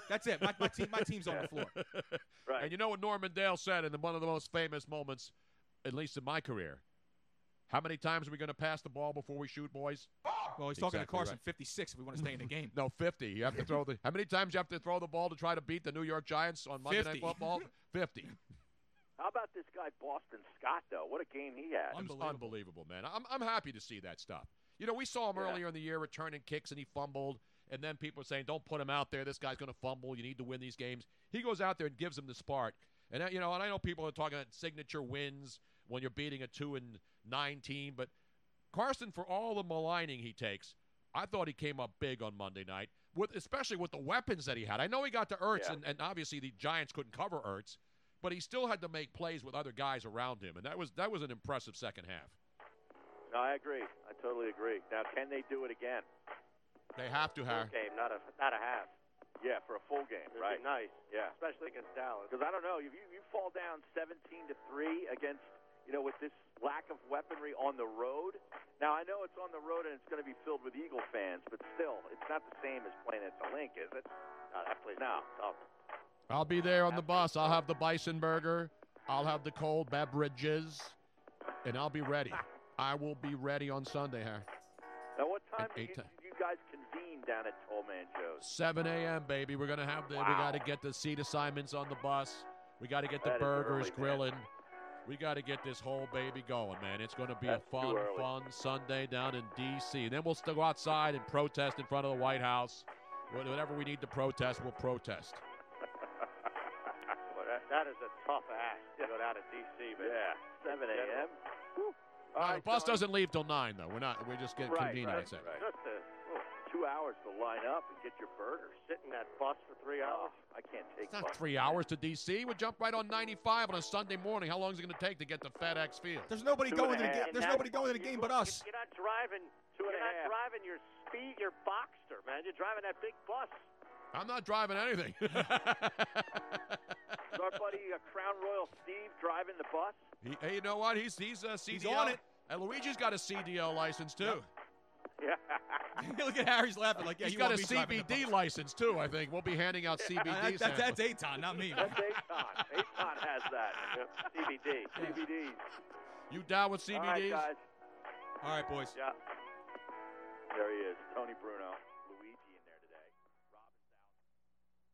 That's it. My, my team my team's on the floor. Right. And you know what Norman Dale said in the, one of the most famous moments, at least in my career. How many times are we going to pass the ball before we shoot, boys? Well, he's talking to Carson, 56. If we want to stay in the game. no, 50. You have to throw the. How many times you have to throw the ball to try to beat the New York Giants on Monday 50. Night Football? 50. How about this guy Boston Scott though? What a game he had! It was unbelievable, man. I'm, I'm happy to see that stuff. You know, we saw him earlier in the year returning kicks and he fumbled, and then people are saying, "Don't put him out there. This guy's going to fumble. You need to win these games." He goes out there and gives him the spark. And uh, you know, and I know people are talking about signature wins when you're beating a two and nine team, but Carson, for all the maligning he takes, I thought he came up big on Monday night, with especially with the weapons that he had. I know he got to Ertz, Yeah. and, and obviously the Giants couldn't cover Ertz, but he still had to make plays with other guys around him, and that was that was an impressive second half. No, I agree. I totally agree. Now, can they do it again? They have to have. game, not a not a half. Yeah, for a full game, right? nice. Yeah, especially against Dallas. Because I don't know, if you you fall down 17 to three against you know with this lack of weaponry on the road. Now I know it's on the road and it's going to be filled with Eagle fans, but still, it's not the same as playing at the Link, is it? No, that Oh, plays no. Tough. I'll be there on the bus. I'll have the bison burger. I'll have the cold beverages, and I'll be ready. I will be ready on Sunday, Harry. Now, what time At do you, eight ti- do you guys convene down at Toll Man Joe's? 7 a.m. baby. We're gonna have the. We Wow. gotta get the seat assignments on the bus. We gotta get the That is burgers early, man. grilling. We gotta get this whole baby going, man. It's gonna be That's a too fun, early. fun Sunday down in D.C. And then we'll still go outside and protest in front of the White House. Wha- Whatever we need to protest, we'll protest. Well, that, that is a tough ass to go down to D.C., man. Yeah, 7 a.m. Uh, the bus doesn't leave till nine, though. We're not. We just get right, convened right, at seven. right. Just a, oh, two hours to line up and get your burger. Sit in that bus for three hours. I can't take. It's not bus. three hours to D.C. We jump right on 95 on a Sunday morning. How long is it going to take to get to FedEx Field? There's nobody Two going and to a the game. half. There's And nobody that's- going to the game but us. You're not driving. Two and you're a not half. driving your speed, your Boxster, man. You're driving that big bus. I'm not driving anything. Is our buddy uh, Crown Royal Steve driving the bus? He- hey, you know what? He's he's a CDL. on it. And Luigi's got a CDL license too. Yeah. Look at Harry's laughing like, yeah, he's you got a won't be driving the CBD license too. I think we'll be handing out CBD. That- that- that's Aton, not me. That's Aton. Aton has that. CBD. CBD. You down with CBDs? All right, guys. All right, boys. Yeah. There he is, Tony Bruno. Luigi in there today.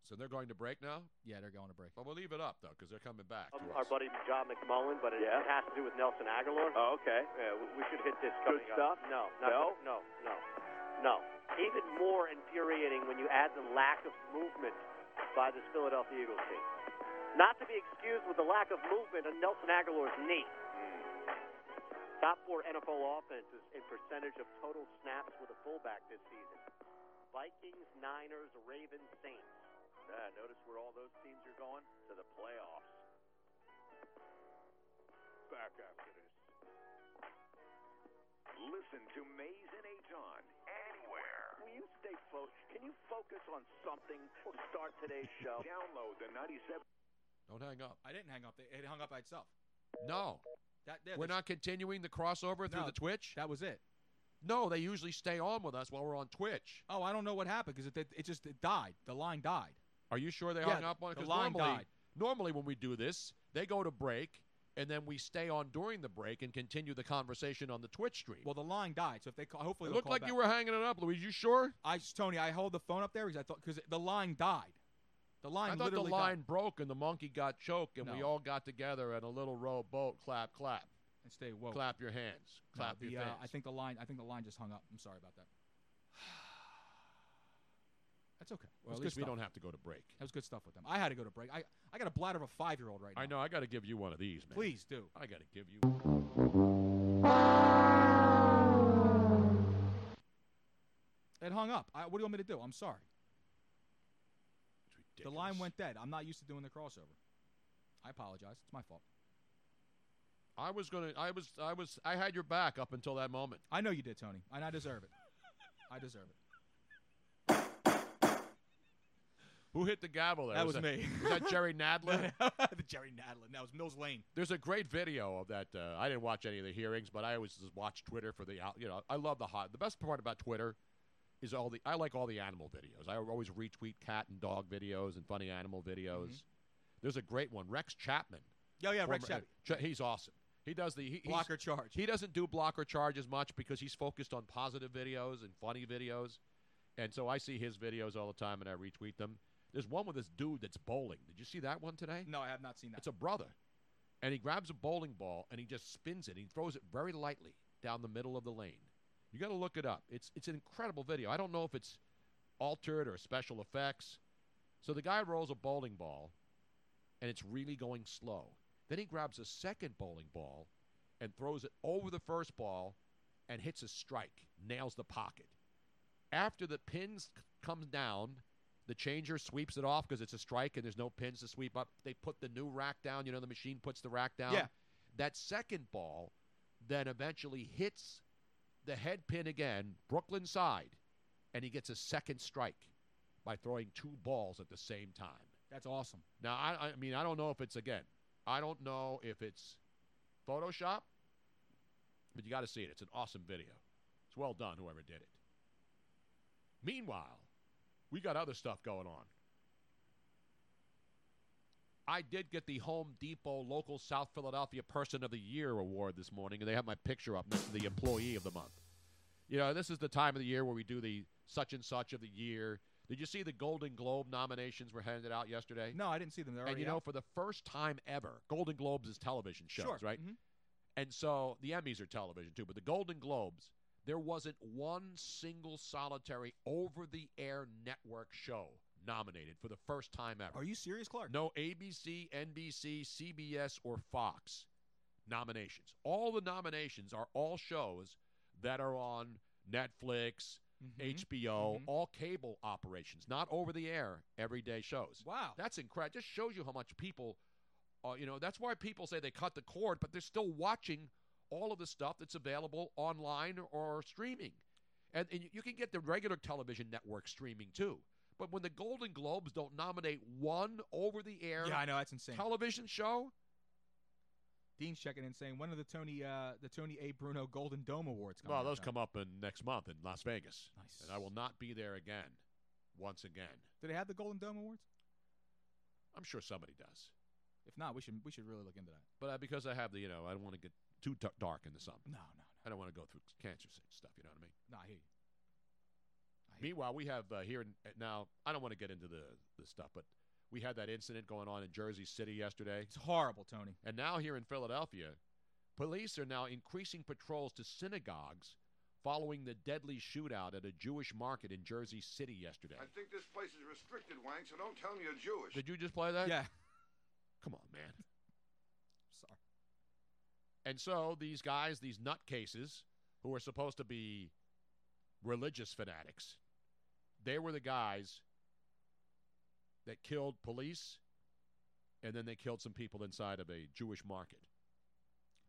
So they're going to break now. Yeah, they're going to break. But we'll leave it up though, because they're coming back. to Um, Our us. buddy John McMullen, but it, Yeah. it has to do with Nelson Aguilar. Oh, okay. Yeah, we, we should hit this Good coming stuff? up. No, not No? gonna- no, no, no. Even more infuriating when you add the lack of movement by this Philadelphia Eagles team. Not to be excused with the lack of movement on Nelson Aguilar's knee. Hmm. Top four NFL offenses in percentage of total snaps with a fullback this season. Vikings, Niners, Ravens, Saints. Yeah, notice where all those teams are going? To the playoffs. Back after this. Listen to Mays and Aton anywhere. Will you stay focused? Can you focus on something to start today's show? Download the 97. Don't hang up. I didn't hang up. It hung up by itself. No. That, that- we're that's- not continuing the crossover through No, the Twitch. That was it. No, they usually stay on with us while we're on Twitch. Oh, I don't know what happened because it, it, it just it died. The line died. Are you sure they Yeah, hung up on it? the 'Cause line normally, died. normally when we do this, they go to break and then we stay on during the break and continue the conversation on the Twitch stream. Well, the line died. So if they call, hopefully it they'll looked call like back. you were hanging it up, Luigi. You sure? I Tony, I hold the phone up there because I thought because the line died. The line I thought the literally line broke and the monkey got choked, and we No. all got together at a little rowboat. Clap, clap. And stay woke. Clap your hands. Oh. No, Clap the, your uh, hands. I think the line. I think the line just hung up. I'm sorry about that. That's okay. It was Well, at good least we stuff. don't have to go to break. That was good stuff with them. I had to go to break. I, I got a bladder of a five year old right now. I know. I got to give you one of these, man. Please do. I got to give you. It hung up. I, what do you want me to do? I'm sorry. The line went dead. I'm not used to doing the crossover. I apologize. It's my fault. I was gonna. I was. I was. I had your back up until that moment. I know you did, Tony, and I deserve it. I deserve it. Who hit the gavel there? That was me. Was that Jerry Nadler? the Jerry Nadler. That was Mills Lane. There's a great video of that. Uh, I didn't watch any of the hearings, but I always just watch Twitter for the out- you know. I love the hot. The best part about Twitter is all the. I like all the animal videos. I always retweet cat and dog videos and funny animal videos. There's a great one. Rex Chapman. Mm-hmm. Yeah, yeah, Rex Former- uh, Ch- he's awesome. He does the he, he's- Blocker charge. He doesn't do blocker charge as much because he's focused on positive videos and funny videos, and so I see his videos all the time and I retweet them. There's one with this dude that's bowling. Did you see that one today? No, I have not seen that. It's a brother, and he grabs a bowling ball and he just spins it. He throws it very lightly down the middle of the lane. You got to look it up. It's it's an incredible video. I don't know if it's altered or special effects. So the guy rolls a bowling ball, and it's really going slow. Then he grabs a second bowling ball and throws it over the first ball and hits a strike, nails the pocket. After the pins c- comes down, the changer sweeps it off because it's a strike and there's no pins to sweep up. They put the new rack down. You know, the machine puts the rack down. Yeah. That second ball then eventually hits the head pin again, Brooklyn side, and he gets a second strike by throwing two balls at the same time. That's awesome. Now, I, I mean, I don't know if it's again. I don't know if it's Photoshop, but you got to see it. It's an awesome video. It's well done, whoever did it. Meanwhile, we got other stuff going on. I did get the Home Depot Local South Philadelphia Person of the Year award this morning, and they have my picture up next to the Employee of the Month. You know, this is the time of the year where we do the such and such of the year. Did you see the Golden Globe nominations were handed out yesterday? No, I didn't see them. They're and already you know, out. for the first time ever, Golden Globes is television shows, Sure, right? mhm. And so the Emmys are television too, but the Golden Globes, there wasn't one single solitary over the air network show nominated for the first time ever. Are you serious, Clark? No ABC, NBC, CBS, or Fox nominations. All the nominations are all shows that are on Netflix, Mm-hmm. HBO, all cable operations, not over the air everyday shows. Wow. That's incredible. Just shows you how much people uh, you know, that's why people say they cut the cord, but they're still watching all of the stuff that's available online or streaming. And, and you- you can get the regular television network streaming too. But when the Golden Globes don't nominate one over the air Yeah, I know that's insane. television show, Dean's checking in saying when are the Tony uh, the Tony A Bruno Golden Dome Awards coming? well, out, those Tony? come up in next month in Las Vegas. Nice. And I will not be there again, once again. Do they have the Golden Dome Awards? I'm sure somebody does. If not, we should we should really look into that. But uh, because I have the, you know, I don't want to get too d- dark in the summer. No, no. I don't want to go through cancer stuff, you know what I mean? No, I hear you. Meanwhile, we have uh, here in- now. I don't want to get into the the stuff, but we had that incident going on in Jersey City yesterday, It's horrible, Tony. and now here in Philadelphia, police are now increasing patrols to synagogues following the deadly shootout at a Jewish market in Jersey City yesterday. I think this place is restricted, Wang, so don't tell me you're Jewish. Did you just play that? Yeah. Come on, man. Sorry. And so these guys, these nutcases, who are supposed to be religious fanatics, they were the guys that killed police, and then they killed some people inside of a Jewish market.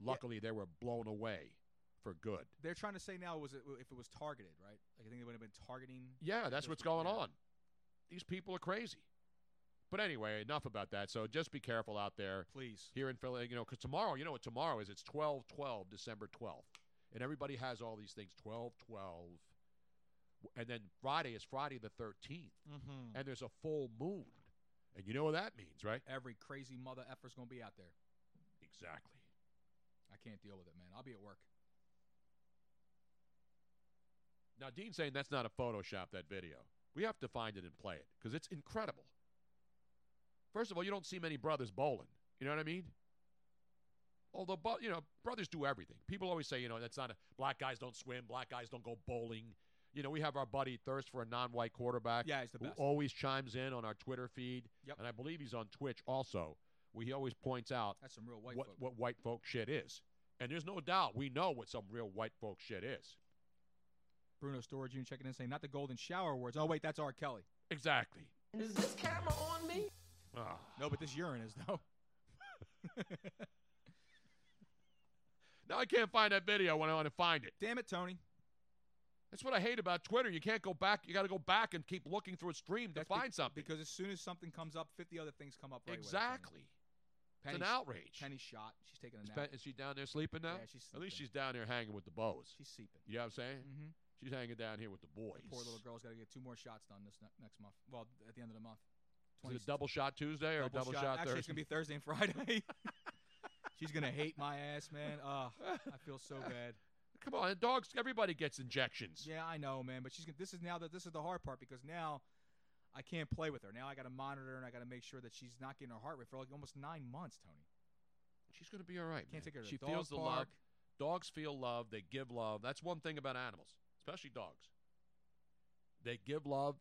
Luckily, they were blown away for good. They're trying to say now was it if it was targeted, right? Like I think they would have been targeting. Yeah, that's Just- what's going yeah. on. These people are crazy. But anyway, enough about that. So just be careful out there. Please. Here in Philly, you know, because tomorrow, you know what tomorrow is? It's 12 12, December 12th. And everybody has all these things 12 12. And then Friday is Friday the 13th. Mhm. And there's a full moon. And you know what that means, right? Every crazy mother effer's gonna be out there. Exactly. I can't deal with it, man. I'll be at work. Now, Dean's saying that's not a Photoshop, that video. We have to find it and play it because it's incredible. First of all, you don't see many brothers bowling. You know what I mean? Although, bu- you know, brothers do everything. People always say, you know, that's not a black guys don't swim, black guys don't go bowling. You know, we have our buddy Thirst for a non-white quarterback. Yeah, he's the best. Who always chimes in on our Twitter feed, Yep. and I believe he's on Twitch also, where he always points out That's some real white what folk. what white folk shit is. And there's no doubt we know what some real white folk shit is. Bruno Storage Jr. checking in saying, not the Golden Shower Awards. Oh, wait, that's R. Kelly. Exactly. Ah. Is this camera on me? No, but this urine is, though. Now I can't find that video when I want to find it. Damn it, Tony. That's what I hate about Twitter. You can't go back. You got to go back and keep looking through a stream to find something. Because as soon as something comes up, 50 other things come up right away. Exactly. It's an outrage. Penny shot. She's taking a Is, nap. Pe- is she down there sleeping now? Yeah, she's At least she's down there hanging with the bows. She's sleeping. You know what I'm saying? Mm-hmm. She's hanging down here with the boys. Poor little girl's got to get two more shots done this ne- next month. Well, at the end of the month. Is it a double shot Tuesday or a double shot, Actually, it's Thursday? gonna be Thursday and Friday. She's gonna hate my ass, man. Ugh, I feel so bad. Come on, dogs. Everybody gets injections. Yeah, I know, man. But she's gonna, this is now that this is the hard part because now I can't play with her. Now I got to monitor and I got to make sure that she's not getting her heart rate for like almost nine months, Tony. She's gonna be all right. Can't take her. To She the dog feels the love. park. Dogs feel love. They give love. That's one thing about animals, especially dogs. They give love,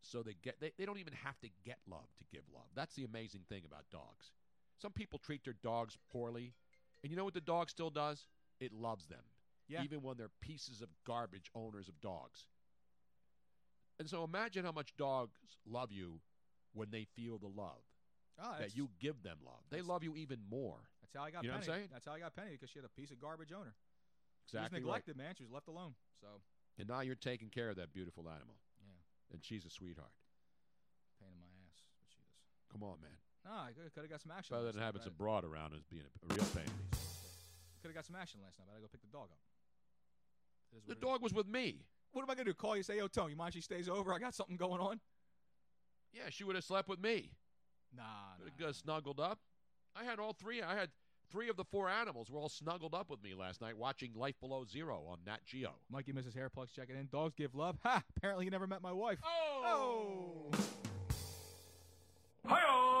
so they get. They, they don't even have to get love to give love. That's the amazing thing about dogs. Some people treat their dogs poorly, and you know what the dog still does? It loves them, Yeah. even when they're pieces of garbage owners of dogs. And so imagine how much dogs love you when they feel the love Oh, that that's- you give them love. They love you even more. That's how I got. You know Penny. what I'm saying? That's how I got Penny because she had a piece of garbage owner. Exactly She was right. neglected, man. She was left alone. So And now you're taking care of that beautiful animal. Yeah. And she's a sweetheart. pain in my ass. But she is. Come on, man. No, I could have got some action. Rather last than night, having but I- some broad around as being a, a real pain. in the ass. Could have got some action last night, but I go pick the dog up. It is The what it dog was with me. is. What am I gonna do? Call you? Say, yo, Tony, you mind she stays over? I got something going on. Yeah, she would have slept with me. Nah, nah. Would have snuggled up. I had all three. I had three of the four animals were all snuggled up with me last night watching Life Below Zero on Nat Geo. Mikey, Mrs. Hairplugs checking in. Dogs give love. Ha! Apparently, you never met my wife. Oh.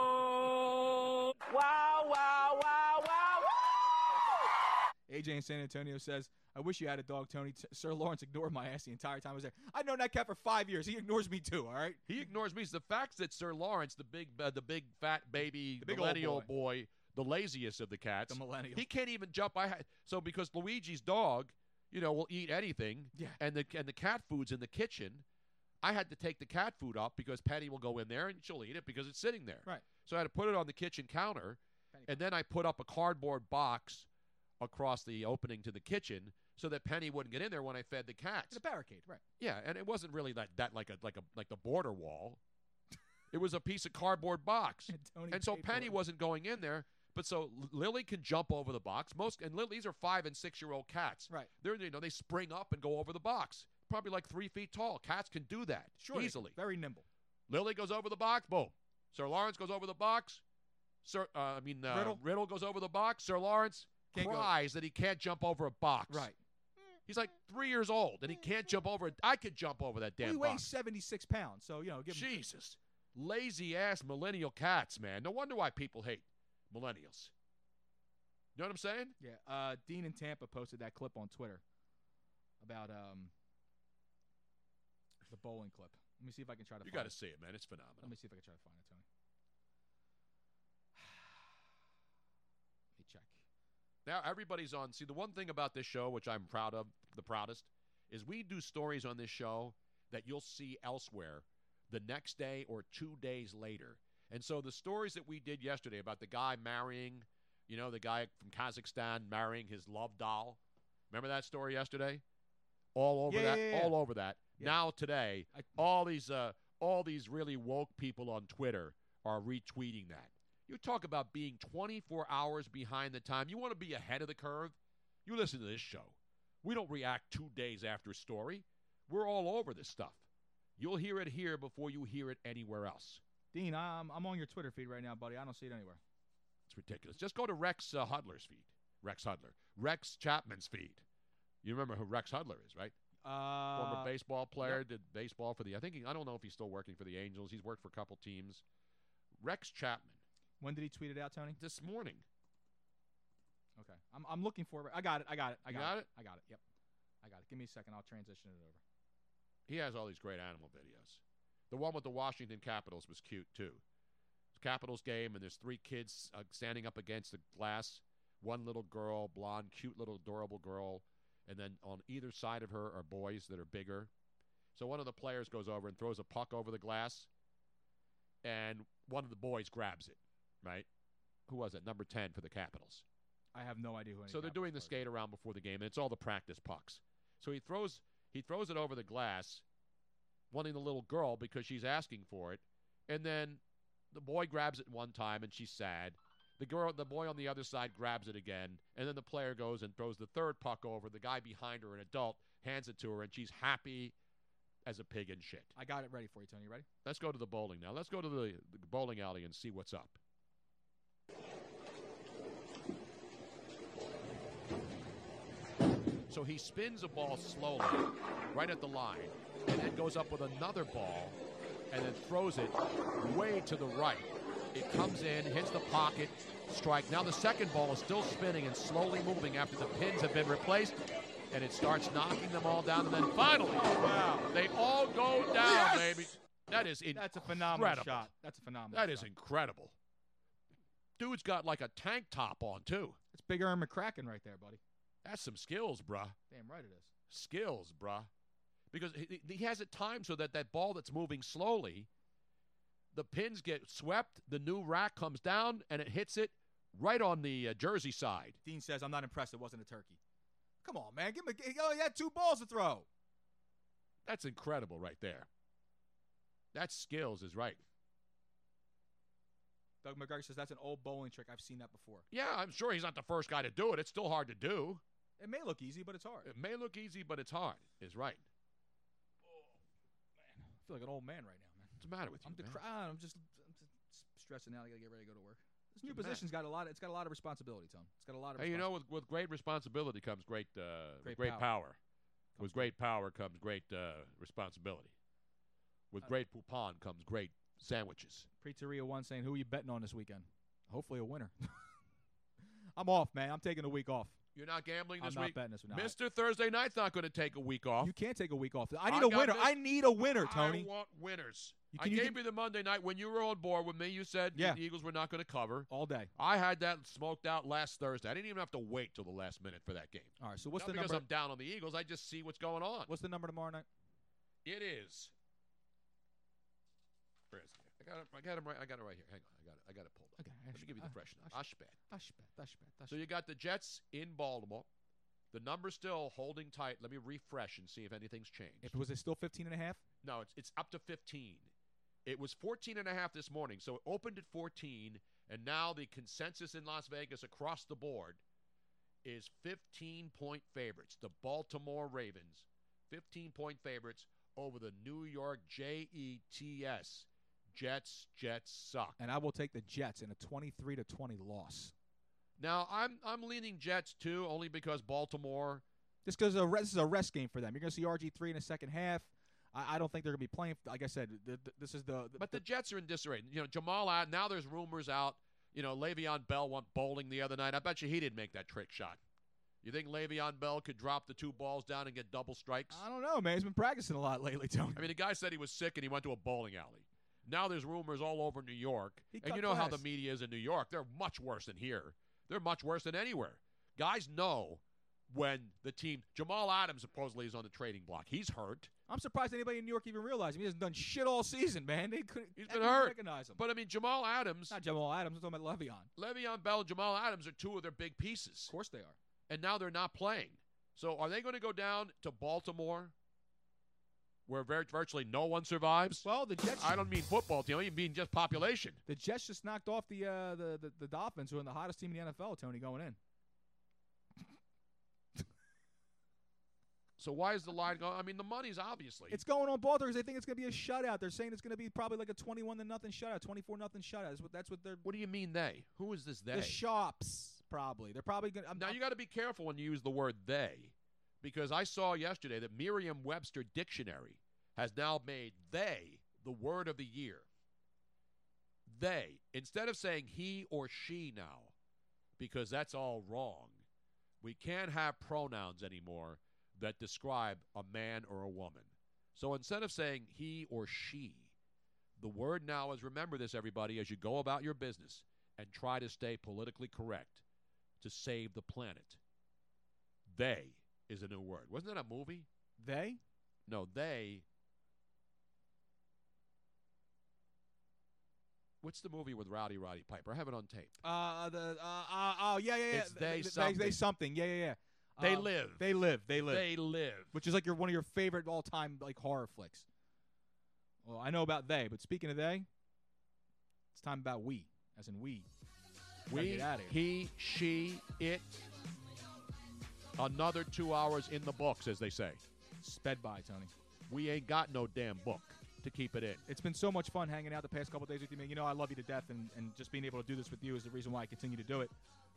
Wow! Wow! Wow! Wow! AJ in San Antonio says, "I wish you had a dog, Tony. T- Sir Lawrence ignored my ass the entire time I was there. I known that cat for five years. He ignores me too. All right. He ignores me. It's the fact that Sir Lawrence, the big, uh, the big fat baby, big old millennial boy. the laziest of the cats, The millennial. he can't even jump. I had so because Luigi's dog, you know, will eat anything. Yeah. And the and the cat food's in the kitchen. I had to take the cat food up because Penny will go in there and she'll eat it because it's sitting there. Right. So I had to put it on the kitchen counter, and then I put up a cardboard box across the opening to the kitchen so that Penny wouldn't get in there when I fed the cats. It's a barricade, right? Yeah, and it wasn't really that that like a like a like the border wall. it was a piece of cardboard box, And Tony and so paid for Penny it. wasn't going in there. But so L- Lily can jump over the box. Most and Lily, these are five and six year old cats. Right. They're you know they spring up and go over the box, probably like three feet tall. Cats can do that Sure, they- easily. Very nimble. Lily goes over the box. Boom. Sir Lawrence goes over the box. Sir, uh, I mean uh, Riddle. goes over the box. Sir Lawrence Can't go. cries that he can't jump over a box. Right. He's like three years old and he can't jump over. it. I could jump over that damn we weigh box. 76 pounds, so, you know, give him. Jesus. Lazy ass millennial cats, man. No wonder why people hate millennials. You know what I'm saying? Yeah, uh, Dean in Tampa posted that clip on Twitter about um, the bowling clip. Let me see if I can try to You find got to it. see it, man. It's Let phenomenal. me see if I can try to find it, Tony. Let me check. Now everybody's on. See, the one thing about this show, which I'm proud of, the proudest, is we do stories on this show that you'll see elsewhere the next day or two days later. And so the stories that we did yesterday about the guy marrying, you know, the guy from Kazakhstan marrying his love doll. Remember that story yesterday? All over Yeah, that. yeah, yeah. All over that. Yeah. Now today, I- all these uh, all these really woke people on Twitter are retweeting that. You talk about being 24 hours behind the time. You want to be ahead of the curve? You listen to this show. We don't react 2 days after a story. We're all over this stuff. You'll hear it here before you hear it anywhere else. Dean, I'm, I'm on your Twitter feed right now, buddy. I don't see it anywhere. It's ridiculous. Just go to Rex uh, Hudler's feed. Rex Hudler. Rex Chapman's feed. You remember who Rex Hudler is, right? Uh, former baseball player, did baseball for the. I think he, I don't know if he's still working for the Angels. He's worked for a couple teams. Rex Chapman. When did he tweet it out, Tony? This morning. Okay. I'm, I'm looking for it. I got it. I got it. I You got, got it. it? I got it. Yep. I got it. Give me a second. I'll transition it over. He has all these great animal videos. The one with the Washington Capitals was cute too. It's Capitals game, and there's three kids uh, standing up against the glass. One little girl, blonde, cute little adorable girl, and then on either side of her are boys that are bigger. So one of the players goes over and throws a puck over the glass, and one of the boys grabs it. Right? Who was it? Number ten for the Capitals. I have no idea who any So they're doing the skate around before the game, and it's all the practice pucks. So he throws he throws it over the glass, wanting the little girl because she's asking for it, and then the boy grabs it one time and she's sad. The girl, the boy on the other side grabs it again, and then the player goes and throws the third puck over. The guy behind her, an adult, hands it to her, and she's happy as a pig in shit. I got it ready for you, Tony. You ready? Let's go to the bowling now. Let's go to the, the bowling alley and see what's up. So he spins a ball slowly right at the line and then goes up with another ball and then throws it way to the right. It comes in, hits the pocket, strike. Now the second ball is still spinning and slowly moving after the pins have been replaced and it starts knocking them all down and then finally they all go down, baby. That is incredible. That's a phenomenal shot. That's a phenomenal That is incredible. Dude's got like a tank top on too. It's Big Earn McCracken right there, buddy. That's some skills, bruh. Damn right it is. skills, bruh. Because he, he has it timed so that that ball that's moving slowly, the pins get swept, the new rack comes down, and it hits it right on the uh, jersey side. Dean says, I'm not impressed. It wasn't a turkey. Come on, man. Give him a. He only had two balls to throw. That's incredible right there. That skills is right. Doug McGregor says, That's an old bowling trick. I've seen that before. Yeah, I'm sure he's not the first guy to do it. It's still hard to do. It may look easy, but it's hard. It may look easy, but it's hard. Is right. I feel like an old man right now, man. What's the matter with you? I'm, man? decry- I'm just I'm just stressing out. I got to get ready to go to work. This new What's the position's got a lot. It's got a lot of responsibility, Tom. It's got a lot of. Hey, you know, with, with great responsibility comes great uh, with Great great power. power. With great power comes great uh, responsibility. With Uh, great poupon comes great sandwiches. Preteria one saying, "Who are you betting on this weekend? Hopefully a winner." I'm off, man. I'm taking a week off. You're not gambling I'm this not week, betting this week. No, I- Mister Thursday Night's not going to take a week off. You can't take a week off. I need a a winner. I need a winner, Tony. I want winners. You I can- you gave can- you the Monday night when you were on board with me. You said Yeah. the Eagles were not going to cover all day. I had that smoked out last Thursday. I didn't even have to wait till the last minute for that game. All right. So what's not the because number? I'm down on the Eagles. I just see what's going on. What's the number tomorrow night? It is. Where is it? I got it. I got 'em right. I got it right here. Hang on. I got it. I got it pulled up. Okay, Ah, Let me give you the Ashbat. fresh number. Ashbat. Ashbat. Ashbat. Ashbat. So you got the Jets in Baltimore. The number's still holding tight. Let me refresh and see if anything's changed. If was it still 15 and a half? No, it's it's up to 15. It was 14 and a half this morning, so it opened at 14, and now the consensus in Las Vegas across the board is 15 point favorites. The Baltimore Ravens, 15 point favorites over the New York Jets. Jets, Jets suck. And I will take the Jets in a 23 to 20 loss. Now I'm I'm leaning Jets too, only because Baltimore. Just because this is a rest game for them. You're going to see RG three in the second half. I, I don't think they're going to be playing. Like I said, the, the, this is the, the But the Jets are in disarray. You know Jamal out now. There's rumors out. You know Le'Veon Bell went bowling the other night. I bet you he didn't make that trick shot. You think Le'Veon Bell could drop the two balls down and get double strikes? I don't know, man. He's been practicing a lot lately, Tony. I mean, the guy said he was sick and he went to a bowling alley. Now there's rumors all over New York, He and cut you know how the class. media is in New York. They're much worse than here. They're much worse than anywhere. Guys know when the team. Jamal Adams supposedly is on the trading block. He's hurt. I'm surprised anybody in New York even realized him. He hasn't done shit all season, man. They couldn't. He's I been didn't hurt. Recognize him. But I mean, Jamal Adams, Not Jamal Adams. I'm talking about Le'Veon. Le'Veon Bell, and Jamal Adams are two of their big pieces. Of course they are. And now they're not playing. So are they going to go down to Baltimore, where vir- virtually no one survives? Well, the Jets. I don't mean football team. I mean just population. The Jets just knocked off the uh, the, the the Dolphins, who are the hottest team in the NFL. Tony going in. So why is the line going? I mean, the money's obviously. It's going on Baltimore because they think it's going to be a shutout. They're saying it's going to be probably like a 21 to nothing shutout, 24 nothing shutout. That's what that's what they're. What do you mean they? Who is this they? The shops probably. They're probably going. to now you got to be careful when you use the word they, because I saw yesterday that Merriam-Webster dictionary has now made they the word of the year. they. Instead of saying he or she now, because that's all wrong, we can't have pronouns anymore that describe a man or a woman. So instead of saying he or she, the word now is remember this, everybody, as you go about your business and try to stay politically correct to save the planet. They is a new word. Wasn't that a movie? They? No, they. What's the movie with Rowdy Roddy Piper? I have it on tape. Uh, the uh, uh, oh yeah yeah yeah. It's they they, they something. Yeah yeah yeah. They Um, live. They live. They live. They live. Which is like your one of your favorite all time like horror flicks. Well, I know about they, but speaking of they, it's time about we, as in we. Gotta We, get out of here. he, she, it. Another two hours in the books, as they say. Sped by, Tony. We ain't got no damn book to keep it in. It's been so much fun hanging out the past couple days with you, man. You know I love you to death, and, and just being able to do this with you is the reason why I continue to do it.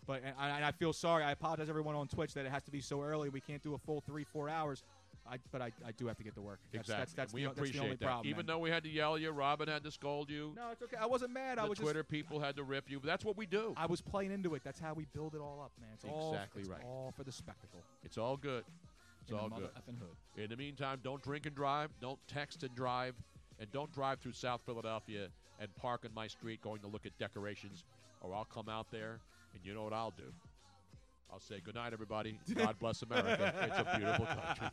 But and I, and I feel sorry. I apologize, everyone on Twitch, that it has to be so early. We can't do a full three, four hours. I, but I, I do have to get to work. That's, exactly. That's, that's we the, that's the appreciate only that. problem. Even though we had to yell you, Robin had to scold you. No, it's okay. I wasn't mad. I the was just- Twitter people had to rip you. But that's what we do. I was playing into it. That's how we build it all up, man. It's all, Exactly it's right. all for the spectacle. It's all good. It's In the all mother good. effing hood. In the meantime, don't drink and drive. Don't text and drive. And don't drive through South Philadelphia and park on my street going to look at decorations, or I'll come out there and you know what I'll do. I'll say good night, everybody. God bless America. It's a beautiful country.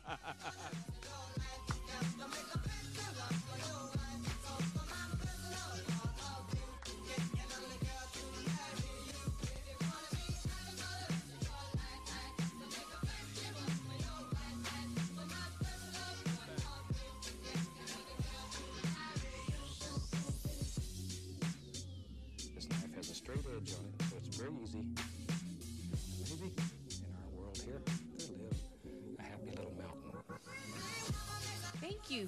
This knife has a straight edge on it, so it's very easy. Maybe in our world here, there live a happy little mountain. Thank you